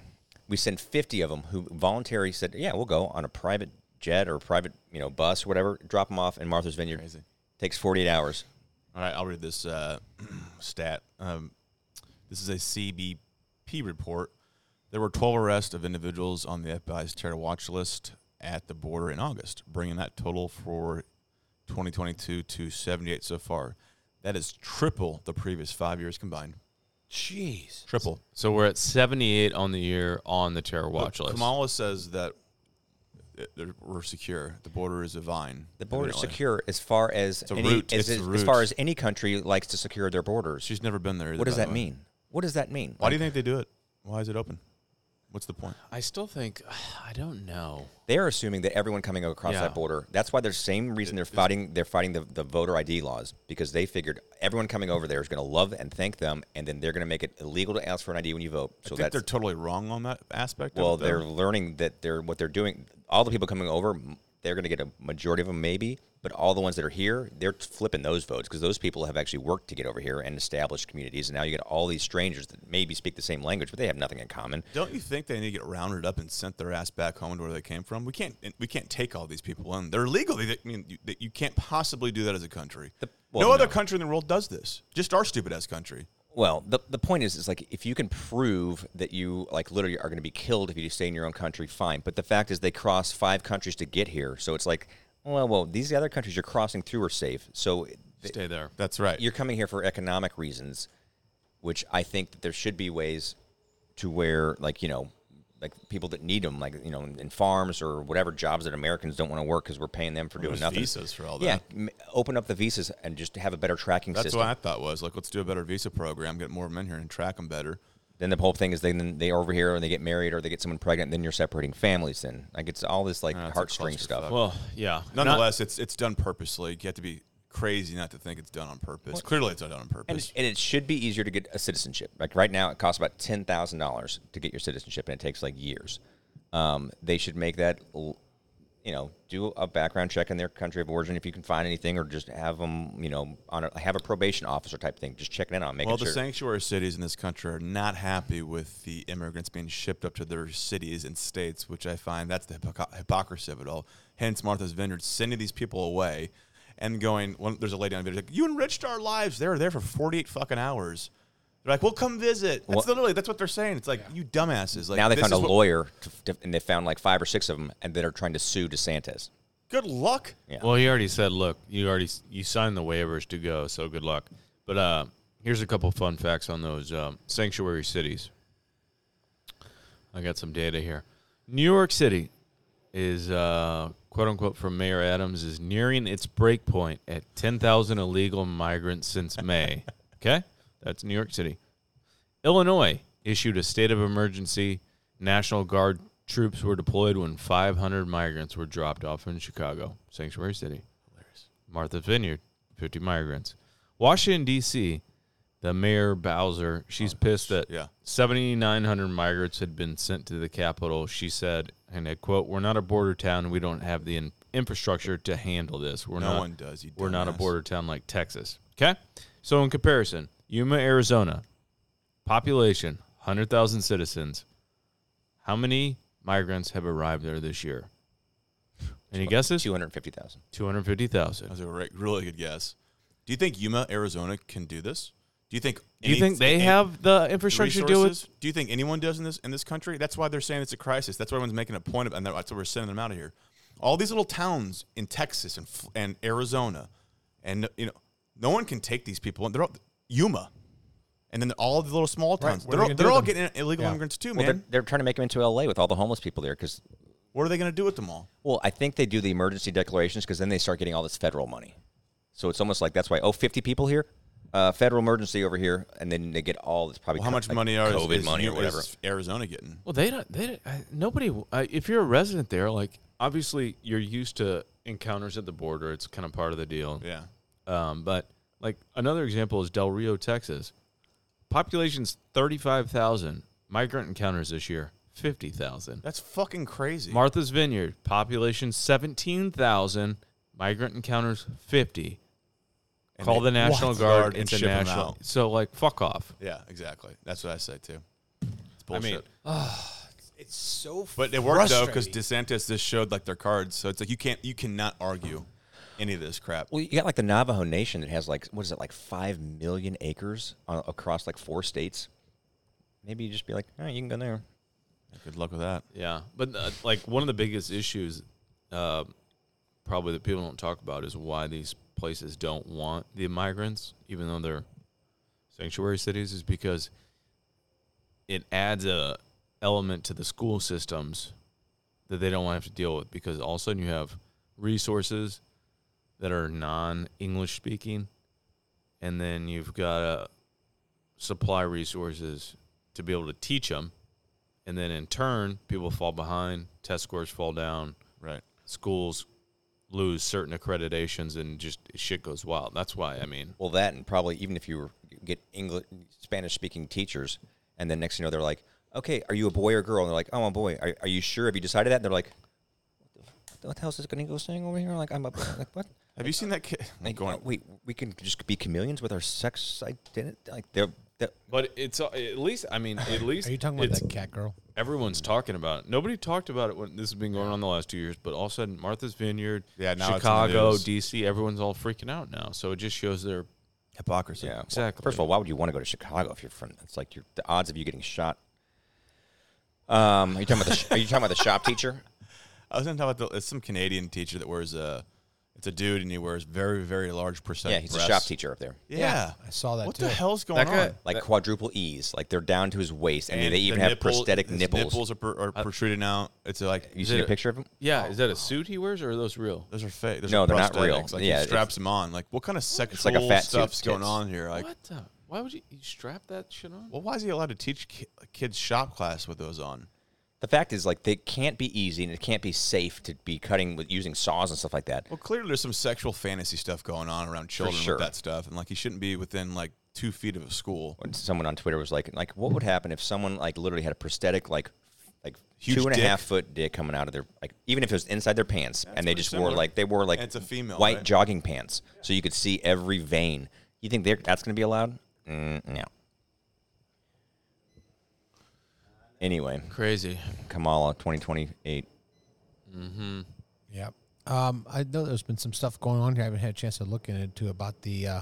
Speaker 6: We send fifty of them who voluntarily said, "Yeah, we'll go on a private jet or a private you know bus or whatever. Drop them off in Martha's Vineyard.
Speaker 5: Crazy.
Speaker 6: Takes forty eight hours.
Speaker 5: All right, I'll read this uh, <clears throat> stat. Um, this is a CBP report. There were 12 arrests of individuals on the FBI's terror watch list at the border in August, bringing that total for 2022 to 78 so far. That is triple the previous five years combined.
Speaker 4: Jeez.
Speaker 5: Triple.
Speaker 7: So we're at seventy-eight on the year on the terror watch list.
Speaker 5: Kamala says that it- that we're secure. The border is a vine.
Speaker 6: The border is
Speaker 5: evidently.
Speaker 6: secure as far as
Speaker 5: a
Speaker 6: any
Speaker 5: route.
Speaker 6: as,
Speaker 5: It's a
Speaker 6: as
Speaker 5: route.
Speaker 6: far as any country likes to secure their borders.
Speaker 5: She's never been there. Either,
Speaker 6: what does
Speaker 5: by
Speaker 6: that
Speaker 5: the way.
Speaker 6: mean? What does that mean?
Speaker 5: Why do you think they do it? Why is it open? What's the point?
Speaker 7: I still think <sighs> I don't know.
Speaker 6: they're assuming that everyone coming across
Speaker 7: Yeah.
Speaker 6: that border. That's why the same reason they're fighting. They're fighting the, the voter ID laws because they figured everyone coming over there is going to love and thank them, and then they're going to make it illegal to ask for an ID when you vote.
Speaker 5: I
Speaker 6: So
Speaker 5: think they're
Speaker 6: that's
Speaker 5: totally wrong on that aspect. of
Speaker 6: well,
Speaker 5: it, though.
Speaker 6: they're learning that they're what they're doing. All the people coming over, m- they're going to get a majority of them, maybe, but all the ones that are here, they're flipping those votes because those people have actually worked to get over here and establish communities, and now you get all these strangers that maybe speak the same language, but they have nothing in common.
Speaker 5: Don't you think they need to get rounded up and sent their ass back home to where they came from? We can't. We can't take all these people in. They're illegal. They, I mean, you, you can't possibly do that as a country.
Speaker 6: well,
Speaker 5: no other
Speaker 6: no.
Speaker 5: country in the world does this. Just our stupid ass country.
Speaker 6: Well, the, the point is, is like if you can prove that you like literally are going to be killed if you stay in your own country, fine. But the fact is, they cross five countries to get here, so it's like, well, well, these other countries you're crossing through are safe. So th-
Speaker 7: Stay there.
Speaker 5: That's right.
Speaker 6: you're coming here for economic reasons, which I think that there should be ways to where like you know, like people that need them, like you know, in farms or whatever jobs that Americans don't want to work because we're paying them for doing
Speaker 5: There's
Speaker 6: nothing.
Speaker 5: visas for all
Speaker 6: Yeah,
Speaker 5: that.
Speaker 6: m- open up the visas and just have a better tracking
Speaker 5: That's
Speaker 6: system.
Speaker 5: what I thought was like. Let's do a better visa program. Get more of them in here and track them better.
Speaker 6: then the whole thing is then they are over here and they get married or they get someone pregnant and then you're separating families then like it's all this like
Speaker 5: it's a
Speaker 6: heartstring stuff
Speaker 5: clusterfuck.
Speaker 7: Well, yeah.
Speaker 5: Nonetheless, it's it's done purposely. You have to be crazy not to think it's done on purpose. Clearly, it's not done on
Speaker 6: and,
Speaker 5: purpose.
Speaker 6: it- and it should be easier to get a citizenship like right now it costs about $10000 to get your citizenship and it takes like years um, they should make that l- you know do a background check in their country of origin if you can find anything or just have them you know on a, have a probation officer type thing just checking in on making
Speaker 5: Well, the
Speaker 6: sure
Speaker 5: sanctuary cities in this country are not happy with the immigrants being shipped up to their cities and states, which I find that's the hypoc- hypocrisy of it all. Hence, Martha's Vineyard sending these people away and going. One, there's a lady on video. Like, you enriched our lives. They were there for 48 fucking hours. They're like, "We'll come visit." That's
Speaker 6: What-
Speaker 5: literally that's what they're saying. It's like you dumbasses. Like
Speaker 6: now they
Speaker 5: this
Speaker 6: found a
Speaker 5: is what-
Speaker 6: lawyer, to, to- and they found like five or six of them, and that are trying to sue DeSantis.
Speaker 5: Good luck.
Speaker 6: Yeah.
Speaker 7: Well, he already said, look, you already you signed the waivers to go, so good luck. But uh, here's a couple fun facts on those um, sanctuary cities. I got some data here. New York City is uh, quote unquote from Mayor Adams is nearing its break point at 10,000 illegal migrants since <laughs> May. okay, that's New York City. Illinois issued a state of emergency. National Guard troops were deployed when 500 migrants were dropped off in Chicago, sanctuary city. Martha's Vineyard, 50 migrants. Washington D.C. The mayor Bowser, she's pissed that
Speaker 5: Oh, yeah.
Speaker 7: 7,900 migrants had been sent to the capital. She said, and I quote, "We're not a border town. We don't have the in- infrastructure to handle this. We're
Speaker 5: No
Speaker 7: not,
Speaker 5: one does, you
Speaker 7: we're not a
Speaker 5: dumbass."
Speaker 7: border town like Texas." Okay, so in comparison, Yuma, Arizona, population 100,000 citizens. How many migrants have arrived there this year? Any guesses?
Speaker 6: Two hundred fifty thousand.
Speaker 7: 250,000.
Speaker 5: That's a re- really good guess. Do you think Yuma, Arizona, can do this? Do you think?
Speaker 7: Do you
Speaker 5: any-
Speaker 7: think they
Speaker 5: any-
Speaker 7: have the infrastructure to do it?
Speaker 5: resources? Do you think anyone does in this in this country? That's why they're saying it's a crisis. That's why everyone's making a point of, and that's why we're sending them out of here. All these little towns in Texas and F- and Arizona, and you know, no one can take these people. They're all Yuma, and then all the little small
Speaker 4: Right,
Speaker 5: towns.
Speaker 4: what are
Speaker 5: They're
Speaker 4: they gonna
Speaker 5: all, they're
Speaker 4: do
Speaker 5: all
Speaker 4: with them?
Speaker 5: getting illegal
Speaker 4: Yeah.
Speaker 5: immigrants too, man.
Speaker 6: Well, they're, they're trying to make them into L.A. with all the homeless people there because,
Speaker 5: what are they going to do with them all?
Speaker 6: well, I think they do the emergency declarations because then they start getting all this federal money. So it's almost like that's why oh, 50 people here, uh, federal emergency over here, and then they get all this probably
Speaker 5: Well, how
Speaker 6: co-
Speaker 5: much
Speaker 6: like
Speaker 5: money are
Speaker 6: COVID
Speaker 5: is,
Speaker 6: money
Speaker 5: is
Speaker 6: or whatever.
Speaker 5: Arizona getting?
Speaker 7: Well, they don't. They don't, I, nobody. Uh, if you're a resident there, like obviously you're used to encounters at the border. It's kind of part of the deal.
Speaker 5: Yeah,
Speaker 7: Um, but like another example is Del Rio, Texas. Population's thirty-five thousand. Migrant encounters this year, fifty thousand.
Speaker 5: that's fucking crazy.
Speaker 7: Martha's Vineyard, population seventeen thousand. Migrant encounters fifty.
Speaker 5: And
Speaker 7: Call
Speaker 5: they-
Speaker 7: the National
Speaker 5: What?
Speaker 7: Guard.
Speaker 5: and
Speaker 7: It's a
Speaker 5: ship 'em
Speaker 7: national.
Speaker 5: out.
Speaker 7: So like, fuck off.
Speaker 5: Yeah, exactly. That's what I say too. It's bullshit.
Speaker 7: mean,
Speaker 4: It's so
Speaker 5: But it worked though because
Speaker 4: frustrating.
Speaker 5: DeSantis just showed like their cards, so it's like you can't you cannot argue any of this crap.
Speaker 6: Well, you got like the Navajo Nation that has like what is it like five million acres on, across like four states. Maybe you just be like, all right, you can go there.
Speaker 5: Good luck with that.
Speaker 7: Yeah, but uh, like one of the biggest issues, uh, probably that people don't talk about is why these places don't want the migrants, even though they're sanctuary cities, is because it adds a element to the school systems that they don't want to have to deal with because all of a sudden you have resources that are non English speaking, and then you've got to supply resources to be able to teach them and then in turn people fall behind test scores fall down
Speaker 5: Right.
Speaker 7: schools lose certain accreditations and just shit goes wild that's why i mean
Speaker 6: Well, that and probably even if you were, get English Spanish speaking teachers, and then next thing you know they're like, okay, are you a boy or girl? And they're like, oh, I'm a boy. Are, are you sure? Have you decided that? And they're like, what the, what the hell is this going to go saying over here? Like I'm a <laughs> like what?
Speaker 5: Have you seen that kid?
Speaker 6: Like,
Speaker 5: going,
Speaker 6: we we can just be chameleons with our sex identity. Like they're, they're
Speaker 7: but it's uh, at least i mean at least
Speaker 4: Are you talking about
Speaker 7: it's-
Speaker 4: that cat girl?
Speaker 7: everyone's talking about it nobody talked about it when this has been going on the last two years but all of a sudden martha's vineyard
Speaker 5: Yeah, now it's in the
Speaker 7: chicago
Speaker 5: news.
Speaker 7: dc everyone's all freaking out now so it just shows their
Speaker 5: hypocrisy.
Speaker 6: yeah.
Speaker 7: Exactly.
Speaker 6: first of all, why would you want to go to Chicago if you're from? It's like you're, the odds of you getting shot. Um, are you talking about the sh- Are you talking about the shop teacher?
Speaker 5: I was gonna talk about the, it's some Canadian teacher that wears a. It's a dude and he wears very very large percentage.
Speaker 6: Yeah, he's a shop teacher up there.
Speaker 5: Yeah.
Speaker 4: Yeah, I saw that
Speaker 5: What
Speaker 4: too.
Speaker 5: the hell's going
Speaker 7: That guy-
Speaker 5: on?
Speaker 6: Like quadruple E's, like they're down to his waist, and,
Speaker 5: And
Speaker 6: they
Speaker 5: the
Speaker 6: even have
Speaker 5: nipple-
Speaker 6: prosthetic
Speaker 5: his
Speaker 6: nipples. Uh,
Speaker 5: Nipples are, per, are protruding out. It's like
Speaker 6: You see a picture of him?
Speaker 7: yeah is that a suit he wears or are those real
Speaker 5: Oh, Those are fake. Those
Speaker 6: No,
Speaker 5: are
Speaker 6: they're not real.
Speaker 5: prosthetics. Like
Speaker 6: Yeah,
Speaker 5: he
Speaker 6: it's-
Speaker 5: straps them on. Like what kind of sexual
Speaker 6: like a fat suit,
Speaker 5: stuff's going
Speaker 6: tits.
Speaker 5: on here? Like,
Speaker 7: what the why would you, you strap that shit on
Speaker 5: well, why is he allowed to teach ki- kids shop class with those on?
Speaker 6: The fact is, like, they can't be easy, and it can't be safe to be cutting with using saws and stuff like that.
Speaker 5: Well, clearly there's some sexual fantasy stuff going on around children
Speaker 6: sure.
Speaker 5: with that stuff, and like he shouldn't be within like two feet of a school.
Speaker 6: When someone on Twitter was like, like, what would happen if someone like literally had a prosthetic like, like
Speaker 5: Huge
Speaker 6: two and a
Speaker 5: dick.
Speaker 6: half foot dick coming out of their like, even if it was inside their pants, and they
Speaker 5: pretty
Speaker 6: just wore
Speaker 5: similar.
Speaker 6: like they wore like
Speaker 5: And it's a female,
Speaker 6: white
Speaker 5: right?
Speaker 6: jogging pants, so you could see every vein. You think they're, that's going to be allowed? Mm, no. Anyway,
Speaker 7: crazy
Speaker 6: Kamala, twenty twenty eight.
Speaker 4: Yep. Um, I know there's been some stuff going on here. I haven't had a chance to look into about the uh,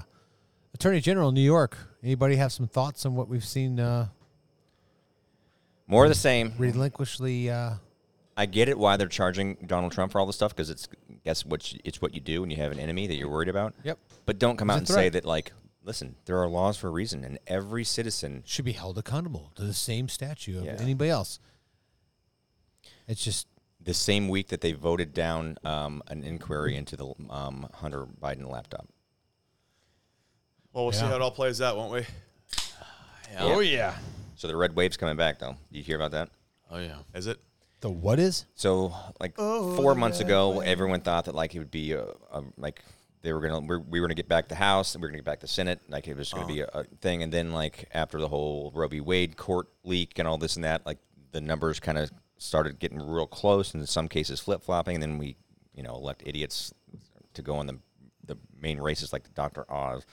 Speaker 4: Attorney General, New York. Anybody have some thoughts on what we've seen uh,
Speaker 6: More of the same.
Speaker 4: relinquishly? Uh,
Speaker 6: I get it why they're charging Donald Trump for all this stuff because it's guess what you- it's what you do when you have an enemy that you're worried about.
Speaker 4: Yep.
Speaker 6: But don't come
Speaker 4: It's
Speaker 6: out
Speaker 4: a
Speaker 6: and say
Speaker 4: threat.
Speaker 6: that like, listen, there are laws for a reason, and every citizen.
Speaker 4: should be held accountable to the same statute of
Speaker 6: Yeah.
Speaker 4: anybody else. It's just
Speaker 6: The same week that they voted down um, an inquiry into the um, Hunter Biden laptop.
Speaker 5: Well, we'll see how it all plays out, won't we?
Speaker 6: Oh,
Speaker 7: yeah.
Speaker 6: So the red wave's coming back though. Did you hear about that?
Speaker 7: Oh yeah.
Speaker 5: Is it?
Speaker 4: the what is
Speaker 6: So like four months ago, everyone thought that like it would be a, a like they were gonna we're, we were gonna get back the House and we were gonna get back the Senate. Like it was gonna be a, a thing. And then like after the whole Roe v. Wade court leak and all this and that, like the numbers kind of started getting real close and in some cases flip flopping. And then we you know elect idiots to go on the the main races like Dr. Oz.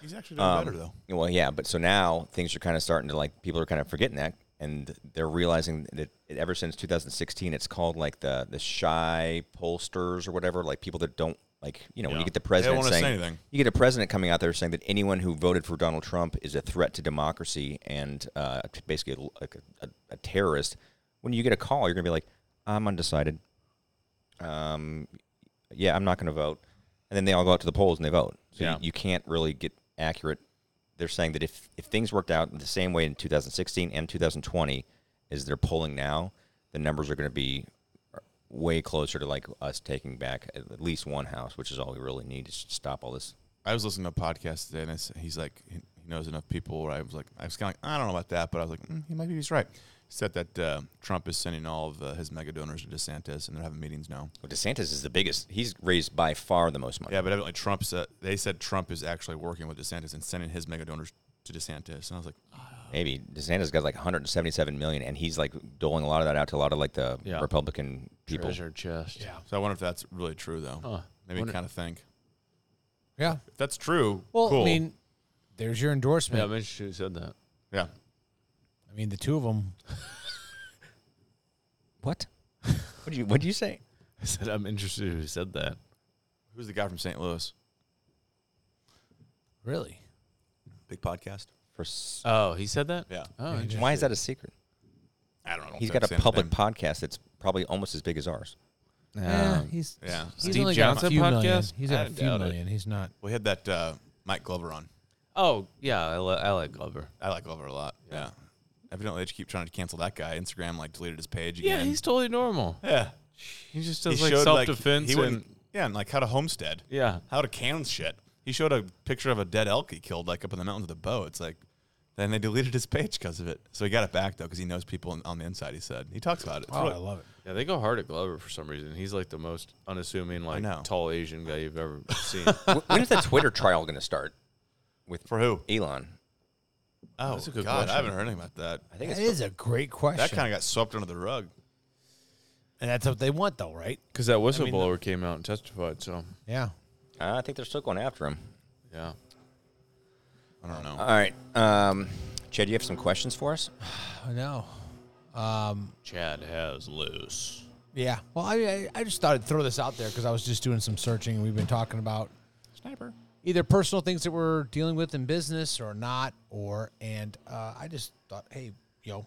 Speaker 5: He's actually doing
Speaker 6: Um,
Speaker 5: better though.
Speaker 6: Well, yeah, but so now things are kind of starting to like people are kind of forgetting that, and they're realizing that it, ever since 2016, it's called like the the shy pollsters or whatever, like people that don't like you know when
Speaker 5: Yeah.
Speaker 6: you get the
Speaker 5: They don't
Speaker 6: president
Speaker 5: wanna say
Speaker 6: saying
Speaker 5: anything.
Speaker 6: you get a president coming out there saying that anyone who voted for Donald Trump is a threat to democracy and uh, t- basically like a, a, a terrorist. When you get a call, you're gonna be like, I'm undecided. Um, yeah, I'm not going to vote. And then they all go out to the polls and they vote. So
Speaker 7: Yeah.
Speaker 6: you, you can't really get accurate. They're saying that if, if things worked out the same way in 2016 and 2020 as they're polling now, the numbers are going to be way closer to like us taking back at least one house, which is all we really need to s- stop all this.
Speaker 5: I was listening to a podcast today, and I s he's like, he he knows enough people. Where I was like, I was kind of like, I don't know about that, but I was like, mm, he might be, he's right. He said that uh, Trump is sending all of uh, his mega donors to DeSantis, and they're having meetings now.
Speaker 6: Well, DeSantis is the biggest. He's raised by far the most money.
Speaker 5: Yeah, but evidently Trump said they said Trump is actually working with DeSantis and sending his mega donors to DeSantis, and I was like,
Speaker 6: Maybe DeSantis got like 177 million, and he's like doling a lot of that out to a lot of like the
Speaker 7: Yeah.
Speaker 6: Republican people.
Speaker 7: Treasure chest. Yeah.
Speaker 5: so I wonder if that's really true though.
Speaker 7: Huh.
Speaker 5: Maybe
Speaker 7: Wonder-
Speaker 5: kind of think
Speaker 4: yeah.
Speaker 5: if that's true.
Speaker 4: Well,
Speaker 5: cool.
Speaker 4: I mean, there's your endorsement.
Speaker 7: Yeah, I'm interested who said that. <laughs>
Speaker 5: yeah,
Speaker 4: I mean, the two of them.
Speaker 6: What? what do you What do you say?
Speaker 7: I said I'm interested who said that.
Speaker 5: who's the guy from St. Louis?
Speaker 4: Really?
Speaker 5: Big podcast.
Speaker 6: For s-
Speaker 7: Oh, he said that?
Speaker 5: Yeah.
Speaker 7: Oh, interesting.
Speaker 6: Why is that a secret?
Speaker 5: I don't know.
Speaker 6: He's
Speaker 5: Don't
Speaker 6: got a
Speaker 5: say
Speaker 6: public
Speaker 5: anything.
Speaker 6: podcast that's probably almost as big as ours.
Speaker 4: yeah, he's
Speaker 5: yeah.
Speaker 4: He's
Speaker 7: Steve
Speaker 4: only got a
Speaker 7: Johnson
Speaker 4: few million.
Speaker 7: podcast?
Speaker 4: He's
Speaker 7: I
Speaker 4: got a few
Speaker 7: doubt it.
Speaker 4: million. He's not.
Speaker 5: We had that uh, Mike Glover on.
Speaker 7: Oh, yeah, I, li- I like Glover.
Speaker 5: I like Glover a lot. Yeah. Evidently, they just keep trying to cancel that guy. Instagram like deleted his page
Speaker 7: Yeah,
Speaker 5: again.
Speaker 7: he's totally normal.
Speaker 5: yeah.
Speaker 7: He just
Speaker 5: He
Speaker 7: does like
Speaker 5: showed,
Speaker 7: self defense
Speaker 5: he
Speaker 7: and
Speaker 5: wouldn't- yeah, and like how to homestead.
Speaker 7: yeah.
Speaker 5: How to can shit. He showed a picture of a dead elk he killed like up in the mountains with a bow. It's like, then they deleted his page because of it. So he got it back though because he knows people on- on the inside. He said he talks about it. It's
Speaker 4: Oh,
Speaker 5: really-
Speaker 4: I love it.
Speaker 7: Yeah, they go hard at Glover for some reason. He's like the most unassuming, like
Speaker 5: know.
Speaker 7: tall Asian guy you've ever seen. <laughs>
Speaker 6: Wh- when is the Twitter trial going to start with
Speaker 5: for who?
Speaker 6: Elon?
Speaker 5: Oh,
Speaker 7: That's a good
Speaker 5: God,
Speaker 7: question.
Speaker 5: I haven't heard anything about that.
Speaker 6: I think
Speaker 4: That
Speaker 6: it's
Speaker 4: is a great question.
Speaker 5: That kind of got swept under the rug.
Speaker 4: and that's what they want, though, right?
Speaker 7: Because that whistleblower came out and testified. So
Speaker 4: Yeah.
Speaker 6: uh, I think they're still going after him.
Speaker 7: yeah,
Speaker 5: I don't know.
Speaker 7: Uh,
Speaker 6: All right, um, Chad, you have some questions for us?
Speaker 4: I know.
Speaker 7: Chad has loose.
Speaker 4: Yeah. Well, I, I, I just thought I'd throw this out there because I was just doing some searching and we've been talking about
Speaker 5: Sniper.
Speaker 4: either personal things that we're dealing with in business or not, or and uh, I just thought, hey, yo,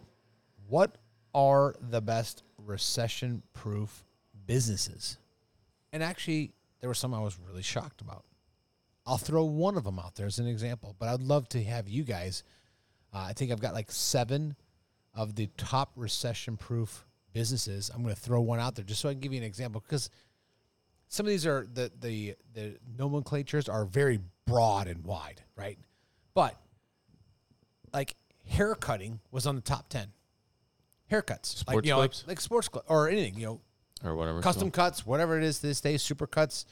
Speaker 4: what are the best recession-proof businesses? And actually, there were some I was really shocked about. I'll throw one of them out there as an example, but I'd love to have you guys. Uh, I think I've got like seven of the top recession-proof businesses. I'm going to throw one out there just so I can give you an example because some of these are the the the nomenclatures are very broad and wide, right? But like haircutting was on the top ten. Haircuts, like
Speaker 7: Sports
Speaker 4: you know, like,
Speaker 7: clips?
Speaker 4: like sports cl- or anything, you know,
Speaker 7: or whatever. it's
Speaker 4: custom
Speaker 7: called.
Speaker 4: cuts, whatever it is this day, super cuts,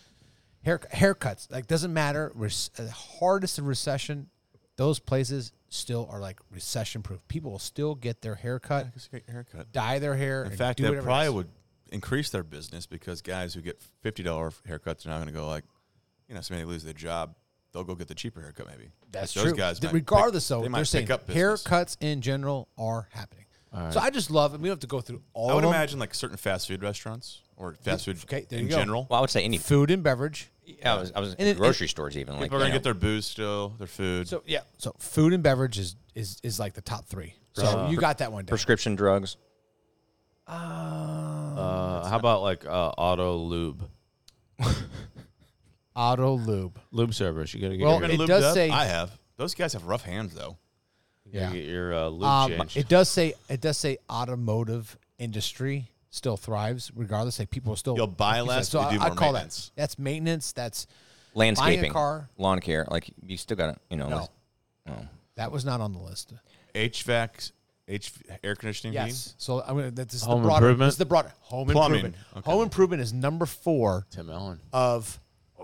Speaker 4: hair haircuts. Like doesn't matter. We're s- uh, hardest in recession. Those places still are like recession proof. People will still get their haircut,
Speaker 5: haircut.
Speaker 4: dye their hair.
Speaker 5: In
Speaker 4: and
Speaker 5: fact,
Speaker 4: do
Speaker 5: that
Speaker 4: whatever it
Speaker 5: probably
Speaker 4: is.
Speaker 5: would increase their business because guys who get fifty dollar haircuts are now going to go like, you know, somebody lose their job, they'll go get the cheaper haircut maybe.
Speaker 4: That's
Speaker 5: Those
Speaker 4: true.
Speaker 5: Guys,
Speaker 4: Th-
Speaker 5: might
Speaker 4: regardless,
Speaker 5: pick,
Speaker 4: though,
Speaker 5: they
Speaker 4: they
Speaker 5: might
Speaker 4: are saying
Speaker 5: pick up business.
Speaker 4: haircuts in general are happening. So I just love it. We don't have to go through all
Speaker 5: I
Speaker 4: of
Speaker 5: would
Speaker 4: them.
Speaker 5: imagine like certain fast food restaurants or fast food
Speaker 4: Okay, there
Speaker 5: in
Speaker 4: you go.
Speaker 5: general.
Speaker 6: Well, I would say any.
Speaker 4: food and beverage.
Speaker 6: Yeah, I was, I was
Speaker 4: And
Speaker 6: in
Speaker 4: it-
Speaker 6: grocery stores even. Like,
Speaker 5: People are
Speaker 6: you
Speaker 5: gonna
Speaker 6: know,
Speaker 5: get their booze still, their food.
Speaker 4: So yeah, so food and beverage is is is like the top three. So
Speaker 5: Uh,
Speaker 4: you got that one down.
Speaker 6: prescription drugs.
Speaker 7: Uh, how about like uh, auto lube,
Speaker 4: Auto lube.
Speaker 7: lube service? You gotta get
Speaker 4: Well,
Speaker 7: your,
Speaker 5: Been
Speaker 4: it
Speaker 5: lubed
Speaker 4: does
Speaker 5: up?
Speaker 4: say-
Speaker 5: I have. Those guys have rough hands though.
Speaker 7: you gotta
Speaker 4: Yeah.
Speaker 7: get your uh, lube
Speaker 4: Um,
Speaker 7: changed.
Speaker 4: it does say it does say automotive industry still thrives regardless. Like people still
Speaker 5: You'll buy
Speaker 4: like you said.
Speaker 5: less, you do
Speaker 4: I- I'd
Speaker 5: more
Speaker 4: call
Speaker 5: maintenance.
Speaker 4: that that's maintenance. That's
Speaker 6: Landscaping.
Speaker 4: car.
Speaker 6: Lawn care. Like, you still got to, you know.
Speaker 4: no,
Speaker 6: let's-
Speaker 4: that was not on the list.
Speaker 5: HVAC, H air conditioning. heating?
Speaker 4: Yes. So I'm gonna. That's this is
Speaker 7: Home
Speaker 4: the broader,
Speaker 7: improvement?
Speaker 4: This is the broader home
Speaker 5: Plumbing.
Speaker 4: improvement.
Speaker 5: Okay.
Speaker 4: Home improvement is number four
Speaker 7: Tim Allen.
Speaker 4: of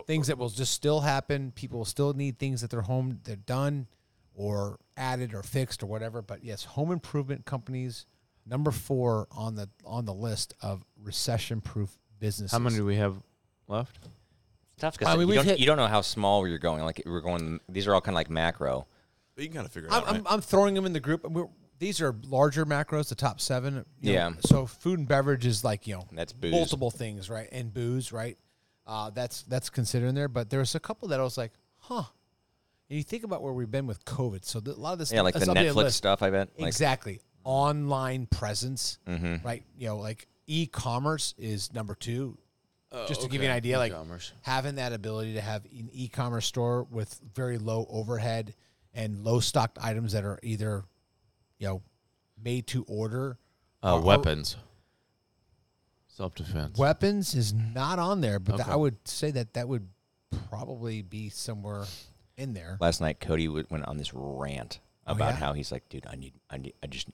Speaker 4: things that will just still happen. People will still need things at their home. They're done, or added, or fixed, or whatever. But yes, home improvement companies number four on the on the list of recession-proof businesses.
Speaker 7: How many do we have left?
Speaker 6: It's tough because
Speaker 4: I mean,
Speaker 6: you,
Speaker 4: we've
Speaker 6: don't-
Speaker 4: hit-
Speaker 6: you don't know how small you're going. Like, we're going, these are all kind of like macro.
Speaker 5: But you can kind of figure it
Speaker 4: I'm,
Speaker 5: out.
Speaker 4: I'm,
Speaker 5: right?
Speaker 4: I'm throwing them in the group. We're, these are larger macros, the top seven. you know.
Speaker 6: Yeah.
Speaker 4: So food and beverage is like you know
Speaker 6: That's booze.
Speaker 4: multiple things, right? And booze, right? Uh, that's that's considered in there. But there's a couple that I was like, huh. And you think about where we've been with COVID. So the, a lot of this,
Speaker 6: Yeah, like the
Speaker 4: this updated
Speaker 6: Netflix
Speaker 4: list-
Speaker 6: stuff, I bet. Like, Mm-hmm.
Speaker 4: exactly. Online presence, right? You know, like e-commerce is number two. Just to give you an idea, like
Speaker 7: E-commerce.
Speaker 4: having that ability to have an e-commerce store with very low overhead and low stocked items that are either, you know, made to order.
Speaker 7: Uh,
Speaker 4: or-
Speaker 7: weapons. Self defense.
Speaker 4: Weapons is not on there, but th-
Speaker 7: Okay.
Speaker 4: I would say that that would probably be somewhere in there.
Speaker 6: last night Cody w- went on this rant about
Speaker 4: Oh, yeah?
Speaker 6: how he's like, dude, I need, I need, I just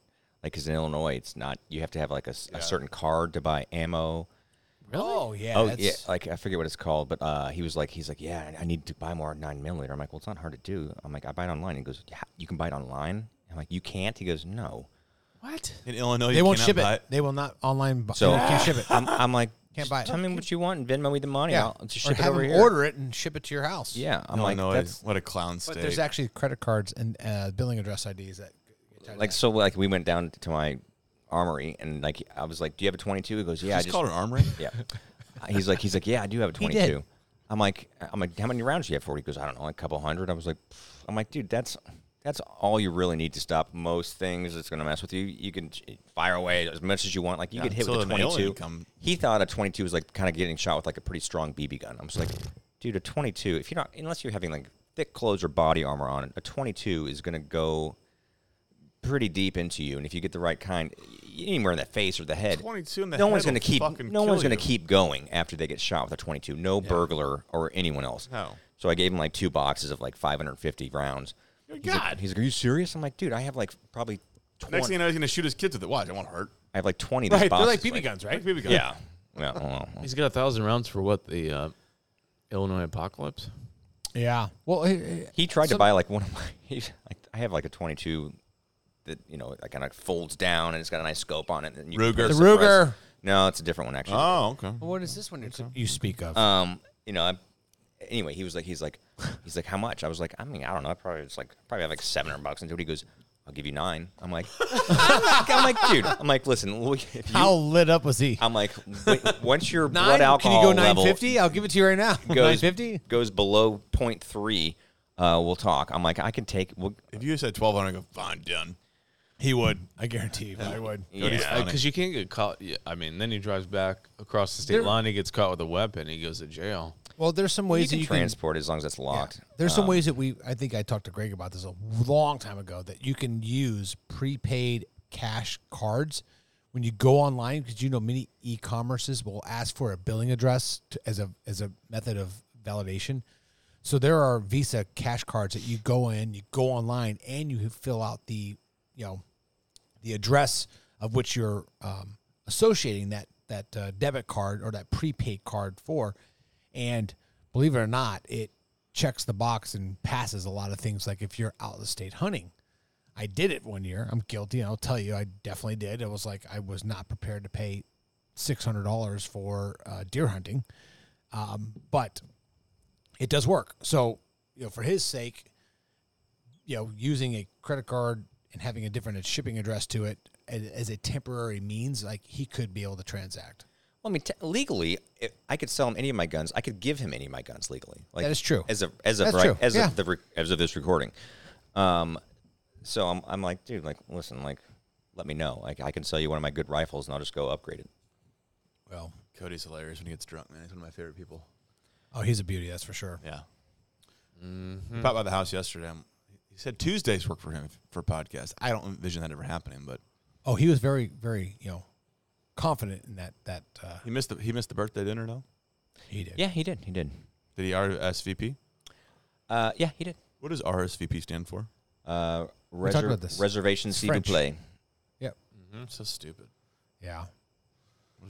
Speaker 6: like, because in Illinois, it's not you have to have like a, s- a certain card to buy ammo.
Speaker 4: Oh yeah.
Speaker 6: oh yeah,
Speaker 4: that's-
Speaker 6: like I forget what it's called, but uh, he was like, he's like, yeah, I need to buy more nine millimeter. I'm like, well, it's not hard to do. I'm like, I buy it online. He goes, yeah, you can buy it online. I'm like, you can't. He goes, no.
Speaker 7: What?
Speaker 5: In Illinois,
Speaker 4: They
Speaker 5: you
Speaker 4: won't
Speaker 5: cannot
Speaker 4: ship
Speaker 5: buy
Speaker 4: it. They will not online. bu-
Speaker 6: So
Speaker 4: they can't ship it.
Speaker 6: I'm, I'm like,
Speaker 4: <laughs> Can't
Speaker 6: "Just
Speaker 4: buy it.
Speaker 6: Tell me what you want and Venmo me the money.
Speaker 4: Yeah,
Speaker 6: I'll just ship it
Speaker 4: have
Speaker 6: over
Speaker 4: them
Speaker 6: here.
Speaker 4: order it and ship it to your house.
Speaker 6: Yeah, I'm like,
Speaker 5: Illinois.
Speaker 6: that's
Speaker 5: what a clown state.
Speaker 4: but there's actually credit cards and uh, billing address IDs that.
Speaker 6: like so like we went down to my armory and like I was like, "Do you have a 22?" He goes, "Yeah." I
Speaker 5: Just
Speaker 6: just
Speaker 5: call it an armory.
Speaker 6: Yeah. He's like he's like, "Yeah, I do have a
Speaker 4: did.
Speaker 6: 22." I'm like I'm like, "How many rounds do you have for?" it?" He goes, "I don't know, a couple hundred." I was like, "Pff." I'm like, "Dude, that's that's all you really need to stop most things that's going to mess with you. You can fire away as much as you want. Like you
Speaker 5: Yeah,
Speaker 6: get hit
Speaker 5: until
Speaker 6: with a
Speaker 5: an alien
Speaker 6: 22."
Speaker 5: come-
Speaker 6: He thought a 22 was like kind of getting shot with like a pretty strong BB gun. I'm just like, "Dude, a 22, if you're not unless you're having like thick clothes or body armor on, a 22 is going to go pretty deep into you, and if you get the right kind, y- anywhere in the face or the head,
Speaker 5: 22 in the
Speaker 6: no
Speaker 5: head
Speaker 6: one's gonna
Speaker 5: will
Speaker 6: keep.
Speaker 5: fucking
Speaker 6: No one's
Speaker 5: kill
Speaker 6: going to
Speaker 5: you.
Speaker 6: keep going after they get shot with a 22. No burglar or anyone else.
Speaker 5: No.
Speaker 6: So I gave him like two boxes of like 550 rounds. he's
Speaker 5: God.
Speaker 6: Like, he's like, "Are you serious?" I'm like, "Dude, I have like probably 20.
Speaker 5: Next thing you know, he's gonna shoot his kids with it. Watch, it won't hurt.
Speaker 6: I have like 20 of these boxes."
Speaker 5: guns, right? BB guns.
Speaker 6: Yeah. Yeah. I don't know.
Speaker 7: He's got a thousand rounds for what the uh, Illinois apocalypse.
Speaker 4: yeah. Well, eh, eh,
Speaker 6: He tried to
Speaker 4: Some-
Speaker 6: buy like one of my. <laughs> He's like, I have like a 22 that you know like kind of folds down and it's got a nice scope on it. And you
Speaker 5: Ruger.
Speaker 6: compare
Speaker 5: The
Speaker 6: suppress-
Speaker 4: Ruger.
Speaker 6: No, it's a different one actually.
Speaker 5: Oh, okay.
Speaker 4: what is this one you're- you speak of?
Speaker 6: um, you know, I, anyway, he was like, he's like, he's like, how much? I was like, I mean, I don't know. I probably it's like probably have like seven hundred bucks into it. He goes, I'll give you nine. I'm like, <laughs> I'm like, I'm like, dude, I'm like, listen, <laughs> look, if you,
Speaker 4: How lit up was he?
Speaker 6: I'm like, w- once your
Speaker 4: Nine?
Speaker 6: blood
Speaker 4: Can
Speaker 6: alcohol
Speaker 4: you go
Speaker 6: level
Speaker 4: 950? I'll give it to you right
Speaker 7: <laughs>
Speaker 4: now.
Speaker 6: goes
Speaker 4: 950?
Speaker 6: goes below 0.3, uh, we'll talk. I'm like, I can take. We'll,
Speaker 5: If you said 1200, I go fine, done.
Speaker 4: He would. I guarantee you. I would.
Speaker 6: yeah.
Speaker 7: Because Uh, you can't get caught. yeah, I mean, then he drives back across the state
Speaker 4: There-
Speaker 7: line. He gets caught with a weapon. He goes to jail.
Speaker 4: Well, there's some ways
Speaker 6: You can
Speaker 4: that you can
Speaker 6: transport it as long as it's locked.
Speaker 4: There's some ways that we, I think I talked to Greg about this a long time ago, that you can use prepaid cash cards when you go online because you know many e-commerces will ask for a billing address to, as a as a method of validation. So there are Visa cash cards that you go in, you go online, and you fill out the you know the address of which you're um, associating that that uh, debit card or that prepaid card for, and believe it or not, it checks the box and passes a lot of things. Like if you're out of state hunting, I did it one year. I'm guilty. and I'll tell you, I definitely did. It was like I was not prepared to pay six hundred dollars for uh, deer hunting, um, but it does work. So you know, for his sake, you know, using a credit card and having a different shipping address to it as, as a temporary means, like he could be able to transact.
Speaker 6: Well, I mean, te- legally, if I could sell him any of my guns. I could give him any of my guns legally. Like,
Speaker 4: That is true.
Speaker 6: As of as of
Speaker 4: That's
Speaker 6: right
Speaker 4: true,
Speaker 6: as
Speaker 4: yeah.
Speaker 6: of the re- as of this recording, um, so I'm I'm like, dude, like, listen, like, let me know. Like, I can sell you one of my good rifles, and I'll just go upgrade it.
Speaker 4: Well,
Speaker 5: Cody's hilarious when he gets drunk, man. He's one of my favorite people.
Speaker 4: oh, he's a beauty, that's for sure.
Speaker 5: Yeah. He popped by the house yesterday. I'm- he said Tuesdays work for him for a podcast. I don't envision that ever happening, but
Speaker 4: Oh, he was very, very, you know, confident in that. That uh,
Speaker 5: he missed the he missed the birthday dinner though.
Speaker 4: he did.
Speaker 6: Yeah, he did. He did.
Speaker 5: Did he RSVP?
Speaker 6: Uh, yeah, he did.
Speaker 5: What does RSVP stand for?
Speaker 6: Uh,
Speaker 4: talked
Speaker 6: reser-
Speaker 4: about this.
Speaker 6: reservation s'il vous
Speaker 4: French.
Speaker 6: plaît.
Speaker 4: Yep.
Speaker 5: So stupid.
Speaker 4: Yeah.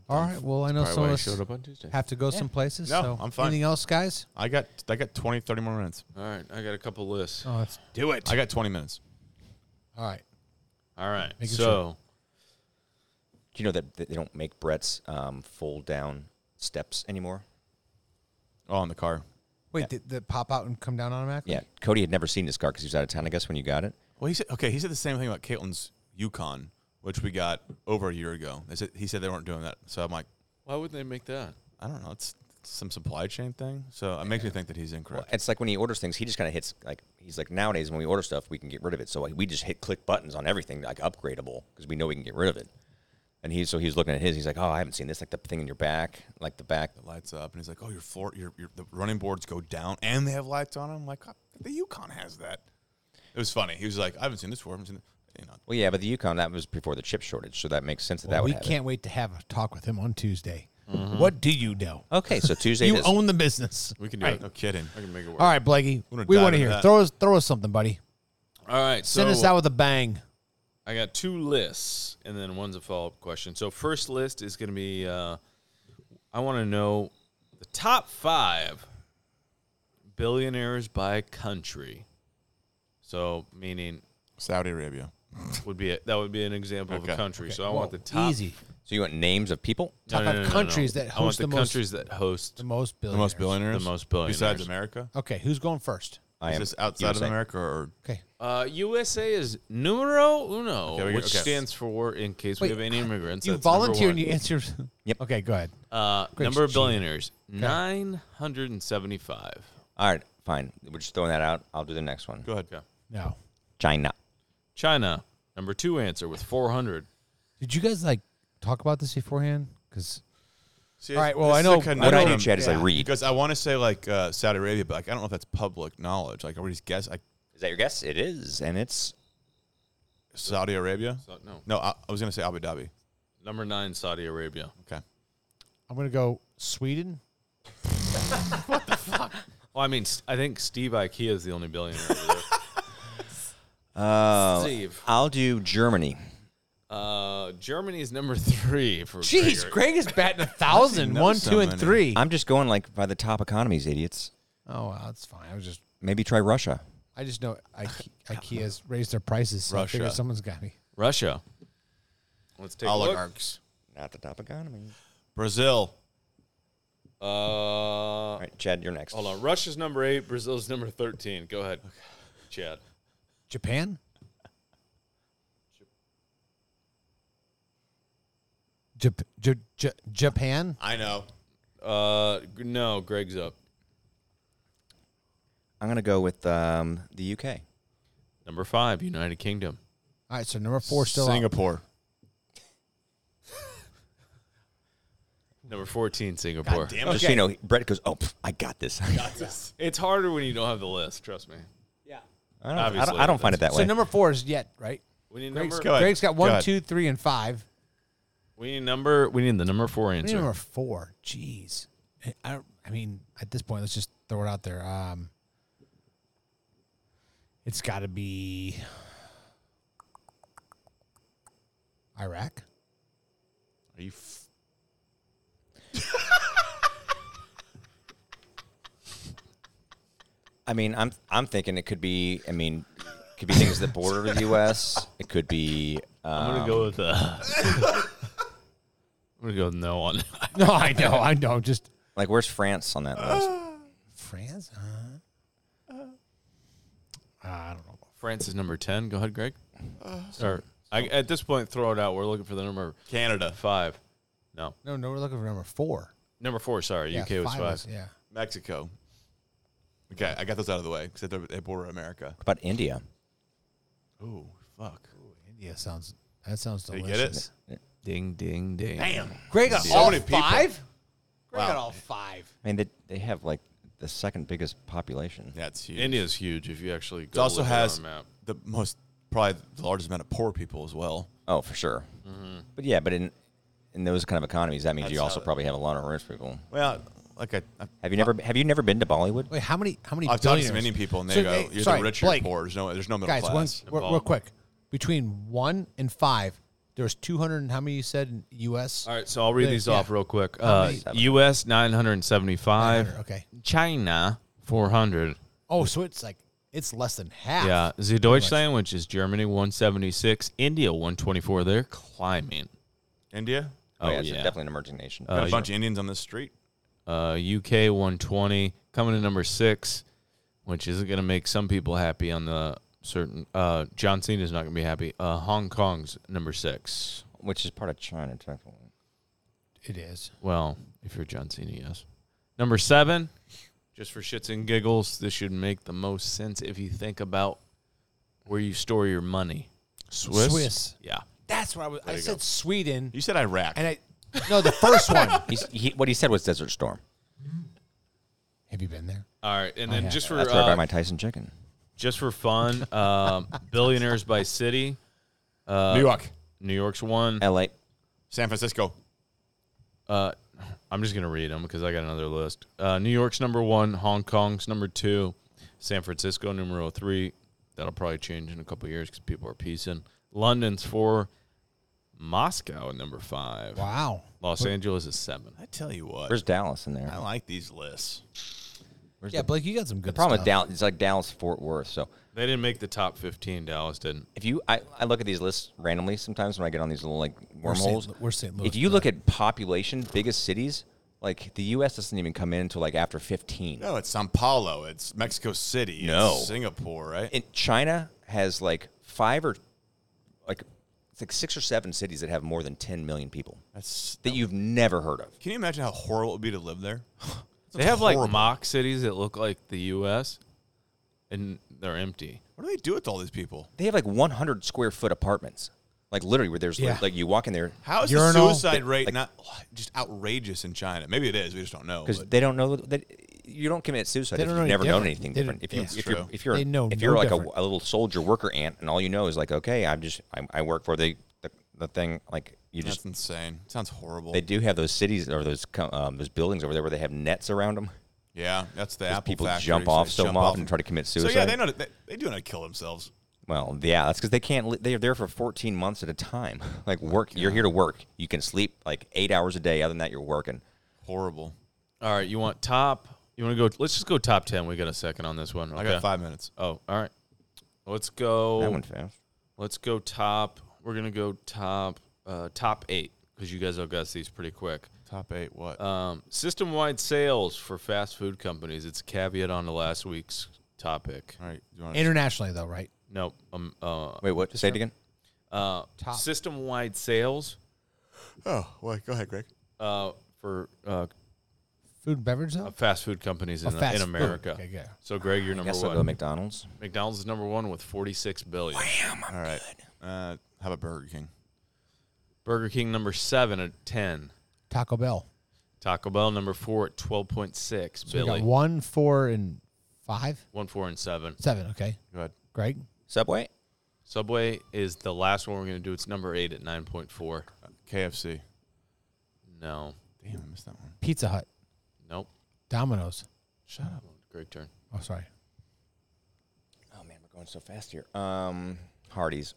Speaker 4: All right. Well, I know
Speaker 7: Probably
Speaker 4: some of
Speaker 7: why he
Speaker 4: us
Speaker 7: showed up on Tuesday.
Speaker 4: have to go some places.
Speaker 5: No,
Speaker 4: so
Speaker 5: I'm fine.
Speaker 4: Anything else, guys?
Speaker 5: I got I got 20, 30 more minutes.
Speaker 7: All right, I got a couple lists.
Speaker 4: Oh, that's
Speaker 7: Do it.
Speaker 5: I got twenty minutes.
Speaker 4: all right.
Speaker 7: All right.
Speaker 4: Making
Speaker 7: so,
Speaker 4: sure.
Speaker 6: Do you know that that they don't make Brett's um, fold down steps anymore?
Speaker 5: Oh, in the car.
Speaker 4: Wait, did, did it pop out and come down automatically?
Speaker 6: Yeah, Cody had never seen this car because he was out of town. I guess when you got it,
Speaker 5: Well, he said okay. He said the same thing about Caitlin's Yukon, which we got over a year ago. They said he said they weren't doing that. So I'm like,
Speaker 7: why would they make that?
Speaker 5: I don't know. It's some supply chain thing. So it makes me think that he's incorrect.
Speaker 6: It's like when he orders things, he just kind of hits like he's like nowadays when we order stuff, we can get rid of it. So like, we just hit click buttons on everything like upgradable because we know we can get rid of it. And he so he was looking at his. He's like, oh, I haven't seen this like the thing in your back, like the back.
Speaker 5: It lights up, and he's like, "Oh, your floor, your, your the running boards go down, and they have lights on them." I'm like, "God, the Yukon has that. It was funny. He was like, "I haven't seen this before." I haven't seen it." You know,
Speaker 6: Well, yeah, but the Yukon that was before the chip shortage, so that makes sense that that
Speaker 4: Well,
Speaker 6: would
Speaker 4: we
Speaker 6: have it.
Speaker 4: can't wait to have a talk with him on Tuesday. What do you know?
Speaker 6: Okay, so Tuesday
Speaker 4: you
Speaker 6: is-
Speaker 4: own the business.
Speaker 5: we can do it. No kidding. I can make it work.
Speaker 4: All right, Blakey.
Speaker 5: We're gonna
Speaker 4: We
Speaker 5: dive
Speaker 4: want to
Speaker 5: into
Speaker 4: hear.
Speaker 5: that.
Speaker 4: Throw us, throw us something, buddy.
Speaker 7: All right. So
Speaker 4: Send us out with a bang.
Speaker 7: I got two lists, and then one's a follow up question. So first list is going to be uh, I want to know the top five billionaires by country. So meaning
Speaker 5: Saudi Arabia.
Speaker 7: would be a, that would be an example of
Speaker 5: Okay.
Speaker 7: a country. So I want the top
Speaker 4: Easy.
Speaker 6: so you want names of people?
Speaker 7: No,
Speaker 4: Top
Speaker 7: no,
Speaker 4: five
Speaker 7: no, no, no.
Speaker 4: countries that
Speaker 7: I want
Speaker 4: host
Speaker 7: the,
Speaker 4: the most-
Speaker 7: countries that host
Speaker 4: The most
Speaker 5: The
Speaker 4: billionaires.
Speaker 5: most billionaires.
Speaker 7: The most billionaires.
Speaker 5: Besides America,
Speaker 4: Okay, who's going first?
Speaker 6: I
Speaker 5: is
Speaker 6: am
Speaker 5: this outside of
Speaker 6: USA.
Speaker 5: America or
Speaker 4: Okay.
Speaker 7: Uh, USA is numero uno,
Speaker 5: Okay, we-
Speaker 7: which
Speaker 5: okay.
Speaker 7: stands for in case
Speaker 4: Wait,
Speaker 7: we have any immigrants.
Speaker 4: You
Speaker 7: that's number
Speaker 4: volunteer and
Speaker 7: one.
Speaker 4: you answer. <laughs>
Speaker 6: Yep.
Speaker 4: Okay, go ahead.
Speaker 7: Uh,
Speaker 4: Great,
Speaker 7: number of
Speaker 4: Gene.
Speaker 7: billionaires, nine hundred and seventy-five.
Speaker 6: All right, fine. We're just throwing that out. I'll do the next one.
Speaker 5: go ahead.
Speaker 4: No.
Speaker 6: China.
Speaker 7: China, number two answer with four hundred.
Speaker 4: Did you guys like talk about this beforehand? Because
Speaker 5: See,
Speaker 4: All right, well,
Speaker 5: this
Speaker 4: I
Speaker 5: is
Speaker 4: know-
Speaker 5: a
Speaker 6: What I do,
Speaker 5: conundrum,
Speaker 6: Chad, is I read.
Speaker 5: because I want to say like uh, Saudi Arabia, but like I don't know if that's public knowledge. Like, are we just guess? Like
Speaker 6: Is that your guess? It is, and it's
Speaker 5: Saudi Arabia?
Speaker 7: So, no,
Speaker 5: No, I, I was gonna say Abu Dhabi.
Speaker 7: number nine, Saudi Arabia.
Speaker 5: Okay.
Speaker 4: I'm gonna go Sweden.
Speaker 7: Well, I mean, s- I think Steve IKEA is the only billionaire. over there.
Speaker 6: uh,
Speaker 7: Steve.
Speaker 6: I'll do Germany.
Speaker 7: Uh, Germany's number three for
Speaker 4: Jeez,
Speaker 7: Gregory.
Speaker 4: Greg is <laughs> batting a thousand,
Speaker 5: know
Speaker 4: one,
Speaker 5: so
Speaker 4: two, and
Speaker 5: many.
Speaker 4: three.
Speaker 6: I'm just going like by the top economies, idiots.
Speaker 4: oh, well, that's fine. I was just,
Speaker 6: Maybe try Russia.
Speaker 4: I just know Ike- IKEA's raised their prices. So I figure
Speaker 5: Russia.
Speaker 4: someone's got me.
Speaker 7: Russia. Let's take
Speaker 5: Oligarchs.
Speaker 6: Not the top economies.
Speaker 5: Brazil.
Speaker 7: a look. Uh,
Speaker 6: All right, Chad, you're next.
Speaker 7: Hold on. Russia's number eight. Brazil's number 13. Go ahead, Chad.
Speaker 4: Japan. Jap- J- J- Japan.
Speaker 5: I know.
Speaker 7: Uh, g- no, Greg's up.
Speaker 6: I'm gonna go with um, the UK.
Speaker 7: Number five, United Kingdom.
Speaker 4: All right, so number four still out.
Speaker 5: Singapore.
Speaker 7: Number 14, Singapore.
Speaker 6: Just so you know, Brett goes, "Oh, pff, I got this." <laughs> I don't,
Speaker 7: It's harder when you don't have the list, trust me.
Speaker 6: I don't- I don't,
Speaker 7: Obviously,
Speaker 6: find it that
Speaker 7: that's-
Speaker 6: way.
Speaker 4: So number four is yet right.
Speaker 7: We need
Speaker 4: Greg's,
Speaker 7: number
Speaker 5: ahead.
Speaker 4: Greg's got
Speaker 5: Go
Speaker 4: one,
Speaker 5: ahead.
Speaker 4: two, three, and five.
Speaker 7: we need number we need the number four
Speaker 4: We need
Speaker 7: answer.
Speaker 4: number four. Jeez. I- I, don't- I mean, at this point, let's just throw it out there. Um, it's got to be Iraq. <laughs>
Speaker 5: Are you f-
Speaker 6: I mean, I'm I'm thinking it could be. I mean, it could be things that border the U.S. It could be. Uh,
Speaker 7: I'm gonna go with uh <laughs> I'm gonna go with no on <laughs>
Speaker 4: No, I know, I know. Just
Speaker 6: like, where's France on that list?
Speaker 4: France. Uh, uh, I don't know.
Speaker 7: France is number ten. Go ahead, Greg. or I, at this point throw it out. We're looking for the number
Speaker 5: Canada?
Speaker 7: five. No.
Speaker 4: No, no, we're looking for number four.
Speaker 7: Number four, sorry.
Speaker 4: Yeah,
Speaker 7: UK was five.
Speaker 4: was- yeah.
Speaker 5: Mexico. Okay, I got those out of the way because they border America.
Speaker 6: About India.
Speaker 5: Oh, fuck.
Speaker 4: India sounds, that sounds
Speaker 5: Did you
Speaker 4: delicious.
Speaker 5: get it?
Speaker 7: Ding, ding, ding.
Speaker 4: Damn. Greg got
Speaker 5: So
Speaker 4: all
Speaker 5: many people.
Speaker 4: five? Greg got all five.
Speaker 6: I mean, they, they have like the second biggest population.
Speaker 5: That's huge.
Speaker 7: India's huge if you actually go
Speaker 5: It also
Speaker 7: look it
Speaker 5: has
Speaker 7: on a map.
Speaker 5: the most, probably the largest amount of poor people as well.
Speaker 6: Oh, for sure. But yeah, but in in those kind of economies, that means
Speaker 5: That's
Speaker 6: you
Speaker 5: how
Speaker 6: also
Speaker 5: it-
Speaker 6: probably have a lot of rich people.
Speaker 5: Well, like I, I
Speaker 6: Have you never have you never been to Bollywood?
Speaker 4: Wait, how many? How many?
Speaker 5: I've talked to
Speaker 4: billionaires?
Speaker 5: some Indian people and they
Speaker 4: So,
Speaker 5: go,
Speaker 4: hey,
Speaker 5: "You're
Speaker 4: sorry,
Speaker 5: the rich,
Speaker 4: Blake,
Speaker 5: you're poor. There's no, there's no middle
Speaker 4: Guys, one,
Speaker 5: class."
Speaker 4: real, real quick. Between one and five, there's 200. and How many you said in U.S.?
Speaker 7: All right, so I'll read
Speaker 4: Yeah,
Speaker 7: these
Speaker 4: yeah.
Speaker 7: off real quick.
Speaker 4: How
Speaker 7: Uh,
Speaker 4: many-
Speaker 7: U.S. 975.
Speaker 4: 900, okay.
Speaker 7: China 400.
Speaker 4: Oh, so it's like it's less than half.
Speaker 7: Yeah, the Deutschland, which is Germany 176, India 124. They're climbing.
Speaker 5: India.
Speaker 7: Oh,
Speaker 6: it's
Speaker 7: yeah.
Speaker 6: definitely an emerging nation.
Speaker 5: Got a bunch of Indians on this street.
Speaker 7: Uh, UK 120 coming in number six, which isn't going to make some people happy. On the certain uh, John Cena's not going to be happy. Uh, Hong Kong's number six.
Speaker 6: which is part of China technically.
Speaker 4: it is.
Speaker 7: Well, if you're John Cena, yes. Number seven, just for shits and giggles, this should make the most sense if you think about where you store your money.
Speaker 4: Swiss.
Speaker 7: Yeah.
Speaker 4: That's where I was. I said Sweden,
Speaker 5: You said Iraq.
Speaker 4: and I no the first
Speaker 5: <laughs>
Speaker 4: one.
Speaker 6: He's, he, what he said was Desert Storm.
Speaker 4: Have you been there?
Speaker 7: All right, and then just for
Speaker 6: Oh, That's where I buy
Speaker 7: uh,
Speaker 6: my Tyson chicken.
Speaker 7: just for fun, um, billionaires by city.
Speaker 5: New York,
Speaker 7: New York's one.
Speaker 6: L.A.
Speaker 5: San Francisco.
Speaker 7: Uh, I'm just gonna read them because I got another list. Uh, New York's number one, Hong Kong's number two, San Francisco numero three. That'll probably change in a couple of years because people are piecing. London's four, Moscow at number five,
Speaker 4: Wow.
Speaker 7: Los Angeles is seven.
Speaker 5: I tell you what,
Speaker 6: Where's Dallas in there?
Speaker 5: I like these lists.
Speaker 4: Yeah, Blake, you got some good.
Speaker 6: The problem
Speaker 4: stuff.
Speaker 6: with Dallas, it's like Dallas Fort Worth. So
Speaker 7: They didn't make the top fifteen. Dallas didn't.
Speaker 6: if you, I, I look at these lists randomly sometimes when I get on these little like wormholes.
Speaker 4: Lu- we're St. Louis,
Speaker 6: If you look at population, biggest cities, like the U.S. doesn't even come in until like after 15.
Speaker 5: No, Oh, it's Sao Paulo. It's Mexico City.
Speaker 6: No.
Speaker 5: it's Singapore, right?
Speaker 6: And China has like five or like it's like six or seven cities that have more than 10 million people
Speaker 5: That's.
Speaker 6: that you've never heard of.
Speaker 5: Can you imagine how horrible it would be to live there?
Speaker 7: they have like
Speaker 5: horrible.
Speaker 7: mock cities that look like the U.S. and they're empty.
Speaker 5: What do they do with all these people?
Speaker 6: They have like 100 square foot apartments, like literally where there's
Speaker 4: Yeah.
Speaker 6: like you walk in there
Speaker 5: How is
Speaker 4: Urinal.
Speaker 5: the suicide rate not just outrageous in China? Maybe it is. We just don't know.
Speaker 6: because
Speaker 5: but-
Speaker 6: they don't know that you don't commit suicide
Speaker 4: They don't
Speaker 6: if you've
Speaker 4: know any
Speaker 6: never known
Speaker 4: different.
Speaker 6: anything
Speaker 4: They
Speaker 6: different.
Speaker 4: don't-
Speaker 6: If you
Speaker 4: That's
Speaker 6: if you're
Speaker 5: true.
Speaker 6: if you're
Speaker 4: They know
Speaker 6: if
Speaker 4: no
Speaker 6: you're like a,
Speaker 4: different.
Speaker 6: a little soldier worker ant and all you know is like okay I'm just I, I work for the, the the thing like you
Speaker 5: that's
Speaker 6: just
Speaker 5: insane. sounds horrible.
Speaker 6: they do have those cities or those co- um, those buildings over there where they have nets around them.
Speaker 5: yeah, that's the
Speaker 6: Those
Speaker 5: Apple
Speaker 6: people
Speaker 5: factory.
Speaker 6: jump
Speaker 5: So
Speaker 6: off
Speaker 5: they
Speaker 6: so
Speaker 5: jump
Speaker 6: often and try to commit
Speaker 5: So yeah,
Speaker 6: suicide.
Speaker 5: they know they, they do know to kill themselves.
Speaker 6: Well, yeah, that's because they can't. Li- they're there for 14 months at a time. <laughs>
Speaker 4: Oh
Speaker 6: Like work, you're here to work. You can sleep like eight hours a day. Other than that, you're working.
Speaker 5: Horrible.
Speaker 7: All right, you want top? You want to go? Let's just go top ten. We got a second on this one.
Speaker 5: I got five minutes.
Speaker 7: Oh, all right. Let's go.
Speaker 6: That went fast.
Speaker 7: Let's go top. We're gonna go top uh, top eight because you guys all guess these pretty quick.
Speaker 5: Top eight. What?
Speaker 7: Um, System wide sales for fast food companies. It's a caveat on to last week's topic.
Speaker 5: all right. You want
Speaker 4: internationally though, right?
Speaker 7: Nope. Um, uh,
Speaker 6: Wait, what? Say it again.
Speaker 7: uh,
Speaker 4: Top.
Speaker 7: System wide sales
Speaker 5: oh, well, go ahead, Greg.
Speaker 7: uh, for uh,
Speaker 4: Food and beverage though.
Speaker 7: fast food companies
Speaker 4: Oh,
Speaker 7: in,
Speaker 4: fast
Speaker 7: in
Speaker 4: food.
Speaker 7: America.
Speaker 4: Okay, yeah.
Speaker 7: So Greg, you're
Speaker 6: I
Speaker 7: number
Speaker 6: guess I'll go
Speaker 7: one.
Speaker 6: McDonald's.
Speaker 7: McDonald's is number one with 46 billion.
Speaker 5: All right. Uh, how about Burger King?
Speaker 7: Burger King number seven at 10.
Speaker 4: Taco Bell.
Speaker 7: Taco Bell number four at 12.6
Speaker 4: So we got
Speaker 7: billion.
Speaker 4: one, four, and five,
Speaker 7: One, four, and seven.
Speaker 4: seven. Okay,
Speaker 5: Go ahead.
Speaker 4: Greg.
Speaker 6: Subway.
Speaker 7: Subway is the last one we're going to do. It's number eight at 9.4.
Speaker 5: Uh, KFC.
Speaker 7: No.
Speaker 5: Damn, I missed that one.
Speaker 4: Pizza Hut.
Speaker 7: Nope.
Speaker 4: Domino's.
Speaker 7: Shut up. Great turn.
Speaker 4: Oh, sorry.
Speaker 6: Oh man, we're going so fast here. Um, Hardee's.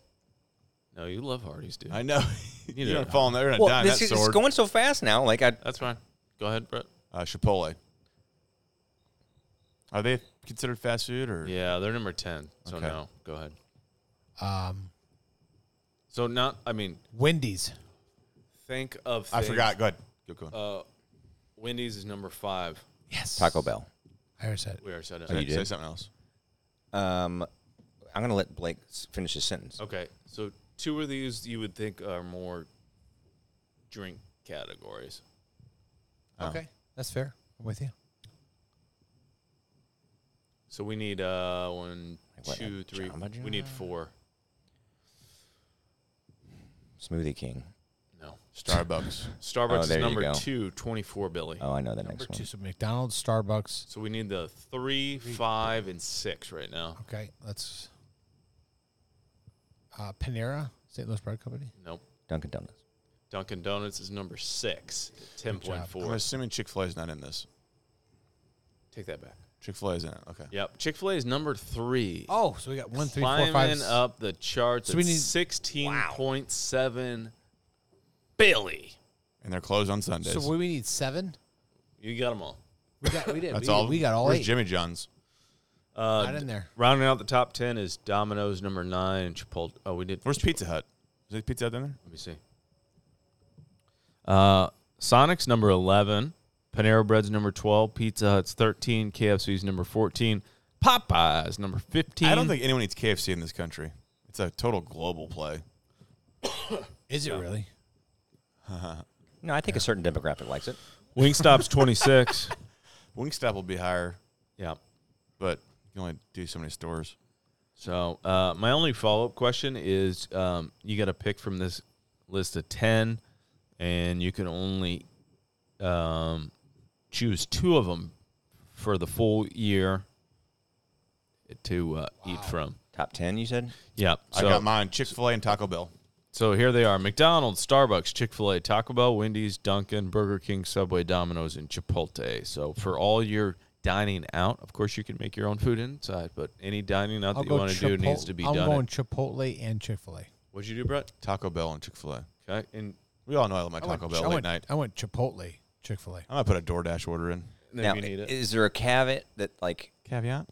Speaker 7: No, you love Hardee's, dude.
Speaker 5: I know. <laughs>
Speaker 7: know.
Speaker 5: You're not falling there. You're not
Speaker 6: Well,
Speaker 5: dying
Speaker 6: this
Speaker 5: that
Speaker 6: is it's
Speaker 5: sword.
Speaker 6: going so fast now. Like I,
Speaker 7: That's fine. Go ahead, Brett.
Speaker 5: uh, Chipotle. Are they considered fast food or?
Speaker 7: Yeah, they're number 10. So,
Speaker 5: Okay.
Speaker 7: no. Go ahead.
Speaker 4: Um,
Speaker 7: So, not, I mean,
Speaker 4: Wendy's.
Speaker 7: think of.
Speaker 5: I
Speaker 7: things-
Speaker 5: forgot. Go ahead. Oh, Keep going.
Speaker 7: Wendy's is number five.
Speaker 4: Yes.
Speaker 6: Taco Bell.
Speaker 4: I already said it.
Speaker 7: We already said it.
Speaker 5: Okay,
Speaker 6: you
Speaker 5: say
Speaker 6: did?
Speaker 5: something else.
Speaker 6: Um, I'm gonna let Blake s- finish his sentence.
Speaker 7: Okay, so two of these you would think are more drink categories.
Speaker 6: Oh.
Speaker 4: Okay, that's fair. I'm with you.
Speaker 7: So we need uh one,
Speaker 6: what,
Speaker 7: two,
Speaker 6: like
Speaker 7: three.
Speaker 6: Jamba
Speaker 7: We need four.
Speaker 6: Smoothie King.
Speaker 7: No.
Speaker 6: <laughs>
Speaker 5: Starbucks.
Speaker 7: Starbucks is
Speaker 6: Oh, there you
Speaker 7: number
Speaker 6: go.
Speaker 7: two, 24, Billy.
Speaker 6: Oh, I know the
Speaker 4: Number
Speaker 6: next
Speaker 4: two,
Speaker 6: one.
Speaker 4: so McDonald's, Starbucks.
Speaker 7: So we need the three, five, and six right now.
Speaker 4: Okay, let's. Uh, Panera, St. Louis Bread Company.
Speaker 7: Nope.
Speaker 6: Dunkin' Donuts.
Speaker 7: Dunkin' Donuts is number six, ten point
Speaker 5: I'm
Speaker 7: four.
Speaker 5: assuming Chick Fil A is not in this.
Speaker 7: Take that back.
Speaker 5: Chick Fil A is in it. Okay.
Speaker 7: Yep. Chick Fil A is number three.
Speaker 4: Oh, so we got one, three, four, five.
Speaker 7: climbing up the charts.
Speaker 4: So we need-
Speaker 7: sixteen point seven. Billy,
Speaker 5: And they're closed on Sundays.
Speaker 4: So we, we need seven.
Speaker 7: you got them all.
Speaker 4: We got, we
Speaker 6: <laughs>
Speaker 4: did.
Speaker 5: That's
Speaker 4: we,
Speaker 5: all.
Speaker 4: We got all
Speaker 5: Where's
Speaker 4: eight.
Speaker 5: Jimmy John's?
Speaker 7: Uh,
Speaker 4: Not in there.
Speaker 7: Rounding out the top ten is Domino's number nine and Chipotle. Oh, we did.
Speaker 5: Where's Pizza Hut? Is there Pizza Hut in there?
Speaker 7: Let me see. Uh, Sonic's number 11, Panera Bread's number 12, Pizza Hut's 13, KFC's number 14, Popeye's number 15.
Speaker 5: I don't think anyone eats KFC in this country. It's a total global play.
Speaker 4: Is it really?
Speaker 6: No, I think a certain demographic likes it.
Speaker 5: <laughs>
Speaker 7: Wingstop's 26.
Speaker 5: Wingstop will be higher,
Speaker 7: yeah.
Speaker 5: but you can only do so many stores.
Speaker 7: So, uh, my only follow up question is um, you got to pick from this list of 10, and you can only um, choose two of them for the full year to uh, eat from.
Speaker 6: Top 10, you said?
Speaker 7: Yeah.
Speaker 5: I got mine Chick Fil A and Taco Bell.
Speaker 7: So here they are: McDonald's, Starbucks, Chick Fil A, Taco Bell, Wendy's, Dunkin', Burger King, Subway, Domino's, and Chipotle. So for all your dining out, of course, you can make your own food inside, but any dining out that you want to do needs to be
Speaker 4: I'm
Speaker 7: done.
Speaker 4: going
Speaker 7: at-
Speaker 4: Chipotle and Chick Fil A.
Speaker 7: What'd you do, Brett?
Speaker 5: Taco Bell and Chick Fil A.
Speaker 7: Okay, and
Speaker 5: We all know I love my Taco Bell
Speaker 4: I
Speaker 5: late
Speaker 4: went,
Speaker 5: night.
Speaker 4: I went Chipotle, Chick Fil A.
Speaker 5: I might put a DoorDash order in.
Speaker 7: then
Speaker 6: now,
Speaker 7: you need it.
Speaker 6: is there a caveat that, like,
Speaker 5: Caveat.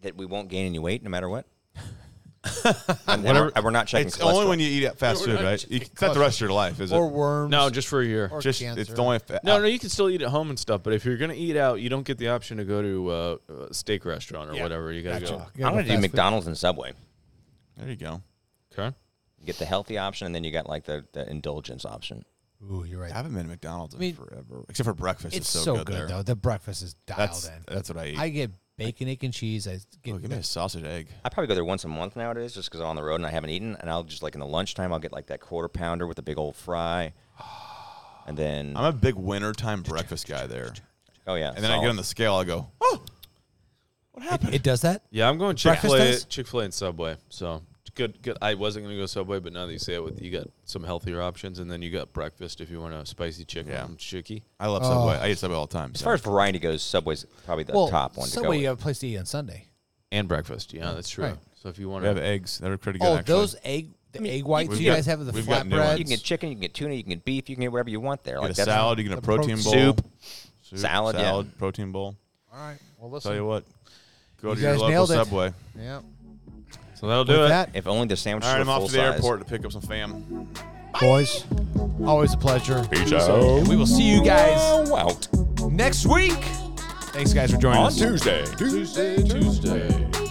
Speaker 6: that we won't gain any weight no matter what? and whatever, we're not checking
Speaker 5: It's
Speaker 6: cholesterol.
Speaker 5: only when you eat at fast food, right? You- It's not the rest of your life, is it?
Speaker 4: Or worms.
Speaker 7: no, just for a year.
Speaker 4: or
Speaker 5: Just
Speaker 4: cancer.
Speaker 5: it's the only. Fa-
Speaker 7: no, no, you can still eat at home and stuff, but if you're gonna eat out, you don't get the option to go to uh, a steak restaurant or whatever. You gotta
Speaker 4: Gotcha.
Speaker 6: I'm going to
Speaker 4: Fast
Speaker 6: do
Speaker 4: food.
Speaker 6: McDonald's and Subway.
Speaker 5: There you go.
Speaker 7: go. Okay.
Speaker 6: You get the healthy option, and then you got, like, the, the indulgence option.
Speaker 4: Ooh, you're
Speaker 5: I
Speaker 4: right.
Speaker 5: haven't been to McDonald's in
Speaker 4: mean,
Speaker 5: forever, except for breakfast.
Speaker 4: It's
Speaker 5: is so,
Speaker 4: so
Speaker 5: good, there.
Speaker 4: good though. The breakfast is dialed
Speaker 5: That's
Speaker 4: in.
Speaker 5: that's what I eat.
Speaker 4: I get bacon, egg, and cheese. I get
Speaker 5: oh, give me a sausage egg.
Speaker 6: I probably go there once a month nowadays just because I'm on the road and I haven't eaten. And I'll just, like, in the lunchtime, I'll get, like, that quarter pounder with a big old
Speaker 5: <sighs>
Speaker 6: fry. And then,
Speaker 5: I'm a big wintertime breakfast guy there.
Speaker 6: oh, yeah.
Speaker 5: And then I get on the scale. I go, oh, what happened?
Speaker 4: it, it does that.
Speaker 7: Yeah, I'm going Chick Fil A,
Speaker 4: Breakfast does?
Speaker 7: Chick Fil A, and Subway. So good, good. I wasn't gonna go Subway, but now that you say it, with you got some healthier options, and then you got breakfast if you want a spicy chicken
Speaker 5: Yeah.
Speaker 7: yeah. chicky.
Speaker 5: I love Subway. I eat Subway all the time.
Speaker 6: As
Speaker 5: so.
Speaker 6: far as variety goes, Subway's probably the
Speaker 4: well,
Speaker 6: top one
Speaker 4: Subway,
Speaker 6: to
Speaker 4: you
Speaker 6: go.
Speaker 4: have a place to eat on Sunday.
Speaker 7: and breakfast. Yeah, that's true.
Speaker 4: Right.
Speaker 7: So if you want
Speaker 5: we have
Speaker 7: to,
Speaker 5: eggs. They're pretty good.
Speaker 4: Oh,
Speaker 5: actually.
Speaker 4: those egg the egg whites
Speaker 5: we've
Speaker 4: you
Speaker 5: got-
Speaker 4: guys have with the
Speaker 5: we've got new
Speaker 6: with.
Speaker 4: flatbreads.
Speaker 6: You can get chicken, you can get tuna, you can get beef, you can get whatever you want there.
Speaker 5: You
Speaker 6: Like
Speaker 5: get a
Speaker 6: that's
Speaker 5: salad. You get a
Speaker 4: the
Speaker 5: protein
Speaker 4: protein-
Speaker 5: bowl.
Speaker 6: Soup.
Speaker 5: Soup,
Speaker 6: Salad, yeah.
Speaker 5: Salad. Protein bowl.
Speaker 4: All right. Well,
Speaker 5: Tell
Speaker 4: listen.
Speaker 5: you what. Go
Speaker 4: You
Speaker 5: to your
Speaker 4: guys
Speaker 5: local
Speaker 4: nailed it.
Speaker 5: Subway.
Speaker 4: yeah.
Speaker 7: so that'll do
Speaker 4: With
Speaker 7: it.
Speaker 4: that,
Speaker 6: If only the sandwiches
Speaker 5: All right, I'm
Speaker 6: were
Speaker 5: off
Speaker 6: full
Speaker 5: to the
Speaker 6: size.
Speaker 5: airport to pick up some fam.
Speaker 4: boys, always a pleasure.
Speaker 5: Peace
Speaker 4: And we will see you guys
Speaker 6: Oh, out.
Speaker 4: next week. Thanks, guys, for joining us.
Speaker 5: Tuesday. Tuesday. Tuesday.